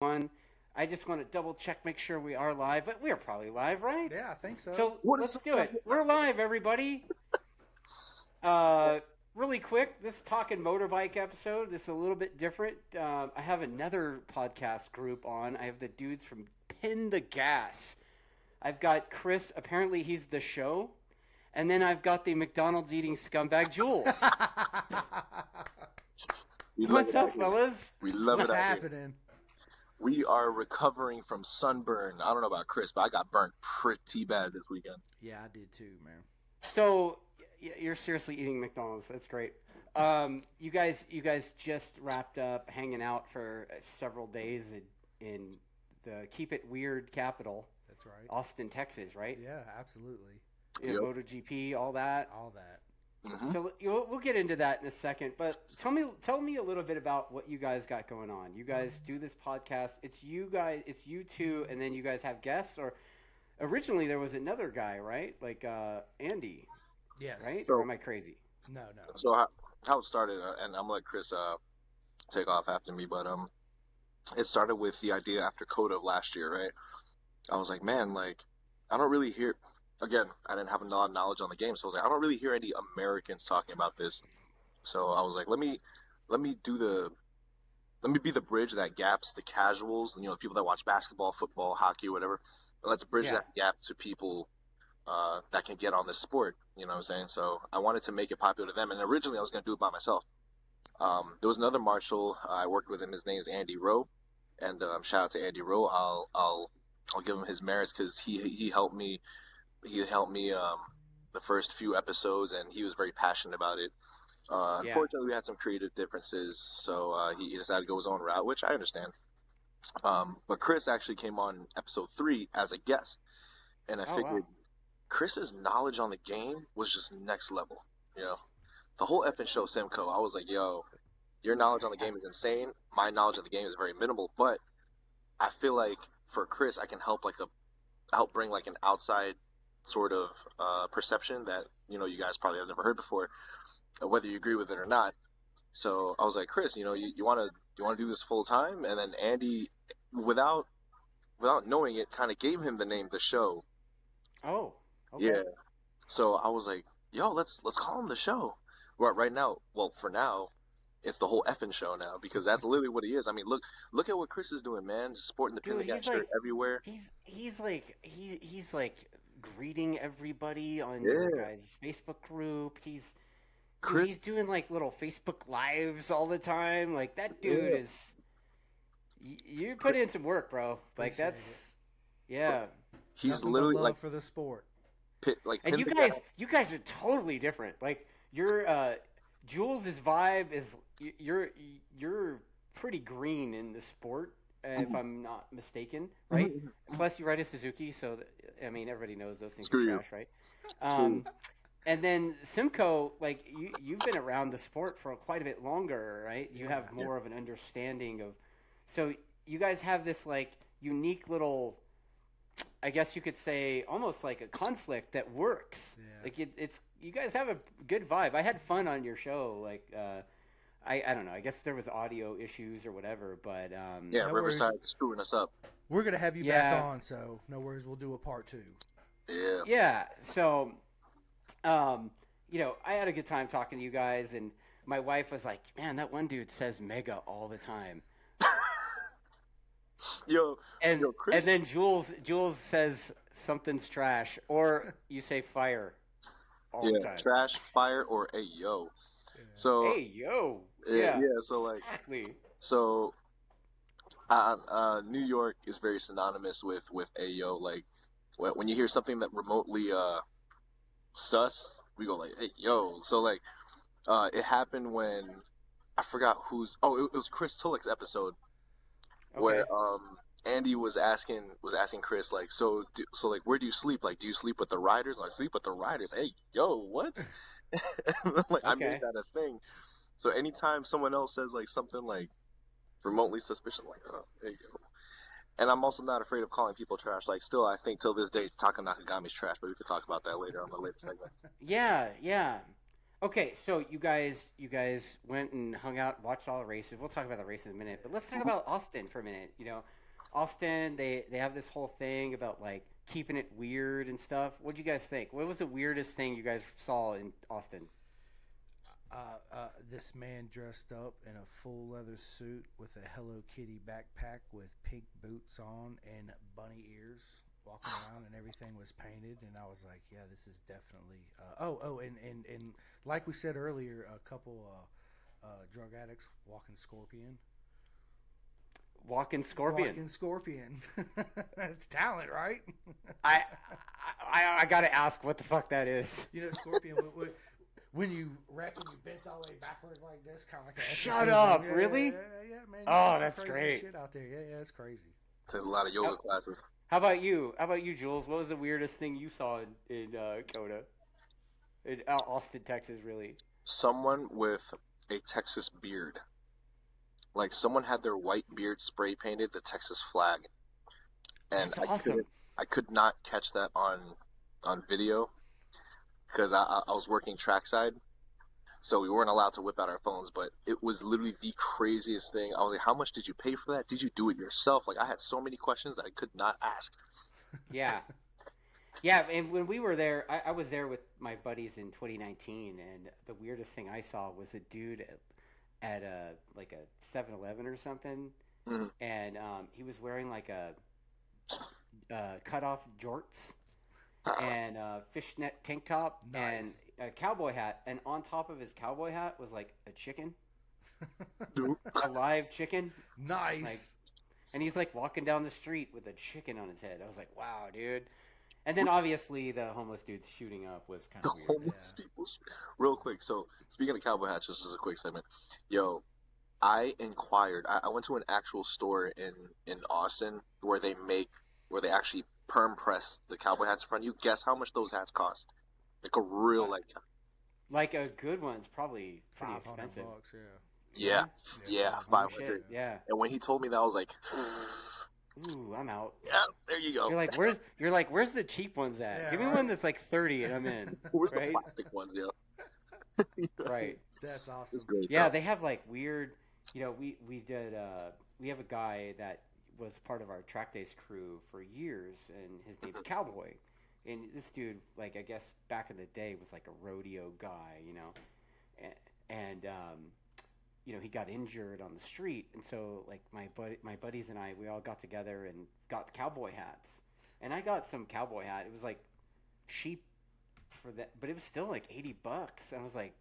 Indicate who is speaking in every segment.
Speaker 1: on. I just want to double check, make sure we are live. But we're probably live, right?
Speaker 2: Yeah, I think so.
Speaker 1: So
Speaker 3: What
Speaker 1: let's
Speaker 3: is-
Speaker 1: do it. We're live, everybody. Uh, really quick, this talking motorbike episode. This is a little bit different. Uh, I have another podcast group on. I have the dudes from Pin the Gas. I've got Chris. Apparently, he's the show. And then I've got the McDonald's eating scumbag Jules.
Speaker 3: We love
Speaker 1: What's
Speaker 3: it
Speaker 1: up,
Speaker 3: out here.
Speaker 1: fellas?
Speaker 3: We love
Speaker 2: What's
Speaker 3: it out here.
Speaker 2: happening?
Speaker 3: We are recovering from sunburn. I don't know about Chris, but I got burnt pretty bad this weekend.
Speaker 2: Yeah, I did too, man.
Speaker 1: So y- you're seriously eating McDonald's. That's great. Um, you guys, you guys just wrapped up hanging out for several days in, in the Keep It Weird capital,
Speaker 2: That's right.
Speaker 1: Austin, Texas, right?
Speaker 2: Yeah, absolutely.
Speaker 1: Yeah.
Speaker 3: Yep.
Speaker 1: MotoGP, all that.
Speaker 2: All that.
Speaker 3: hmm
Speaker 1: So you'll, we'll get into that in a second. But tell me, tell me a little bit about what you guys got going on. You guys do this podcast. It's you guys. It's you two, and then you guys have guests. Or originally there was another guy, right? Like uh, Andy,
Speaker 2: Yes.
Speaker 1: right?
Speaker 3: So-
Speaker 1: or am I crazy?
Speaker 2: No, no.
Speaker 3: So how, how it started, uh, and I'm gonna let Chris uh, take off after me, but um, it started with the idea after Coda of last year, right? I was like, man, like I don't really hear. Again, I didn't have a lot of knowledge on the game, so I was like, I don't really hear any Americans talking about this. So I was like, let me, let me do the, let me be the bridge that gaps the casuals, you know, the people that watch basketball, football, hockey, whatever. Let's bridge
Speaker 1: Yeah.
Speaker 3: that gap to people uh, that can get on this sport. You know what I'm saying? So I wanted to make it popular to them, and originally I was going to do it by myself. Um, there was another marshal uh, I worked with him. His name is Andy Rowe, and um, shout out to Andy Rowe. I'll I'll I'll give him his merits because he he helped me he helped me um, the first few episodes, and he was very passionate about it. Uh,
Speaker 1: Yeah.
Speaker 3: Unfortunately, we had some creative differences, so uh, he, he decided to go his own route, which I understand. Um, but Chris actually came on episode three as a guest, and I
Speaker 1: Oh, wow.
Speaker 3: figured Chris's knowledge on the game was just next level. You know, the whole effing show Simcoe, I was like, yo, your knowledge on the game is insane. My knowledge of the game is very minimal, but I feel like for Chris, I can help like a help bring like an outside sort of uh, perception that you know you guys probably have never heard before, uh, whether you agree with it or not. So I was like, Chris, you know, you want to you want to do this full time, and then Andy, without without knowing it, kind of gave him the name the show.
Speaker 1: Oh, okay.
Speaker 3: Yeah. So I was like, yo, let's let's call him the show. Right right now, well for now, it's the whole effing show now because that's literally what he is. I mean, look look at what Chris is doing, man. Just sporting the pin
Speaker 1: Dude,
Speaker 3: that got
Speaker 1: he's
Speaker 3: shirt
Speaker 1: like-
Speaker 3: everywhere.
Speaker 1: He's he's like he he's like greeting everybody on
Speaker 3: Yeah.
Speaker 1: your guys' Facebook group. He's dude,
Speaker 3: Chris
Speaker 1: he's doing like little Facebook lives all the time. Like that dude
Speaker 3: Yeah.
Speaker 1: is. y- You put in some work, bro. Like
Speaker 2: Appreciate
Speaker 1: that's yeah.
Speaker 3: he's
Speaker 2: Nothing but
Speaker 3: literally
Speaker 2: love
Speaker 3: like
Speaker 2: for the sport.
Speaker 3: pit, like
Speaker 1: And
Speaker 3: pin
Speaker 1: you
Speaker 3: the
Speaker 1: guys,
Speaker 3: guy-
Speaker 1: you guys are totally different. Like your uh, Jules's vibe is y- you're you're pretty green in the sport, uh, if
Speaker 3: Mhm.
Speaker 1: I'm not mistaken,
Speaker 3: Mm-hmm,
Speaker 1: right? Plus, you ride a Suzuki, so th- I mean, everybody knows those things
Speaker 3: Screw
Speaker 1: are
Speaker 3: you.
Speaker 1: trash, right? Um, and then Simcoe, like you, you've been around the sport for quite a bit longer, right? You have
Speaker 3: Yeah.
Speaker 1: more of an understanding of. So you guys have this like unique little, I guess you could say, almost like a conflict that works.
Speaker 2: Yeah.
Speaker 1: Like it, it's you guys have a good vibe. I had fun on your show. Like uh, I, I don't know. I guess there was audio issues or whatever, but um,
Speaker 3: Yeah,
Speaker 2: No worries.
Speaker 3: Riverside screwing us up.
Speaker 2: We're gonna have you
Speaker 1: Yeah.
Speaker 2: back on, so no worries. We'll do a part two.
Speaker 3: Yeah.
Speaker 1: yeah so um you know i had a good time talking to you guys and my wife was like man that one dude says mega all the time
Speaker 3: Yo,
Speaker 1: and
Speaker 3: Yo, Chris-
Speaker 1: and then jules jules says something's trash or you say fire all the
Speaker 3: yeah,
Speaker 1: time
Speaker 3: trash, fire, or hey yo.
Speaker 2: Yeah.
Speaker 3: So
Speaker 1: hey yo
Speaker 3: yeah,
Speaker 1: yeah,
Speaker 3: yeah, so like
Speaker 1: exactly
Speaker 3: so uh, uh, New York is very synonymous with with Ayo. Like wh- when you hear something that remotely uh, sus, we go like, "Hey, yo!" So like uh, it happened when I forgot who's. Oh, it, it was Chris Tulloch's episode
Speaker 1: okay
Speaker 3: where um Andy was asking was asking Chris like, so do, so like, where do you sleep? Like, do you sleep with the riders? I sleep with the riders. Hey, yo, what? like, I
Speaker 1: Okay.
Speaker 3: made that a thing. So anytime someone else says like something like remotely suspicious, like, oh, hey, yo. And I'm also not afraid of calling people trash. Like, still, I think till this day, Taka Nakagami's trash, but we could talk about that later on the later segment.
Speaker 1: yeah yeah Okay, so you guys, you guys went and hung out, watched all the races. We'll talk about the races in a minute, but let's
Speaker 3: Mm-hmm.
Speaker 1: talk about Austin for a minute. You know, Austin, they they have this whole thing about like keeping it weird and stuff. What do you guys think? What was the weirdest thing you guys saw in Austin?
Speaker 2: Uh, uh, this man dressed up in a full leather suit with a Hello Kitty backpack with pink boots on and bunny ears walking around and everything was painted and I was like yeah this is definitely uh, oh oh and, and and like we said earlier a couple uh, uh, drug addicts walking scorpion
Speaker 1: Walking Scorpion.
Speaker 2: walking scorpion it's talent right
Speaker 1: I, I I I gotta ask what the fuck that is.
Speaker 2: you know scorpion when, when- when you wreck and you bent all the way backwards like this kind of like an F-
Speaker 1: Shut
Speaker 2: symbol.
Speaker 1: up,
Speaker 2: yeah,
Speaker 1: really?
Speaker 2: yeah, yeah, yeah, man You
Speaker 1: Oh,
Speaker 2: see some
Speaker 1: that's
Speaker 2: crazy
Speaker 1: great.
Speaker 2: shit out there yeah yeah it's crazy
Speaker 3: There's a lot of yoga
Speaker 1: Yep.
Speaker 3: classes.
Speaker 1: How about you? How about you, Jules? What was the weirdest thing you saw in, in uh, Coda? In Au- Austin, Texas, really?
Speaker 3: Someone with a Texas beard. Like someone had their white beard spray painted the Texas flag. And
Speaker 1: That's
Speaker 3: I
Speaker 1: awesome.
Speaker 3: couldn't- I could not catch that on on video because I, I I was working trackside, so we weren't allowed to whip out our phones. But it was literally the craziest thing. I was like, "How much did you pay for that? Did you do it yourself?" Like I had so many questions that I could not ask.
Speaker 1: Yeah. Yeah, and when we were there, I, I was there with my buddies in 2019, and the weirdest thing I saw was a dude at, at a like a 7-Eleven or something,
Speaker 3: Mhm.
Speaker 1: and um, he was wearing like a uh, cut off jorts and a fishnet tank top
Speaker 2: Nice.
Speaker 1: and a cowboy hat, and on top of his cowboy hat was like a chicken, a live chicken,
Speaker 2: nice
Speaker 1: Like, and he's like walking down the street with a chicken on his head. I was like, wow, dude. And then obviously the homeless dude's shooting up was kind
Speaker 3: the
Speaker 1: of weird.
Speaker 3: homeless people. Real quick. So speaking of cowboy hats, just as a quick segment, yo, I inquired. I, I went to an actual store in in Austin where they make where they actually perm press the cowboy hats in front of you. Guess how much those hats cost? Like a real like
Speaker 1: Like a good one's probably pretty
Speaker 2: 500
Speaker 1: expensive.
Speaker 2: bucks yeah
Speaker 3: yeah yeah
Speaker 2: holy
Speaker 1: Oh,
Speaker 3: five
Speaker 1: shit,
Speaker 3: hundred.
Speaker 1: Yeah.
Speaker 3: And when he told me that, I was like,
Speaker 1: Ooh, I'm out.
Speaker 3: yeah, there you go.
Speaker 1: You're like, where's you're like, where's the cheap ones at?
Speaker 2: Yeah,
Speaker 1: Give me
Speaker 2: right.
Speaker 1: one that's like thirty and I'm in.
Speaker 3: where's
Speaker 1: right?
Speaker 3: the plastic ones, yo?
Speaker 1: right.
Speaker 2: that's
Speaker 3: It's
Speaker 2: awesome
Speaker 3: great.
Speaker 1: Yeah, they have like weird. You know, we we did. Uh, we have a guy that was part of our track days crew for years, and his name's Cowboy. And this dude, like I guess back in the day, was like a rodeo guy, you know, and, and um, you know he got injured on the street, and so like my buddy, my buddies and I, we all got together and got cowboy hats, and I got some cowboy hat. It was like cheap for that, but it was still like eighty bucks. I was like,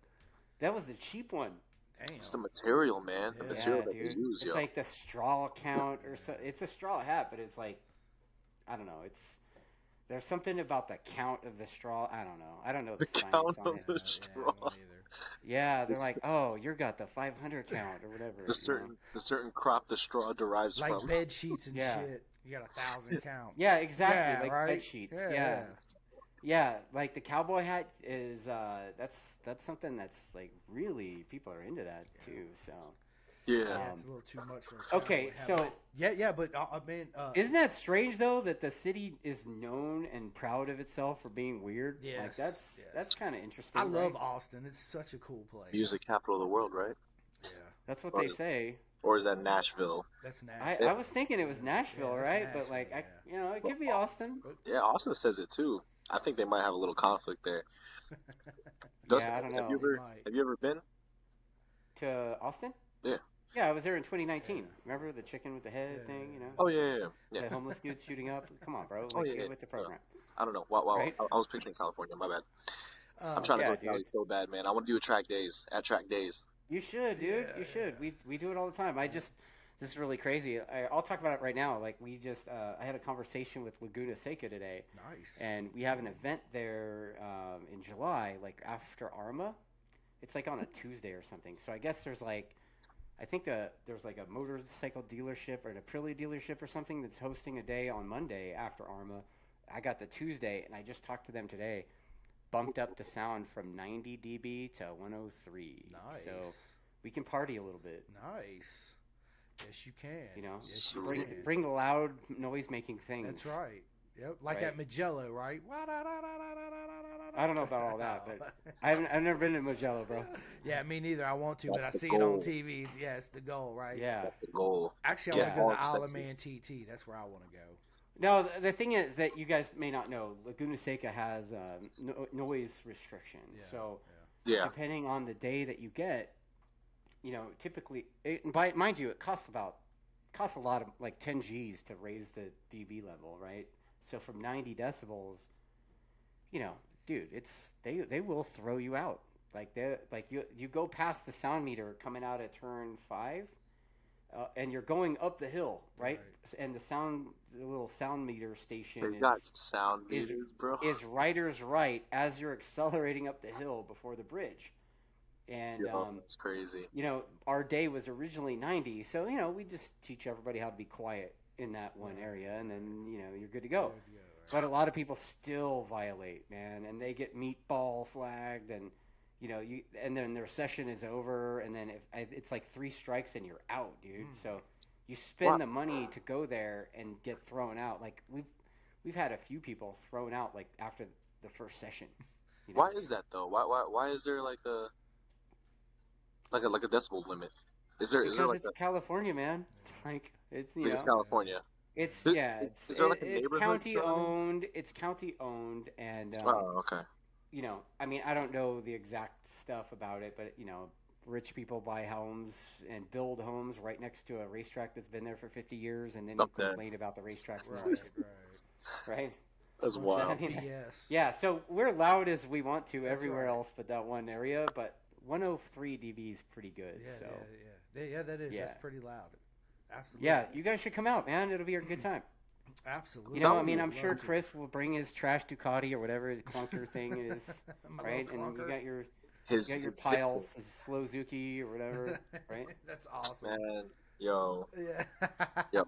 Speaker 1: that was the cheap one.
Speaker 3: It's the material, man. The
Speaker 2: Yeah,
Speaker 3: material that
Speaker 1: dude.
Speaker 3: they use,
Speaker 1: It's
Speaker 3: yo.
Speaker 1: like the straw count or so. It's a straw hat, but it's like, I don't know. It's there's something about the count of the straw. I don't know. I don't know
Speaker 3: The
Speaker 1: the
Speaker 3: count
Speaker 1: science on
Speaker 3: of
Speaker 1: it.
Speaker 3: the
Speaker 2: Yeah,
Speaker 3: straw.
Speaker 2: yeah, me neither.
Speaker 1: Yeah, they're
Speaker 3: the
Speaker 1: like, oh, you got the 500 count or whatever. you know.
Speaker 3: the certain the certain crop the straw derives
Speaker 2: like
Speaker 3: from.
Speaker 2: bed sheets and
Speaker 1: Yeah.
Speaker 2: shit you got a thousand count
Speaker 1: Yeah, exactly.
Speaker 2: Yeah,
Speaker 1: like
Speaker 2: right?
Speaker 1: bed sheets. Yeah. yeah. like the cowboy hat is uh that's that's something that's like really people are into that too. So
Speaker 3: Yeah.
Speaker 2: Yeah,
Speaker 1: Um,
Speaker 2: it's a little too much for a
Speaker 1: okay,
Speaker 2: cowboy hat,
Speaker 1: so
Speaker 2: but- yeah yeah but uh, uh, man uh,
Speaker 1: Isn't that strange though that the city is known and proud of itself for being weird? like
Speaker 2: Yes,
Speaker 1: that's
Speaker 2: yes.
Speaker 1: that's kind of interesting.
Speaker 2: I love
Speaker 1: right?
Speaker 2: Austin it's such a cool place
Speaker 3: Music capital of the world, right?
Speaker 2: yeah
Speaker 1: That's what they
Speaker 3: Or-
Speaker 1: say.
Speaker 3: Or is that Nashville?
Speaker 2: that's
Speaker 1: I,
Speaker 2: nasty
Speaker 1: I was thinking it was Nashville,
Speaker 2: Yeah,
Speaker 1: right?
Speaker 2: that's
Speaker 1: but like,
Speaker 2: Nashville,
Speaker 1: I, you know, it could be Austin.
Speaker 3: Yeah, Austin says it too. I think they might have a little conflict there. Dustin,
Speaker 1: Yeah, I don't
Speaker 3: have
Speaker 1: know.
Speaker 3: you ever
Speaker 2: Might.
Speaker 3: have you ever been?
Speaker 1: To Austin?
Speaker 3: Yeah.
Speaker 1: Yeah, I was there in 2019.
Speaker 2: Yeah.
Speaker 1: Remember the chicken with the head
Speaker 2: Yeah,
Speaker 1: thing?
Speaker 2: yeah,
Speaker 1: You
Speaker 2: yeah.
Speaker 1: know,
Speaker 3: Oh yeah, yeah, yeah. yeah.
Speaker 1: the homeless dude shooting up. Come on, bro. Like,
Speaker 3: Oh, yeah,
Speaker 1: get
Speaker 3: yeah,
Speaker 1: with the program.
Speaker 3: I don't know. Wow, wow.
Speaker 1: Right? Oh,
Speaker 3: I, I was picturing California. My bad.
Speaker 2: Uh,
Speaker 3: I'm trying
Speaker 1: yeah,
Speaker 3: to go to Cali
Speaker 1: dude.
Speaker 3: so bad, man. I want to do a track days at track days.
Speaker 1: You should, dude.
Speaker 2: Yeah,
Speaker 1: you should.
Speaker 2: yeah.
Speaker 1: We we do it all the time. I just this is really crazy. I, I'll talk about it right now. Like we just, uh, I had a conversation with Laguna Seca today.
Speaker 2: nice
Speaker 1: and we have an event there um, in July, like after Arma. It's like on a Tuesday or something. So I guess there's like, I think the there's like a motorcycle dealership or an Aprilia dealership or something that's hosting a day on Monday after Arma. I got the Tuesday, and I just talked to them today. Bumped up the sound from 90 dB to 103.
Speaker 2: nice
Speaker 1: So we can party a little bit.
Speaker 2: nice yes you can
Speaker 1: You know,
Speaker 2: yes, you
Speaker 3: Sweet.
Speaker 1: Bring
Speaker 2: can.
Speaker 1: bring loud noise making things.
Speaker 2: that's right Yep, like
Speaker 1: Right.
Speaker 2: that Magello, right?
Speaker 1: I don't know about all that,
Speaker 2: but
Speaker 1: I haven't, I've never been to Magello, bro.
Speaker 2: yeah, me neither. I want to, but
Speaker 3: That's
Speaker 2: I
Speaker 3: the
Speaker 2: see it on
Speaker 3: goal.
Speaker 2: TV. Yeah, it's the goal, right?
Speaker 1: Yeah.
Speaker 3: That's the goal.
Speaker 2: Actually, I
Speaker 3: Yeah, all
Speaker 2: want to go to the Isle of Man
Speaker 3: expenses.
Speaker 2: TT. That's where I want to go.
Speaker 1: No, th- the thing is that you guys may not know, Laguna Seca has um, no- noise restriction.
Speaker 2: Yeah.
Speaker 1: So
Speaker 3: Yeah.
Speaker 1: depending on the day that you get, you know, typically, it, and by, mind you, it costs about costs a lot of like 10 G's to raise the dB level, right? So from 90 decibels, you know, dude, it's they they will throw you out. Like they like you you go past the sound meter coming out at turn five, uh, and you're going up the hill, right? And the sound the little sound meter station
Speaker 3: They've
Speaker 1: is
Speaker 3: got sound
Speaker 1: is-
Speaker 3: meters, bro.
Speaker 1: is rider's right as you're accelerating up the hill before the bridge. And
Speaker 3: Yo,
Speaker 1: um,
Speaker 3: that's crazy.
Speaker 1: you know, our day was originally 90, so you know, we just teach everybody how to be quiet in that one
Speaker 2: Right.
Speaker 1: area and then, you know, you're good to
Speaker 2: Yeah.
Speaker 1: go.
Speaker 2: Good to
Speaker 1: But a lot of people still violate, man, and they get meatball flagged and you know, you and then their session is over and then if I- it's like three strikes and you're out, dude.
Speaker 2: Mm.
Speaker 1: So you spend
Speaker 3: Wow.
Speaker 1: the money to go there and get thrown out. Like we've we've had a few people thrown out like after the first session. You know?
Speaker 3: Why is that though? Why why why is there like a like a like a decibel limit? Is there is there
Speaker 1: Because
Speaker 3: like
Speaker 1: it's
Speaker 3: a
Speaker 1: California, man. Like it's you
Speaker 3: like, it's
Speaker 1: know.
Speaker 3: California?
Speaker 1: It's
Speaker 3: There-
Speaker 1: yeah,
Speaker 3: is-
Speaker 1: it's,
Speaker 3: is there, like, a
Speaker 1: it- it's
Speaker 3: neighborhood
Speaker 1: county
Speaker 3: surrounding?
Speaker 1: owned. It's county owned, and um,
Speaker 3: Oh, okay.
Speaker 1: you know, I mean, I don't know the exact stuff about it, but you know, rich people buy homes and build homes right next to a racetrack that's been there for fifty years, and then you
Speaker 3: Up there.
Speaker 1: complain about the racetrack,
Speaker 2: go. Right,
Speaker 1: right?
Speaker 2: right.
Speaker 1: right?
Speaker 3: That's
Speaker 2: Bunch
Speaker 1: wild.
Speaker 2: of
Speaker 1: I mean,
Speaker 2: BS.
Speaker 1: Yeah, so we're loud as we want to
Speaker 2: That's
Speaker 1: everywhere
Speaker 2: right.
Speaker 1: else but that one area, but 103 dB is pretty good.
Speaker 2: Yeah,
Speaker 1: so
Speaker 2: yeah, yeah, yeah. Yeah, that is.
Speaker 1: Yeah.
Speaker 2: That's pretty loud. Absolutely.
Speaker 1: yeah, you guys should come out, man. It'll be a good time.
Speaker 2: Absolutely.
Speaker 1: You know, I
Speaker 3: Tell
Speaker 1: mean,
Speaker 3: me,
Speaker 1: I'm sure
Speaker 2: Love to.
Speaker 1: Chris will bring his trash Ducati or whatever his clunker thing is,
Speaker 2: My little
Speaker 1: right? And then you
Speaker 2: clunker.
Speaker 1: got your you
Speaker 3: His,
Speaker 1: got your
Speaker 3: his
Speaker 1: pile
Speaker 3: zip-
Speaker 1: slow Zuki or whatever, right?
Speaker 2: That's awesome.
Speaker 3: man. Yo,
Speaker 2: Yeah.
Speaker 3: Yo,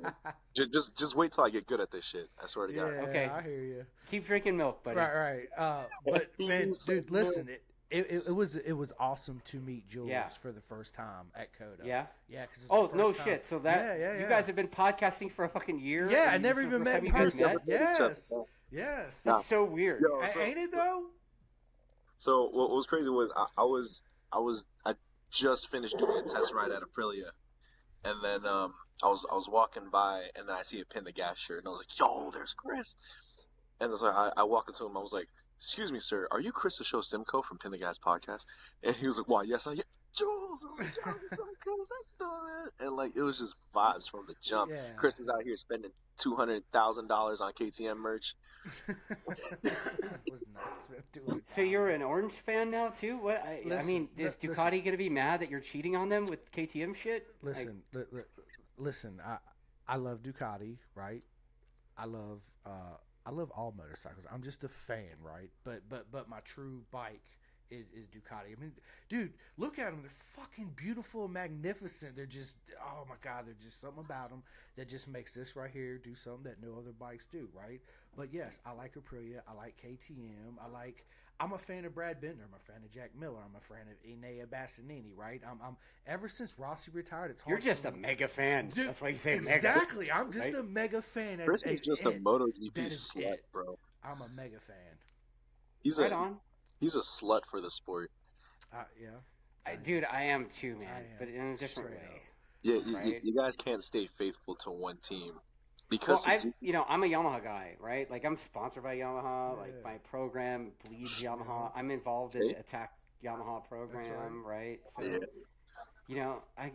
Speaker 3: J- just just wait till I get good at this shit. I swear to
Speaker 2: yeah.
Speaker 3: God.
Speaker 1: Okay.
Speaker 2: I hear you.
Speaker 1: Keep drinking milk, buddy.
Speaker 2: Right, right. Uh, but man,
Speaker 3: He's so
Speaker 2: dude, listen, it, it it- it was it was awesome to meet Jules
Speaker 1: Yeah.
Speaker 2: for the first time at Coda.
Speaker 1: Yeah.
Speaker 2: yeah. 'cause it's the
Speaker 1: Oh
Speaker 2: first
Speaker 1: no
Speaker 2: time-
Speaker 1: shit! So that
Speaker 2: Yeah, yeah,
Speaker 1: you
Speaker 2: yeah.
Speaker 1: guys have been podcasting for a fucking year.
Speaker 2: Yeah, I
Speaker 1: and
Speaker 2: never
Speaker 1: this is
Speaker 2: even
Speaker 1: the
Speaker 2: met
Speaker 1: first
Speaker 2: in
Speaker 1: time you guys met?
Speaker 2: person.
Speaker 3: Never met
Speaker 2: Yes.
Speaker 3: each other.
Speaker 2: Yes.
Speaker 3: Yeah.
Speaker 1: That's so weird.
Speaker 3: Yo,
Speaker 2: A-
Speaker 3: so-
Speaker 2: ain't it though?
Speaker 3: So what was crazy was I, I was I was I just finished doing a test ride at Aprilia, and then um I was I was walking by and then I see a pin the gas shirt and I was like, yo, there's Chris. And so I, I walk into him. I was like, excuse me, sir, are you Chris the Show Simcoe from Pin the Gas podcast? And he was like, why? Yes, I yeah. Jules, oh my God, it's so cool. That's so good." and like it was just vibes from the jump.
Speaker 2: Yeah.
Speaker 3: Chris was out here spending two hundred thousand dollars on KTM merch.
Speaker 2: It was nuts. We have to do it.
Speaker 1: So you're an Orange fan now too? What? I, I
Speaker 2: Listen,
Speaker 1: mean, is
Speaker 2: li- listen.
Speaker 1: Ducati gonna be mad that you're cheating on them with KTM shit? Like,
Speaker 2: listen, li- li- listen. I I love Ducati, right? I love uh, I love all motorcycles. I'm just a fan, right? But but but my true bike is is Ducati. I mean, dude, look at them. They're fucking beautiful, magnificent. They're just oh my god. They're just something about them that just makes this right here do something that no other bikes do, right? But yes, I like Aprilia. I like KTM. I like. I'm a fan of Brad Binder. I'm a fan of Jack Miller. I'm a fan of Enea Bassanini. Right? I'm. I'm. Ever since Rossi retired, it's hard.
Speaker 1: you're
Speaker 2: for
Speaker 1: just a
Speaker 2: me-
Speaker 1: mega fan.
Speaker 2: Dude,
Speaker 1: That's why you say mega.
Speaker 2: exactly. I'm just
Speaker 1: right?
Speaker 2: a mega fan. That-
Speaker 3: Chris is
Speaker 2: that's
Speaker 3: just a
Speaker 2: it.
Speaker 3: MotoGP
Speaker 2: That is
Speaker 3: slut,
Speaker 2: it.
Speaker 3: bro.
Speaker 2: I'm a mega fan.
Speaker 3: He's
Speaker 1: Right
Speaker 3: a
Speaker 1: on,
Speaker 3: he's a slut for the sport.
Speaker 2: Uh, yeah.
Speaker 1: I, dude. I am too,
Speaker 2: I
Speaker 1: man,
Speaker 2: am.
Speaker 1: but in a different
Speaker 2: Straight
Speaker 1: way.
Speaker 2: up.
Speaker 3: Yeah, you, you,
Speaker 1: Right.
Speaker 3: you guys can't stay faithful to one team
Speaker 1: Well,
Speaker 3: because
Speaker 1: I,
Speaker 3: Suzuki-
Speaker 1: you know, I'm a Yamaha guy, right? Like I'm sponsored by Yamaha.
Speaker 2: Yeah.
Speaker 1: Like my program bleeds
Speaker 2: Yeah.
Speaker 1: Yamaha. I'm involved in
Speaker 3: See?
Speaker 1: the Attack Yamaha program, right? So,
Speaker 2: Oh
Speaker 3: Yeah.
Speaker 1: you know, I, I,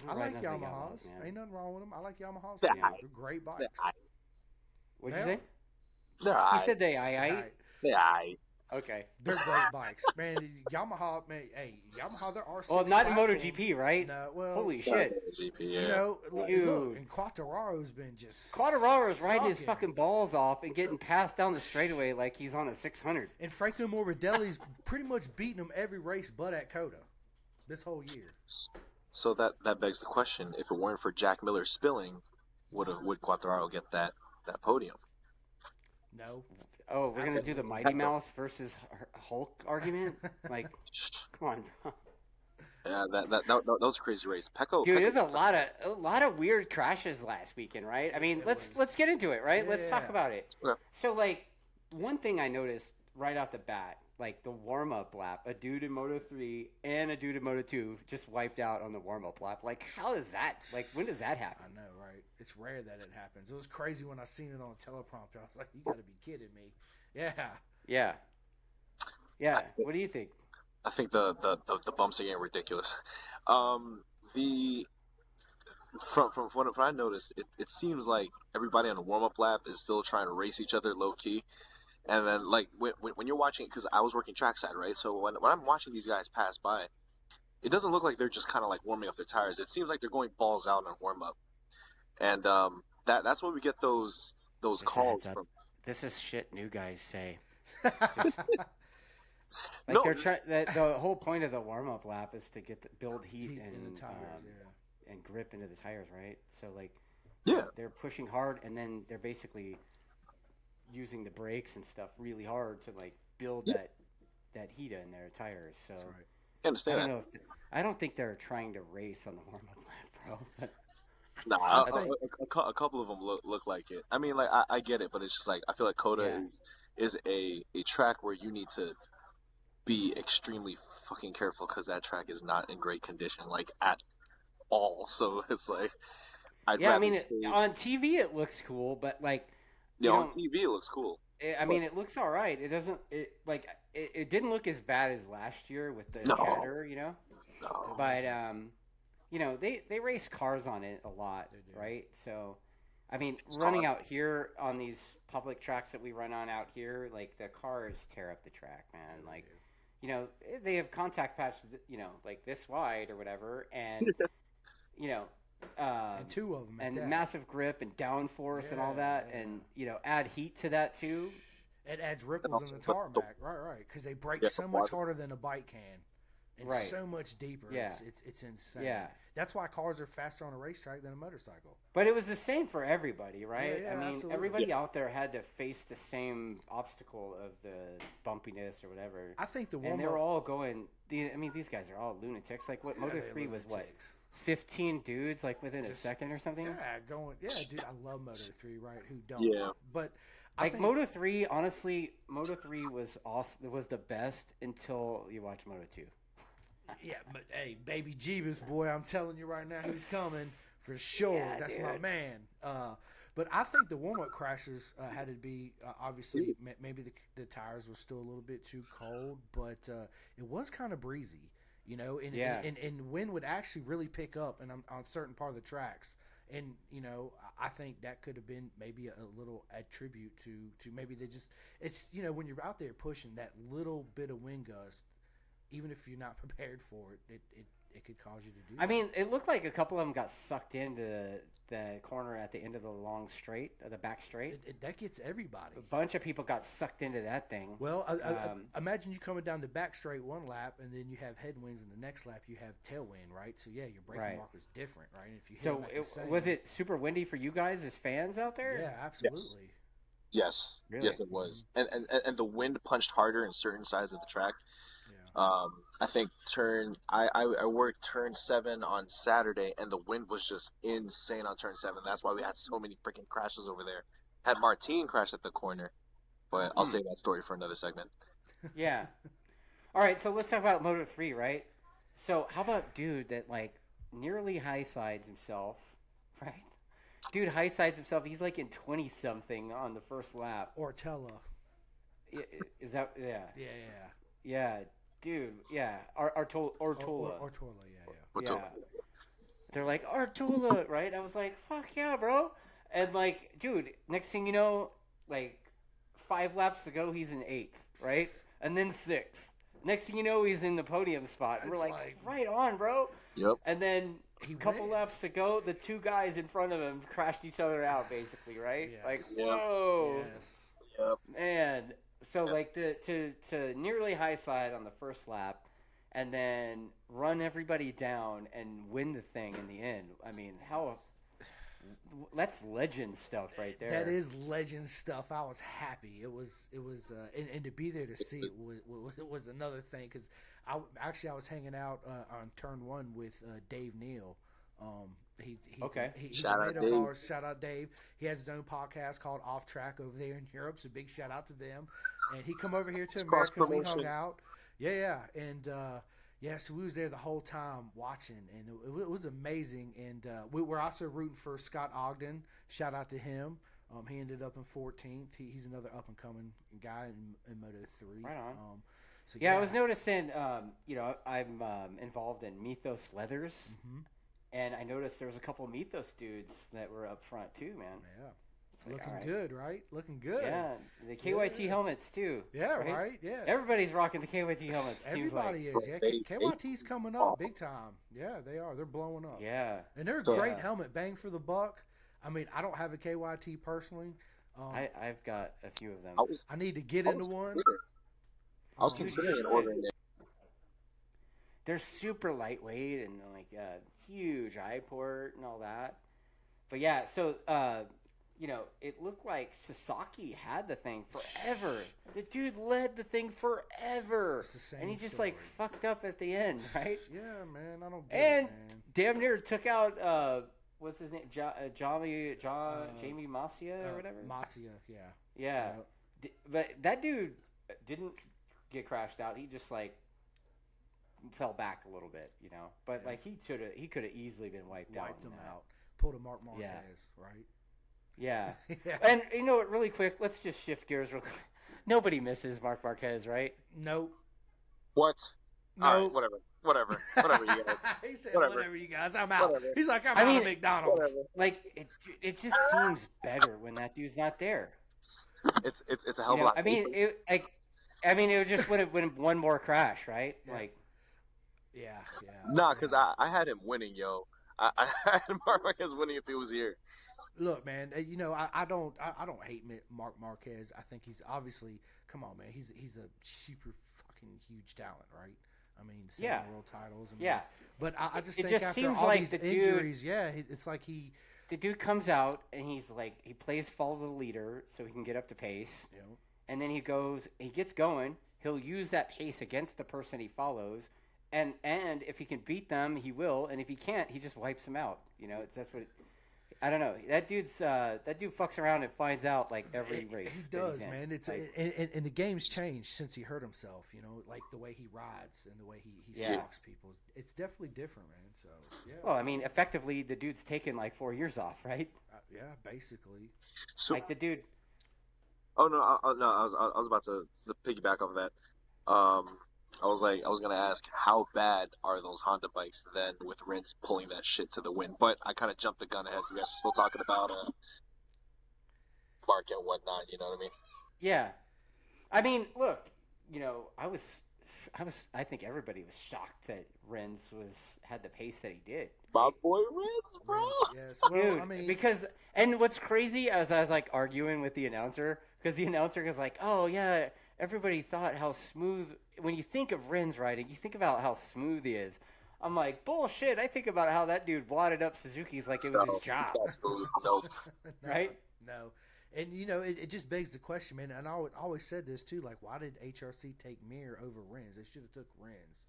Speaker 1: don't
Speaker 2: I
Speaker 1: ride
Speaker 2: like
Speaker 1: nothing
Speaker 2: Yamahas.
Speaker 1: Yamahas, man.
Speaker 2: Ain't nothing wrong with them. I like Yamahas.
Speaker 3: Yeah.
Speaker 2: too. They're great bikes.
Speaker 1: What'd you
Speaker 2: Well,
Speaker 1: say?
Speaker 3: they're
Speaker 1: You
Speaker 3: aight.
Speaker 1: said they, I, I.
Speaker 2: Right.
Speaker 3: They're aight.
Speaker 1: Okay.
Speaker 2: They're great bikes, man. Yamaha, man. Hey, Yamaha. There are.
Speaker 1: Well, not in MotoGP, right?
Speaker 2: No. Well,
Speaker 1: Holy
Speaker 3: They're
Speaker 1: shit.
Speaker 3: MotoGP, yeah.
Speaker 2: You know, look,
Speaker 1: Dude.
Speaker 2: look, and Quattararo's been just
Speaker 1: Quadraro's riding his
Speaker 2: sucking.
Speaker 1: fucking balls off and getting passed down the straightaway like he's on a 600.
Speaker 2: And Franco Morbidelli's pretty much beating him every race but at Coda this whole year.
Speaker 3: so that that begs the question: If it weren't for Jack Miller spilling, would have would Quattraro get that that podium?
Speaker 2: No.
Speaker 1: Oh, we're going to do the Mighty Mouse versus H- Hulk argument? Like, come on, bro.
Speaker 3: Yeah, that that, that, that was a crazy race. Pecco,
Speaker 1: Dude,
Speaker 3: Pecco-
Speaker 1: there's a lot of a lot of weird crashes last weekend, right? I mean,
Speaker 2: It
Speaker 1: let's
Speaker 2: was-
Speaker 1: let's get into it, right? Let's
Speaker 2: Yeah.
Speaker 1: talk about it.
Speaker 3: Yeah.
Speaker 1: So, like, one thing I noticed right off the bat, like the warm up lap, a dude in Moto three and a dude in Moto two just wiped out on the warm up lap. Like, how is that? Like, when does that happen?
Speaker 2: I know, right? It's rare that it happens. It was crazy when I seen it on a teleprompter. I was like, "You got to be kidding me!" Yeah,
Speaker 1: Yeah, yeah. What do you think?
Speaker 3: I think the, the, the, the bumps are getting ridiculous. Um, the from from what, what I noticed, it, it seems like everybody on the warm up lap is still trying to race each other low key, and then like when, when, when you're watching, because I was working trackside, right? So when when I'm watching these guys pass by, it doesn't look like they're just kind of like warming up their tires. It seems like they're going balls out on warm up, and um, that that's where we get those those
Speaker 1: It's a
Speaker 3: calls
Speaker 1: heads up.
Speaker 3: from.
Speaker 1: This is shit new guys say.
Speaker 2: Just-
Speaker 1: Like
Speaker 3: No.
Speaker 1: they're trying. The, the whole point of the warm up lap is to get the, build heat,
Speaker 2: Heat
Speaker 1: and
Speaker 2: in the tires.
Speaker 1: um, and grip into the tires, right? So like,
Speaker 3: Yeah.
Speaker 1: they're pushing hard, and then they're basically using the brakes and stuff really hard to like build
Speaker 3: Yeah.
Speaker 1: that that heat in their tires. So
Speaker 2: yeah, that's right.
Speaker 1: I
Speaker 3: I understand
Speaker 1: don't
Speaker 3: that.
Speaker 1: know. If th- I don't think they're trying to race on the warm up lap, bro.
Speaker 3: Nah, a,
Speaker 1: That's-
Speaker 3: a- a cou- a couple of them look, look like it. I mean, like I, I get it, but it's just like I feel like Coda
Speaker 1: Yeah.
Speaker 3: is is a a track where you need to be extremely fucking careful because that track is not in great condition, like at all. So it's like I'd
Speaker 1: yeah, I
Speaker 3: rather
Speaker 1: mean, it,
Speaker 3: see. You
Speaker 1: on TV it looks cool, but like, you
Speaker 3: know, on
Speaker 1: know,
Speaker 3: TV it looks cool.
Speaker 1: it, I mean, it looks all right. It doesn't. It like it, it didn't look as bad as last year with the
Speaker 3: No.
Speaker 1: chatter, you know.
Speaker 3: No,
Speaker 1: but um, you know they they race cars on it a lot,
Speaker 2: They do.
Speaker 1: right? So, I mean,
Speaker 3: It's
Speaker 1: running out here on these public tracks that we run on out here, like the cars tear up the track, man. Like you know eh, they have contact patch, you know, like this wide or whatever, and you know, um,
Speaker 2: and two of them,
Speaker 1: and massive grip and downforce and all
Speaker 2: Yeah,
Speaker 1: that,
Speaker 2: yeah.
Speaker 1: and you know, add heat to that too.
Speaker 2: It adds ripples in the
Speaker 3: But the-
Speaker 2: tarmac, right? Right, because they brake
Speaker 3: Yeah,
Speaker 2: so
Speaker 3: but
Speaker 2: much
Speaker 3: why-
Speaker 2: harder than a bike can, and
Speaker 1: Right.
Speaker 2: so much deeper.
Speaker 1: Yeah.
Speaker 2: It's, it's it's insane.
Speaker 1: Yeah.
Speaker 2: that's why cars are faster on a racetrack than a motorcycle.
Speaker 1: But it was the same for everybody, right?
Speaker 2: yeah,
Speaker 1: I mean,
Speaker 2: absolutely.
Speaker 1: everybody out there had to face the same obstacle of the bumpiness or whatever.
Speaker 2: I think the warm
Speaker 1: And they
Speaker 2: up
Speaker 1: were all going. The, I mean, these guys are all lunatics. Like, what Moto Three was what fifteen dudes, like within a
Speaker 2: Just-
Speaker 1: second or something.
Speaker 2: Yeah, going. Yeah, dude, I love Moto Three, right? Who don't?
Speaker 3: Yeah.
Speaker 2: but I
Speaker 1: Like
Speaker 2: think,
Speaker 1: Moto Three, honestly, Moto Three was awesome, was the best until you watch Moto Two.
Speaker 2: Yeah, but hey, baby Jeebus boy, I'm telling you right now, he's coming for sure.
Speaker 1: Yeah,
Speaker 2: That's my
Speaker 1: dude.
Speaker 2: man. Uh, but I think the warm up crashes uh, had to be uh, obviously ma- maybe the, the tires were still a little bit too cold, but uh, it was kind of breezy, you know. And,
Speaker 1: Yeah.
Speaker 2: and, and and wind would actually really pick up, and on, on certain part of the tracks. And you know, I- I think that could have been maybe a little attribute to to maybe they just it's you know when you're out there pushing that little bit of wind gust, even if you're not prepared for it, it it, it could cause you to do.
Speaker 1: I mean, it looked like a couple of them got sucked into the, the corner at the end of the long straight, uh, the back
Speaker 2: that.
Speaker 1: straight.
Speaker 2: It, it- that gets everybody.
Speaker 1: A bunch of people got sucked into that thing.
Speaker 2: Well, I, I,
Speaker 1: Um,
Speaker 2: I, imagine you coming down the back straight one lap, and then you have headwinds, and the next lap you have tailwind, right? So yeah, your braking
Speaker 1: Right.
Speaker 2: marker's different, right? And if you hit
Speaker 1: So
Speaker 2: 'em at the
Speaker 1: it,
Speaker 2: same-
Speaker 1: was it super windy for you guys as fans out there?
Speaker 2: Yeah, absolutely.
Speaker 3: Yes,
Speaker 1: Really?
Speaker 3: yes, it was, and, and and- and the wind punched harder in certain sides of the track.
Speaker 2: Yeah.
Speaker 3: Um, I think turn I, I I worked turn seven on Saturday, and the wind was just insane on turn seven. That's why we had so many freaking crashes over there. Had Martine crash at the corner, but I'll
Speaker 1: Hmm.
Speaker 3: save that story for another segment.
Speaker 1: Yeah. All right, so let's talk about Moto 3, right? So how about dude that like nearly high sides himself, right? Dude high sides himself. He's like in 20 something on the first lap.
Speaker 2: Ortella.
Speaker 1: I- i- Is that yeah.
Speaker 2: Yeah, yeah.
Speaker 1: Yeah, dude. Yeah. Ar- Artol-
Speaker 2: Or-
Speaker 1: Ortola.
Speaker 2: Or, Ortola, yeah, yeah.
Speaker 3: What
Speaker 1: yeah. They're like Artula, right? I was like, "Fuck yeah, bro!" And like, dude, next thing you know, like five laps to go, he's in eighth, right? And then sixth. Next thing you know, he's in the podium spot. And we're
Speaker 2: It's
Speaker 1: like,
Speaker 2: like-
Speaker 1: "Right on, bro!"
Speaker 3: Yep.
Speaker 1: And then
Speaker 2: He
Speaker 1: a couple
Speaker 2: wins.
Speaker 1: laps to go, the two guys in front of him crashed each other out, basically, right?
Speaker 2: Yes.
Speaker 1: Like,
Speaker 3: Yeah.
Speaker 1: whoa,
Speaker 2: Yes.
Speaker 1: man. So
Speaker 3: Yeah.
Speaker 1: like to to to nearly high side on the first lap, and then run everybody down and win the thing in the end. I mean, how That's legend stuff right there.
Speaker 2: That is legend stuff. I was happy. It was it was uh, and, and to be there to see it was was, was another thing because I actually I was hanging out uh, on turn one with uh, Dave Neal. Um, he, he's,
Speaker 1: Okay.
Speaker 2: He, he's
Speaker 3: Shout
Speaker 2: a
Speaker 3: out
Speaker 2: mate of
Speaker 3: Dave.
Speaker 2: ours. Shout out Dave. He has his own podcast called Off Track over there in Europe. So big shout out to them. And he come over here to
Speaker 3: It's
Speaker 2: America. We hung
Speaker 3: cross-promotion.
Speaker 2: out. Yeah, yeah. And uh, yeah, so we was there the whole time watching, and it, it was amazing. And uh, we were also rooting for Scott Ogden. Shout out to him. Um, he ended up in 14th. He, he's another up and coming guy in, in Moto 3.
Speaker 1: Right on.
Speaker 2: Um, so
Speaker 1: Yeah, I was noticing. Um, you know, I'm um, involved in Mythos Leathers,
Speaker 2: Mhm.
Speaker 1: and I noticed there was a couple Mythos dudes that were up front too, man.
Speaker 2: Mm-hmm. Yeah,
Speaker 1: It's
Speaker 2: it's
Speaker 1: like,
Speaker 2: looking
Speaker 1: all right.
Speaker 2: good, right? Looking good.
Speaker 1: Yeah, the KYT
Speaker 2: Yeah.
Speaker 1: helmets too.
Speaker 2: Yeah,
Speaker 1: Right?
Speaker 2: right. Yeah.
Speaker 1: Everybody's rocking the KYT helmets. seems like.
Speaker 2: Everybody is. Yeah,
Speaker 3: They-
Speaker 2: K- KYT's coming up big time. Yeah, they are. They're blowing up.
Speaker 1: Yeah,
Speaker 2: And they're a
Speaker 3: So-
Speaker 2: great
Speaker 1: Yeah.
Speaker 2: helmet. Bang for the buck. I mean, I don't have a KYT personally. Um, I,
Speaker 1: I, I've got a few of them.
Speaker 3: I was,
Speaker 2: need to get
Speaker 3: I
Speaker 2: into
Speaker 3: was
Speaker 2: one.
Speaker 3: considering, I
Speaker 1: Oh,
Speaker 3: was
Speaker 2: Um,
Speaker 3: considering
Speaker 1: should.
Speaker 3: ordering it.
Speaker 1: They're super lightweight and like uh, huge eye port and all that. But yeah, so uh, you know, it looked like Sasaki had the thing forever. The dude led the thing forever.
Speaker 2: It's the same
Speaker 1: and he just like
Speaker 2: story.
Speaker 1: fucked up at the end, right?
Speaker 2: Yeah, man. I don't get
Speaker 1: And
Speaker 2: it, man.
Speaker 1: damn near took out uh, what's his name, ja- uh, Jamie, ja-
Speaker 2: Uh,
Speaker 1: Jamie Masia or
Speaker 2: Uh,
Speaker 1: whatever.
Speaker 2: Masia, yeah. Uh,
Speaker 1: yeah,
Speaker 2: Yep.
Speaker 1: D- but that dude didn't get crashed out. He just like fell back a little bit, you know. But
Speaker 2: Yeah.
Speaker 1: like he should have, he could have easily been wiped, out.
Speaker 2: Wiped
Speaker 1: in
Speaker 2: them
Speaker 1: that.
Speaker 2: out. Pulled a Mark Marquez,
Speaker 1: Yeah.
Speaker 2: right?
Speaker 1: Yeah,
Speaker 2: yeah.
Speaker 1: and you know what? Really quick, let's just shift gears real quick. Nobody misses Mark Marquez, right?
Speaker 2: nope.
Speaker 3: What? All right,
Speaker 2: Nope.
Speaker 3: whatever, whatever, whatever you guys.
Speaker 2: he said,
Speaker 3: Whatever.
Speaker 2: whatever. you guys. I'm out.
Speaker 3: Whatever.
Speaker 2: He's like, I'm
Speaker 1: I
Speaker 2: out
Speaker 1: mean-
Speaker 2: of McDonald's.
Speaker 3: Whatever.
Speaker 1: Like it, it just seems better when that dude's not there.
Speaker 3: It's it's it's a hell
Speaker 1: You
Speaker 3: of a
Speaker 1: know,
Speaker 3: lot.
Speaker 1: I mean,
Speaker 3: safer.
Speaker 1: it, like, I mean, it was just would have been one more crash, right?
Speaker 2: Yeah.
Speaker 1: Like,
Speaker 2: Yeah, yeah.
Speaker 3: Nah, because
Speaker 2: yeah.
Speaker 3: I, I had him winning, yo. I, I had Mark Marquez winning if he was here.
Speaker 2: look, man. uh, You know, I, I don't, I, I don't hate Ma- Mark Marquez. I think he's obviously, come on, man. He's he's a super fucking huge talent, right? I mean, seven
Speaker 1: Yeah.
Speaker 2: world titles. I mean,
Speaker 1: yeah,
Speaker 2: But I, I just
Speaker 1: It
Speaker 2: think
Speaker 1: just
Speaker 2: after
Speaker 1: seems
Speaker 2: all
Speaker 1: like
Speaker 2: these
Speaker 1: the dude-
Speaker 2: injuries, yeah, he- it's like he,
Speaker 1: the dude comes out and he's like, he plays follow the leader so he can get up to pace,
Speaker 2: you know,
Speaker 1: and then he goes, he gets going. He'll use that pace against the person he follows, and and if he can beat them, he will, and if he can't, he just wipes them out. You know, it's, that's what. It, I don't know. That dude's uh, that dude fucks around and finds out like every
Speaker 2: He-
Speaker 1: race.
Speaker 2: He
Speaker 1: that he's
Speaker 2: does,
Speaker 1: in.
Speaker 2: man. It's
Speaker 1: Like-
Speaker 2: and, and, and the game's changed since he hurt himself. You know, like the way he rides and the way he he
Speaker 1: Yeah.
Speaker 2: stalks people. It's definitely different, man. So yeah,
Speaker 1: Well, I mean, effectively, the dude's taken like four years off, right?
Speaker 2: uh, yeah, basically.
Speaker 3: So,
Speaker 1: Like the dude.
Speaker 3: oh no, I, I- no, I was I was about to, to piggyback off of that. Um, I was like, I was gonna ask how bad are those Honda bikes then with Rince pulling that shit to the wind, but I kind of jumped the gun ahead. You guys are still talking about uh, Mark and whatnot. You know what I mean?
Speaker 1: Yeah, I mean, look, you know, I was, I was, I think everybody was shocked that Renz was had the pace that he did,
Speaker 3: My boy Rince, bro.
Speaker 2: Yes. Well,
Speaker 1: dude.
Speaker 2: I mean,
Speaker 1: because and what's crazy as I was like arguing with the announcer because the announcer was like, "Oh yeah, everybody thought how smooth." When you think of Renz riding, you think about how smooth he is. I'm like, bullshit. I think about how that dude wadded up Suzuki's like it was
Speaker 3: No,
Speaker 1: his
Speaker 3: he's
Speaker 1: job.
Speaker 3: not smooth. Nope.
Speaker 2: No,
Speaker 1: Right?
Speaker 2: No. And you know, it, it just begs the question, man. And I always, always said this too, like, why did HRC take Mir over Renz? They should have took Renz.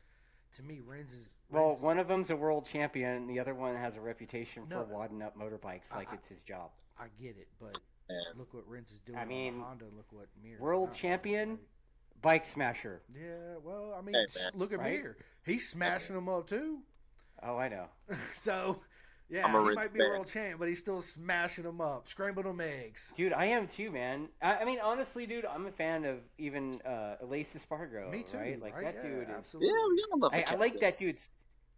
Speaker 2: To me, Renz is
Speaker 1: Well,
Speaker 2: Renz-
Speaker 1: one of them's a world champion, and the other one has a reputation for
Speaker 2: No.
Speaker 1: wadding up motorbikes
Speaker 2: I-
Speaker 1: like
Speaker 2: I-
Speaker 1: it's his job.
Speaker 2: I get it, but
Speaker 3: Man.
Speaker 2: look what Renz is doing.
Speaker 1: I
Speaker 2: on a
Speaker 1: mean,
Speaker 2: Honda. Look what Mir. is
Speaker 1: world
Speaker 2: not,
Speaker 1: champion?
Speaker 2: right?
Speaker 1: Bike smasher.
Speaker 2: Yeah. Well, I mean,
Speaker 3: Hey,
Speaker 2: s-
Speaker 3: man.
Speaker 2: look at
Speaker 1: Right?
Speaker 2: Mir. He's smashing them up too.
Speaker 1: Oh, I know.
Speaker 2: so, yeah,
Speaker 3: I'm a
Speaker 2: he
Speaker 3: Renz
Speaker 2: might be
Speaker 3: fan.
Speaker 2: world champ, but he's still smashing them up, scrambling them eggs.
Speaker 1: Dude, I am too, man. I, I mean, honestly, dude, I'm a fan of even uh, Elise Espargaro.
Speaker 2: me too.
Speaker 1: Right? Like, that
Speaker 2: Yeah,
Speaker 1: dude is.
Speaker 3: Yeah,
Speaker 2: Absolutely.
Speaker 3: we all love the
Speaker 1: I, I like
Speaker 3: captain.
Speaker 1: that dude's.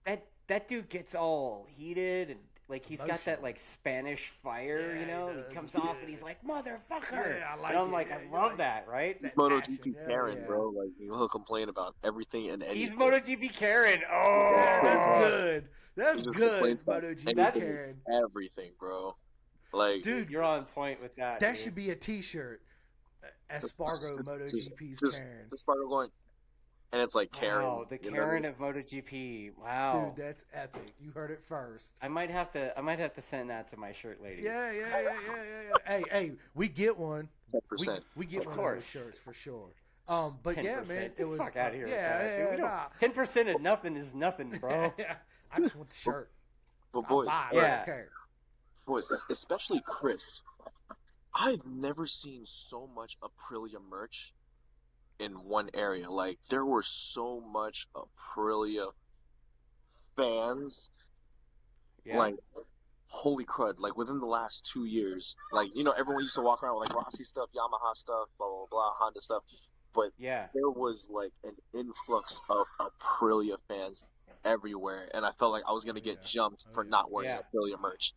Speaker 1: That, that dude gets all heated and. Like he's got that
Speaker 2: Emotional.
Speaker 1: like Spanish fire,
Speaker 2: Yeah,
Speaker 1: you
Speaker 2: he
Speaker 1: know. He,
Speaker 2: does.
Speaker 1: comes
Speaker 2: Yeah.
Speaker 1: off and he's like, "Motherfucker!"
Speaker 2: Yeah, I like
Speaker 1: and I'm
Speaker 2: it.
Speaker 1: like,
Speaker 2: Yeah,
Speaker 1: I
Speaker 2: you
Speaker 1: love
Speaker 2: like-
Speaker 1: that, right?
Speaker 3: He's
Speaker 2: That
Speaker 3: MotoGP
Speaker 2: passion. Hell
Speaker 3: Karen,
Speaker 2: yeah.
Speaker 3: bro. Like he'll complain about everything and anything.
Speaker 1: He's MotoGP Karen. Oh,
Speaker 2: Yeah, that's good.
Speaker 3: He
Speaker 2: That's
Speaker 3: just
Speaker 2: good,
Speaker 3: complains about
Speaker 2: MotoGP.
Speaker 3: anything.
Speaker 1: That's-
Speaker 2: Karen.
Speaker 3: Everything, bro. Like,
Speaker 2: Dude,
Speaker 1: You're on point with that.
Speaker 2: that
Speaker 1: dude.
Speaker 2: should be a T-shirt. E, Espargo
Speaker 3: Just-
Speaker 2: MotoGP's
Speaker 3: just-
Speaker 2: Karen.
Speaker 3: the Spargo going. and it's like Karen.
Speaker 1: Wow, the
Speaker 3: you know what I
Speaker 1: Karen
Speaker 3: mean?
Speaker 1: of MotoGP. Wow.
Speaker 2: Dude, that's epic. You heard it first.
Speaker 1: I might have to. I might have to send that to my shirt lady.
Speaker 2: Yeah, yeah, yeah, yeah, yeah, yeah. hey, hey, we get one.
Speaker 3: 10%.
Speaker 2: We, we get
Speaker 1: Of
Speaker 2: one of
Speaker 1: course.
Speaker 2: those shirts for sure. Um, but yeah, man,
Speaker 1: 10%.
Speaker 2: it was
Speaker 1: Fuck outta here with
Speaker 2: Yeah,
Speaker 1: that,
Speaker 2: yeah,
Speaker 1: dude. We don't-
Speaker 2: nah.
Speaker 1: Ten percent of nothing is nothing, bro.
Speaker 2: yeah, I just want the shirt.
Speaker 3: but
Speaker 2: I'll
Speaker 3: boys,
Speaker 2: buy it. I
Speaker 1: Yeah.
Speaker 2: don't care.
Speaker 3: boys, es- especially Chris. I've never seen so much Aprilia merch in one area. Like there were so much Aprilia fans.
Speaker 1: Yeah.
Speaker 3: Like holy crud! Like within the last two years, like you know everyone used to walk around with like Rossi stuff, Yamaha stuff, blah blah blah, Honda stuff.
Speaker 1: yeah.
Speaker 3: There was like an influx of Aprilia fans everywhere, and I felt like I was gonna
Speaker 2: Oh,
Speaker 3: get
Speaker 2: yeah.
Speaker 3: jumped
Speaker 2: Oh,
Speaker 3: for
Speaker 2: yeah.
Speaker 3: not wearing
Speaker 1: Yeah.
Speaker 3: Aprilia merch.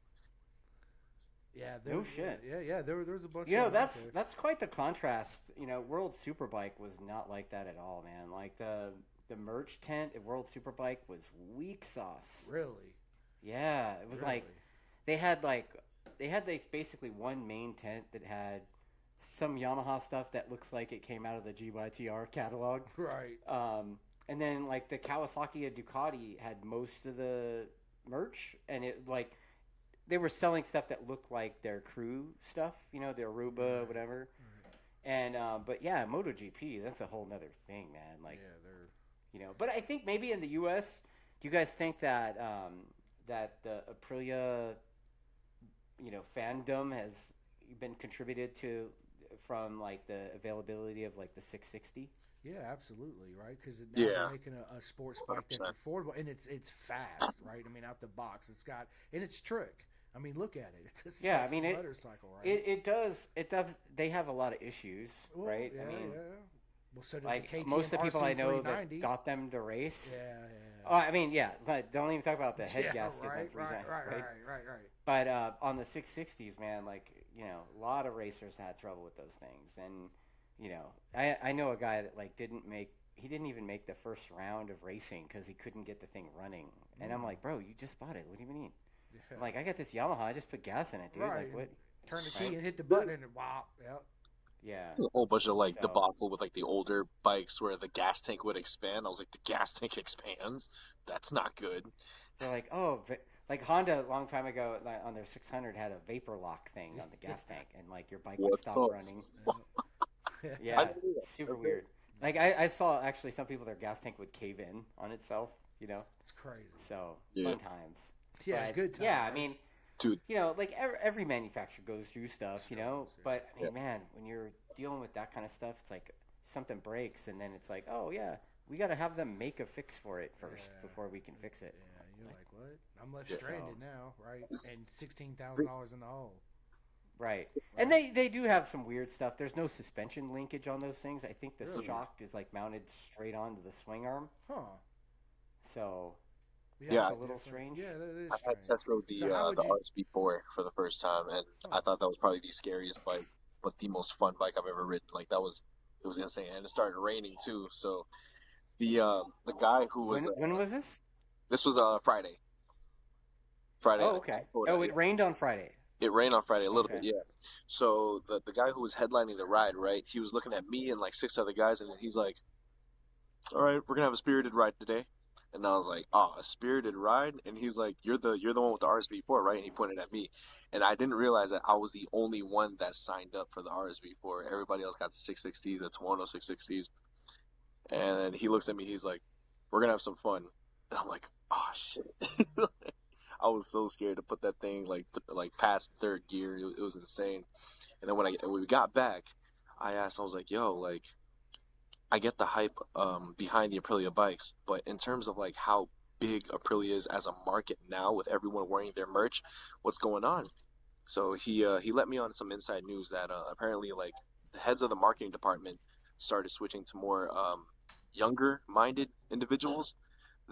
Speaker 2: Yeah, there,
Speaker 1: No
Speaker 2: was-
Speaker 1: shit.
Speaker 2: Yeah, yeah, there, were- there was a bunch.
Speaker 1: You
Speaker 2: of
Speaker 1: know
Speaker 2: them out
Speaker 1: that's
Speaker 2: there.
Speaker 1: that's quite the contrast. You know, World Superbike was not like that at all, man. Like the the merch tent at World Superbike was weak sauce.
Speaker 2: really.
Speaker 1: Yeah, it was like
Speaker 2: really.
Speaker 1: they had like they had like basically one main tent that had some Yamaha stuff that looks like it came out of the GYTR catalog.
Speaker 2: right.
Speaker 1: Um, and then like the Kawasaki and Ducati had most of the merch, and it like they were selling stuff that looked like their crew stuff, you know, the Aruba,
Speaker 2: Right.
Speaker 1: whatever.
Speaker 2: Right.
Speaker 1: And uh, but yeah, MotoGP, that's a whole nother thing, man. Like
Speaker 2: yeah, they're
Speaker 1: you know, but I think maybe in the U.S., do you guys think that um, that the Aprilia, you know, fandom has been contributed to from like the availability of like the 660?
Speaker 2: Yeah, absolutely, right? Because now
Speaker 3: Yeah.
Speaker 2: they're making a, a sports bike that's
Speaker 3: 100%.
Speaker 2: affordable and it's it's fast, right? I mean, out the box, it's got and it's trick. I mean, look at it. It's a
Speaker 1: Yeah, I
Speaker 2: six
Speaker 1: mean, it-
Speaker 2: motorcycle, right?
Speaker 1: It, it does. It does. They have a lot of issues,
Speaker 2: Well,
Speaker 1: right?
Speaker 2: Yeah,
Speaker 1: I mean,
Speaker 2: yeah. Well, so did
Speaker 1: like
Speaker 2: the KTM
Speaker 1: most of the people I know
Speaker 2: RC390.
Speaker 1: that got them to race.
Speaker 2: Yeah, yeah.
Speaker 1: Oh, I mean, yeah. But don't even talk about the head
Speaker 2: yeah,
Speaker 1: gasket.
Speaker 2: Right,
Speaker 1: that's the
Speaker 2: right,
Speaker 1: reason,
Speaker 2: right, right, right, right.
Speaker 1: But uh, on the 660s, man, like you know, a lot of racers had trouble with those things, and you know, I I know a guy that like didn't make he didn't even make the first round of racing because he couldn't get the thing running, and I'm
Speaker 2: Mm.
Speaker 1: like, bro, you just bought it. What do you mean?
Speaker 2: Yeah.
Speaker 1: I'm like, I got this Yamaha. I just put gas in it, dude.
Speaker 2: Right.
Speaker 1: Like what?
Speaker 2: Turn the key
Speaker 1: right.
Speaker 2: and hit the button and wop. Yep.
Speaker 1: Yeah.
Speaker 3: There's a whole bunch of like
Speaker 1: So-
Speaker 3: debacle with like the older bikes where the gas tank would expand. I was like, the gas tank expands. That's not good.
Speaker 1: They're like, oh, va- like Honda a long time ago like, on their 600 had a vapor lock thing on the gas tank, and like your bike would
Speaker 3: What
Speaker 1: stop
Speaker 3: the
Speaker 1: running.
Speaker 2: Yeah.
Speaker 1: Yeah,
Speaker 3: didn't know that.
Speaker 1: super
Speaker 3: Okay.
Speaker 1: weird. Like I, I saw actually some people their gas tank would cave in on itself. You know,
Speaker 2: It's crazy.
Speaker 1: so
Speaker 3: Yeah.
Speaker 1: fun times.
Speaker 2: Yeah,
Speaker 1: But,
Speaker 2: good time.
Speaker 1: Yeah, I mean,
Speaker 3: Dude.
Speaker 1: you know, like every, every manufacturer goes through stuff, you know.
Speaker 2: Struggles, yeah.
Speaker 1: But I mean,
Speaker 3: Yeah.
Speaker 1: man, when you're dealing with that kind of stuff, it's like something breaks, and then it's like, oh yeah, we got to have them make a fix for it first
Speaker 2: Yeah.
Speaker 1: before we can fix it.
Speaker 2: Yeah, you're like, what? I'm left
Speaker 3: Yeah.
Speaker 2: stranded
Speaker 1: So-
Speaker 2: now, right?
Speaker 3: It's-
Speaker 2: And sixteen thousand dollars in the hole.
Speaker 1: Right. And they, they do have some weird stuff. There's no suspension linkage on those things. I think the
Speaker 2: Really?
Speaker 1: shock is like mounted straight onto the swing arm.
Speaker 2: huh?
Speaker 1: So
Speaker 3: Yeah.
Speaker 2: that's
Speaker 1: It's a little
Speaker 2: different.
Speaker 1: strange.
Speaker 2: Yeah, that is
Speaker 3: I had
Speaker 2: strange.
Speaker 3: test rode the
Speaker 2: So how
Speaker 3: uh,
Speaker 2: would
Speaker 3: the
Speaker 2: you-
Speaker 3: RSB4 for the first time, and
Speaker 1: Oh.
Speaker 3: I thought that was probably the scariest bike, but the most fun bike I've ever ridden. Like that was it was insane, and it started raining too. So the um the guy who was
Speaker 1: when,
Speaker 3: uh,
Speaker 1: when was this?
Speaker 3: this was uh Friday. Friday.
Speaker 1: Oh, okay.
Speaker 3: Florida,
Speaker 1: Oh,
Speaker 3: yeah.
Speaker 1: it rained on Friday.
Speaker 3: It rained on Friday a little
Speaker 1: Okay.
Speaker 3: bit, yeah. So the the guy who was headlining the ride, right? He was looking at me and like six other guys, and he's like, "All right, we're gonna have a spirited ride today." And I was like, "Oh, a spirited ride?" And he's like, "You're the you're the one with the RSV4, right?" And he pointed at me, and I didn't realize that I was the only one that signed up for the RSV4. Everybody else got the 660s, the Toronto 660s. And then he looks at me, he's like, "We're gonna have some fun." And I'm like, "Oh shit." I was so scared to put that thing like th- like past third gear. It, it was insane. And then when I when we got back, I asked. I was like, "Yo, like, I get the hype um, behind the Aprilia bikes, but in terms of like how big Aprilia is as a market now, with everyone wearing their merch, what's going on?" So he uh, he let me on some inside news that uh, apparently like the heads of the marketing department started switching to more um, younger minded individuals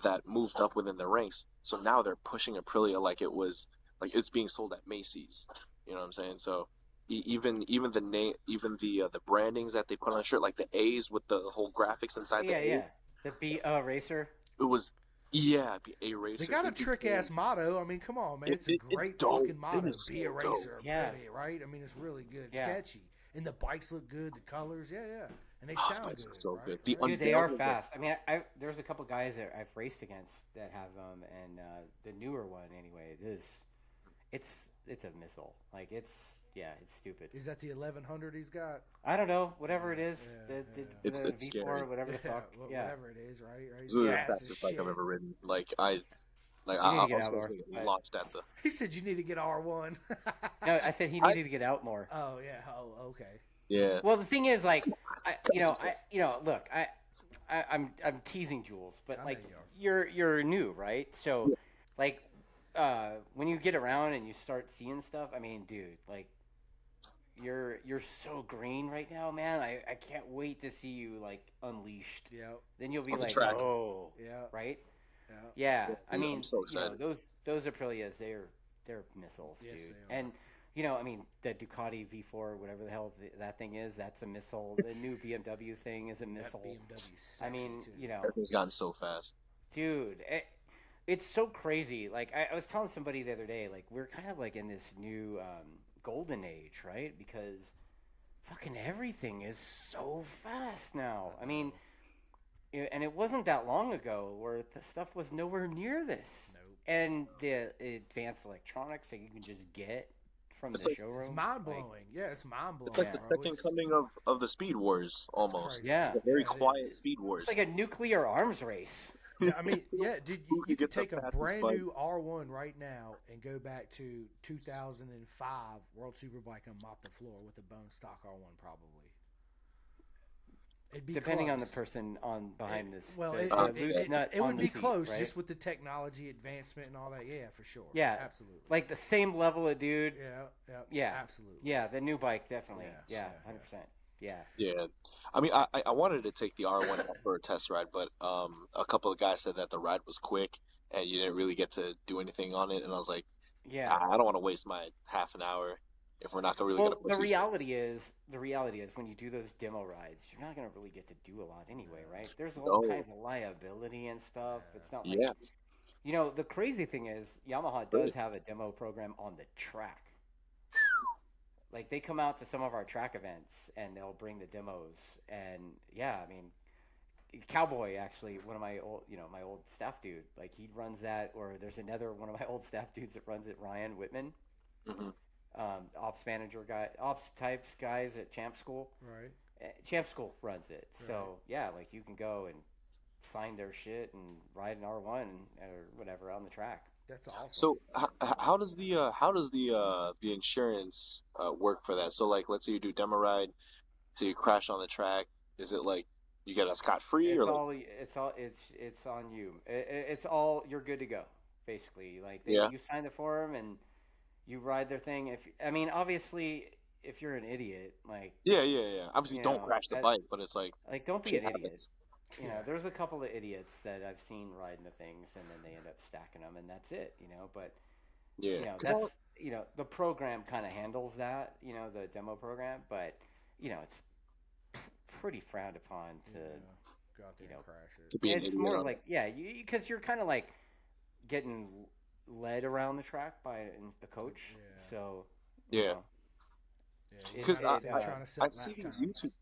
Speaker 3: that moved up within the ranks. So now they're pushing Aprilia like it was like it's being sold at Macy's. You know what I'm saying? So e- even even the name, even the uh, the brandings that they put on the shirt, like the A's with the whole graphics inside
Speaker 1: Yeah,
Speaker 3: the A,
Speaker 1: yeah. The B uh, racer.
Speaker 3: it was yeah, A racer.
Speaker 2: They got a
Speaker 3: It
Speaker 2: trick
Speaker 3: became-
Speaker 2: ass motto. I mean, come on, man.
Speaker 3: It-
Speaker 2: It's a
Speaker 3: it- it's
Speaker 2: great
Speaker 3: dope.
Speaker 2: fucking motto.
Speaker 3: It is
Speaker 2: Be a
Speaker 3: so
Speaker 2: racer,
Speaker 3: dope.
Speaker 2: really,
Speaker 1: Yeah.
Speaker 2: right? I mean, it's really good. It's
Speaker 1: Yeah.
Speaker 2: catchy. And the bikes look good, the colors, yeah, yeah. And and they
Speaker 3: Oh,
Speaker 2: sound
Speaker 3: bikes
Speaker 2: good,
Speaker 3: are so
Speaker 2: right?
Speaker 3: good. The
Speaker 2: Right?
Speaker 1: Dude, they are
Speaker 3: Undoubtedly.
Speaker 1: fast. I mean, I, I, there's a couple guys that I've raced against that have them, and uh, the newer one anyway. This, it's it's a missile. Like it's yeah, it's stupid.
Speaker 2: Is that the 1100 he's got?
Speaker 1: I don't know, whatever it
Speaker 2: Yeah,
Speaker 1: is,
Speaker 2: yeah,
Speaker 1: the,
Speaker 2: yeah.
Speaker 1: the,
Speaker 3: It's-
Speaker 1: the
Speaker 3: it's
Speaker 1: V4,
Speaker 3: scary.
Speaker 1: whatever the fuck.
Speaker 2: wha-
Speaker 1: yeah,
Speaker 2: whatever it is, right? right?
Speaker 3: This is the
Speaker 1: Fast
Speaker 3: fastest bike I've
Speaker 2: shit.
Speaker 3: ever ridden. Like I, like
Speaker 1: need
Speaker 3: I,
Speaker 1: to get
Speaker 3: I was
Speaker 1: out
Speaker 3: supposed
Speaker 1: more,
Speaker 3: to get
Speaker 1: but-
Speaker 3: launched at the.
Speaker 2: He said you need to get R1.
Speaker 1: no, I said he
Speaker 3: I-
Speaker 1: needed to get out more.
Speaker 2: oh yeah. Oh okay.
Speaker 3: Yeah,
Speaker 1: Well, the thing is, like, I, you know, I,
Speaker 3: yourself.
Speaker 1: you know, look, I, I, I'm, I'm teasing Jules,
Speaker 2: I
Speaker 1: but
Speaker 2: know
Speaker 1: like,
Speaker 2: you
Speaker 1: you're,
Speaker 2: are.
Speaker 1: you're new, right? So, like, uh, when you get around and you start seeing stuff, I mean, dude, like, you're, you're so green right now, man. I, I can't wait to see you like unleashed.
Speaker 2: Yep.
Speaker 1: Then you'll be
Speaker 3: On the
Speaker 1: like,
Speaker 3: track.
Speaker 1: oh,
Speaker 2: Yeah.
Speaker 1: right?
Speaker 2: Yeah.
Speaker 1: Yeah,
Speaker 3: Yeah,
Speaker 1: I
Speaker 3: I'm
Speaker 1: mean,
Speaker 3: so
Speaker 1: you know,
Speaker 3: excited.
Speaker 1: those those Aprilias, they're they're missiles,
Speaker 2: Yes,
Speaker 1: dude.
Speaker 2: they are.
Speaker 1: And you know, I mean, the Ducati V4, or whatever the hell th- that thing is, that's a missile. The new BMW thing is a
Speaker 2: That
Speaker 1: missile.
Speaker 2: BMW.
Speaker 1: I mean, you know,
Speaker 3: everything's gotten so fast.
Speaker 1: dude, it, it's so crazy. Like I, I was telling somebody the other day, like we're kind of like in this new um, golden age, right? Because fucking everything is so fast now. I mean, you- and it wasn't that long ago where the stuff was nowhere near this
Speaker 2: Nope.
Speaker 1: and the advanced electronics that you can just get from
Speaker 3: It's
Speaker 1: the
Speaker 3: like-
Speaker 1: showroom.
Speaker 2: It's
Speaker 1: like,
Speaker 2: mind blowing. yeah, it's mind blowing.
Speaker 3: It's like the
Speaker 2: bro.
Speaker 3: second
Speaker 2: It's-
Speaker 3: coming of of the Speed Wars almost.
Speaker 2: crazy.
Speaker 1: Yeah.
Speaker 3: It's a very
Speaker 2: Yeah, it
Speaker 3: quiet
Speaker 2: is.
Speaker 3: Speed Wars.
Speaker 1: it's like a nuclear arms race.
Speaker 2: Yeah, I mean, yeah, dude, you,
Speaker 3: Who
Speaker 2: you
Speaker 3: could
Speaker 2: could
Speaker 3: get the
Speaker 2: take a
Speaker 3: fastest
Speaker 2: brand
Speaker 3: bike?
Speaker 2: new R1 right now and go back to 2005 World Superbike and mop the floor with a bone stock R1 probably. It'd be
Speaker 1: Depending on the
Speaker 2: close.
Speaker 1: person on behind
Speaker 2: It-
Speaker 1: this,
Speaker 2: well,
Speaker 1: the-
Speaker 2: it,
Speaker 3: Uh,
Speaker 1: the
Speaker 2: it-
Speaker 1: loose
Speaker 2: it-
Speaker 1: nut
Speaker 2: it
Speaker 1: on
Speaker 2: would
Speaker 1: the
Speaker 2: be
Speaker 1: seat,
Speaker 2: close
Speaker 1: right?
Speaker 2: just with the technology advancement and all that. Yeah, for sure.
Speaker 1: Yeah.
Speaker 2: absolutely.
Speaker 1: like the same level of dude. Yeah,
Speaker 2: yeah, yeah,
Speaker 1: Yeah.
Speaker 2: absolutely.
Speaker 1: the new bike definitely.
Speaker 2: Yes,
Speaker 1: yeah,
Speaker 2: yeah, yeah.
Speaker 1: hundred percent. Yeah,
Speaker 3: Yeah, I mean, I I- I wanted to take the R1 out for a test ride, but um, a couple of guys said that the ride was quick and you didn't really get to do anything on it, and I was like,
Speaker 1: yeah.
Speaker 3: I I don't want to waste my half an hour if we're not gonna really
Speaker 1: well,
Speaker 3: gonna push
Speaker 1: the
Speaker 3: these things.
Speaker 1: reality is, the reality is, when you do those demo rides, you're not going to really get to do a lot anyway, right? There's all
Speaker 3: No.
Speaker 1: kinds of liability and stuff. It's not like
Speaker 3: Yeah,
Speaker 1: You know, the crazy thing is Yamaha
Speaker 3: Really?
Speaker 1: does have a demo program on the track. Like they come out to some of our track events and they'll bring the demos and yeah, I mean Cowboy actually, one of my old, you know, my old staff dude, like he runs that or there's another one of my old staff dudes that runs it, Ryan Whitman,
Speaker 3: Mhm.
Speaker 1: um, ops manager guy, ops types guys at Champ School.
Speaker 2: Right.
Speaker 1: Eh, Champ School runs it. So
Speaker 2: Right.
Speaker 1: yeah, like you can go and sign their shit and ride an R1 or whatever on the track.
Speaker 2: That's awesome.
Speaker 3: So h- h- how does the uh, how does the uh, the insurance uh, work for that? So like, let's say you do demo ride, so you crash on the track. Is it like you get a scot free
Speaker 1: It's
Speaker 3: or like,
Speaker 1: all it's all it's it's on you. I- I- it's all you're good to go, basically. Like they,
Speaker 3: Yeah.
Speaker 1: you sign the form and you ride their thing. If I mean, obviously, if you're an idiot, like
Speaker 3: yeah, yeah, yeah. Obviously,
Speaker 1: you
Speaker 3: don't
Speaker 1: know,
Speaker 3: crash the
Speaker 1: that-
Speaker 3: bike, but it's like
Speaker 1: like don't be
Speaker 3: shit
Speaker 1: an idiot.
Speaker 3: happens.
Speaker 1: You know,
Speaker 2: Yeah.
Speaker 1: there's a couple of idiots that I've seen riding the things, and then they end up stacking them, and that's it. You know, but
Speaker 3: Yeah,
Speaker 1: you know
Speaker 3: 'Cause I-
Speaker 1: that's you know the program kind of handles that. You know, the demo program, but you know it's p- pretty frowned upon to.
Speaker 2: yeah. Go out there
Speaker 1: you know,
Speaker 2: and crash it.
Speaker 3: to be an
Speaker 1: it's
Speaker 3: idiot
Speaker 1: more
Speaker 3: on-
Speaker 1: like yeah, because you, are kind of like getting led around the track by an- a coach.
Speaker 2: Yeah.
Speaker 1: So you
Speaker 3: yeah.
Speaker 1: know,
Speaker 2: Yeah,
Speaker 1: Because
Speaker 2: you're not
Speaker 1: I-
Speaker 2: out there
Speaker 1: I-
Speaker 2: trying to set
Speaker 3: I see
Speaker 2: lap
Speaker 3: these
Speaker 2: times.
Speaker 3: YouTube,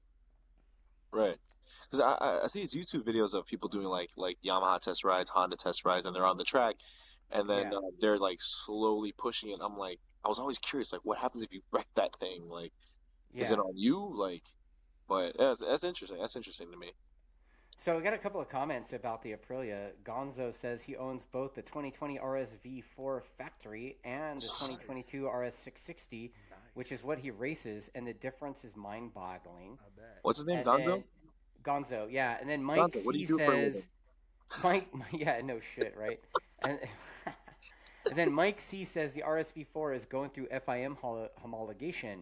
Speaker 3: right? Because I, I I see these YouTube videos of people doing like like Yamaha test rides, Honda test rides, and they're on the track, and then
Speaker 1: Yeah.
Speaker 3: uh, they're like slowly pushing it. I'm like, I was always curious, like, what happens if you wreck that thing? Like, is
Speaker 1: yeah.
Speaker 3: it on you? Like, but that's that's interesting. That's interesting to me.
Speaker 1: So we got a couple of comments about the Aprilia. Gonzo says he owns both the 2020 RSV4 factory and the
Speaker 3: Nice.
Speaker 1: 2022 RS660,
Speaker 2: Nice.
Speaker 1: which is what he races, and the difference is mind-boggling.
Speaker 2: I bet.
Speaker 3: What's his name?
Speaker 1: And
Speaker 3: Gonzo?
Speaker 1: then- Gonzo, yeah. And then Mike
Speaker 3: Gonzo, what do
Speaker 1: C
Speaker 3: you do for a
Speaker 1: says, Mike, yeah, no shit, right? And, and then Mike C says the RSV4 is going through FIM hol- homologation,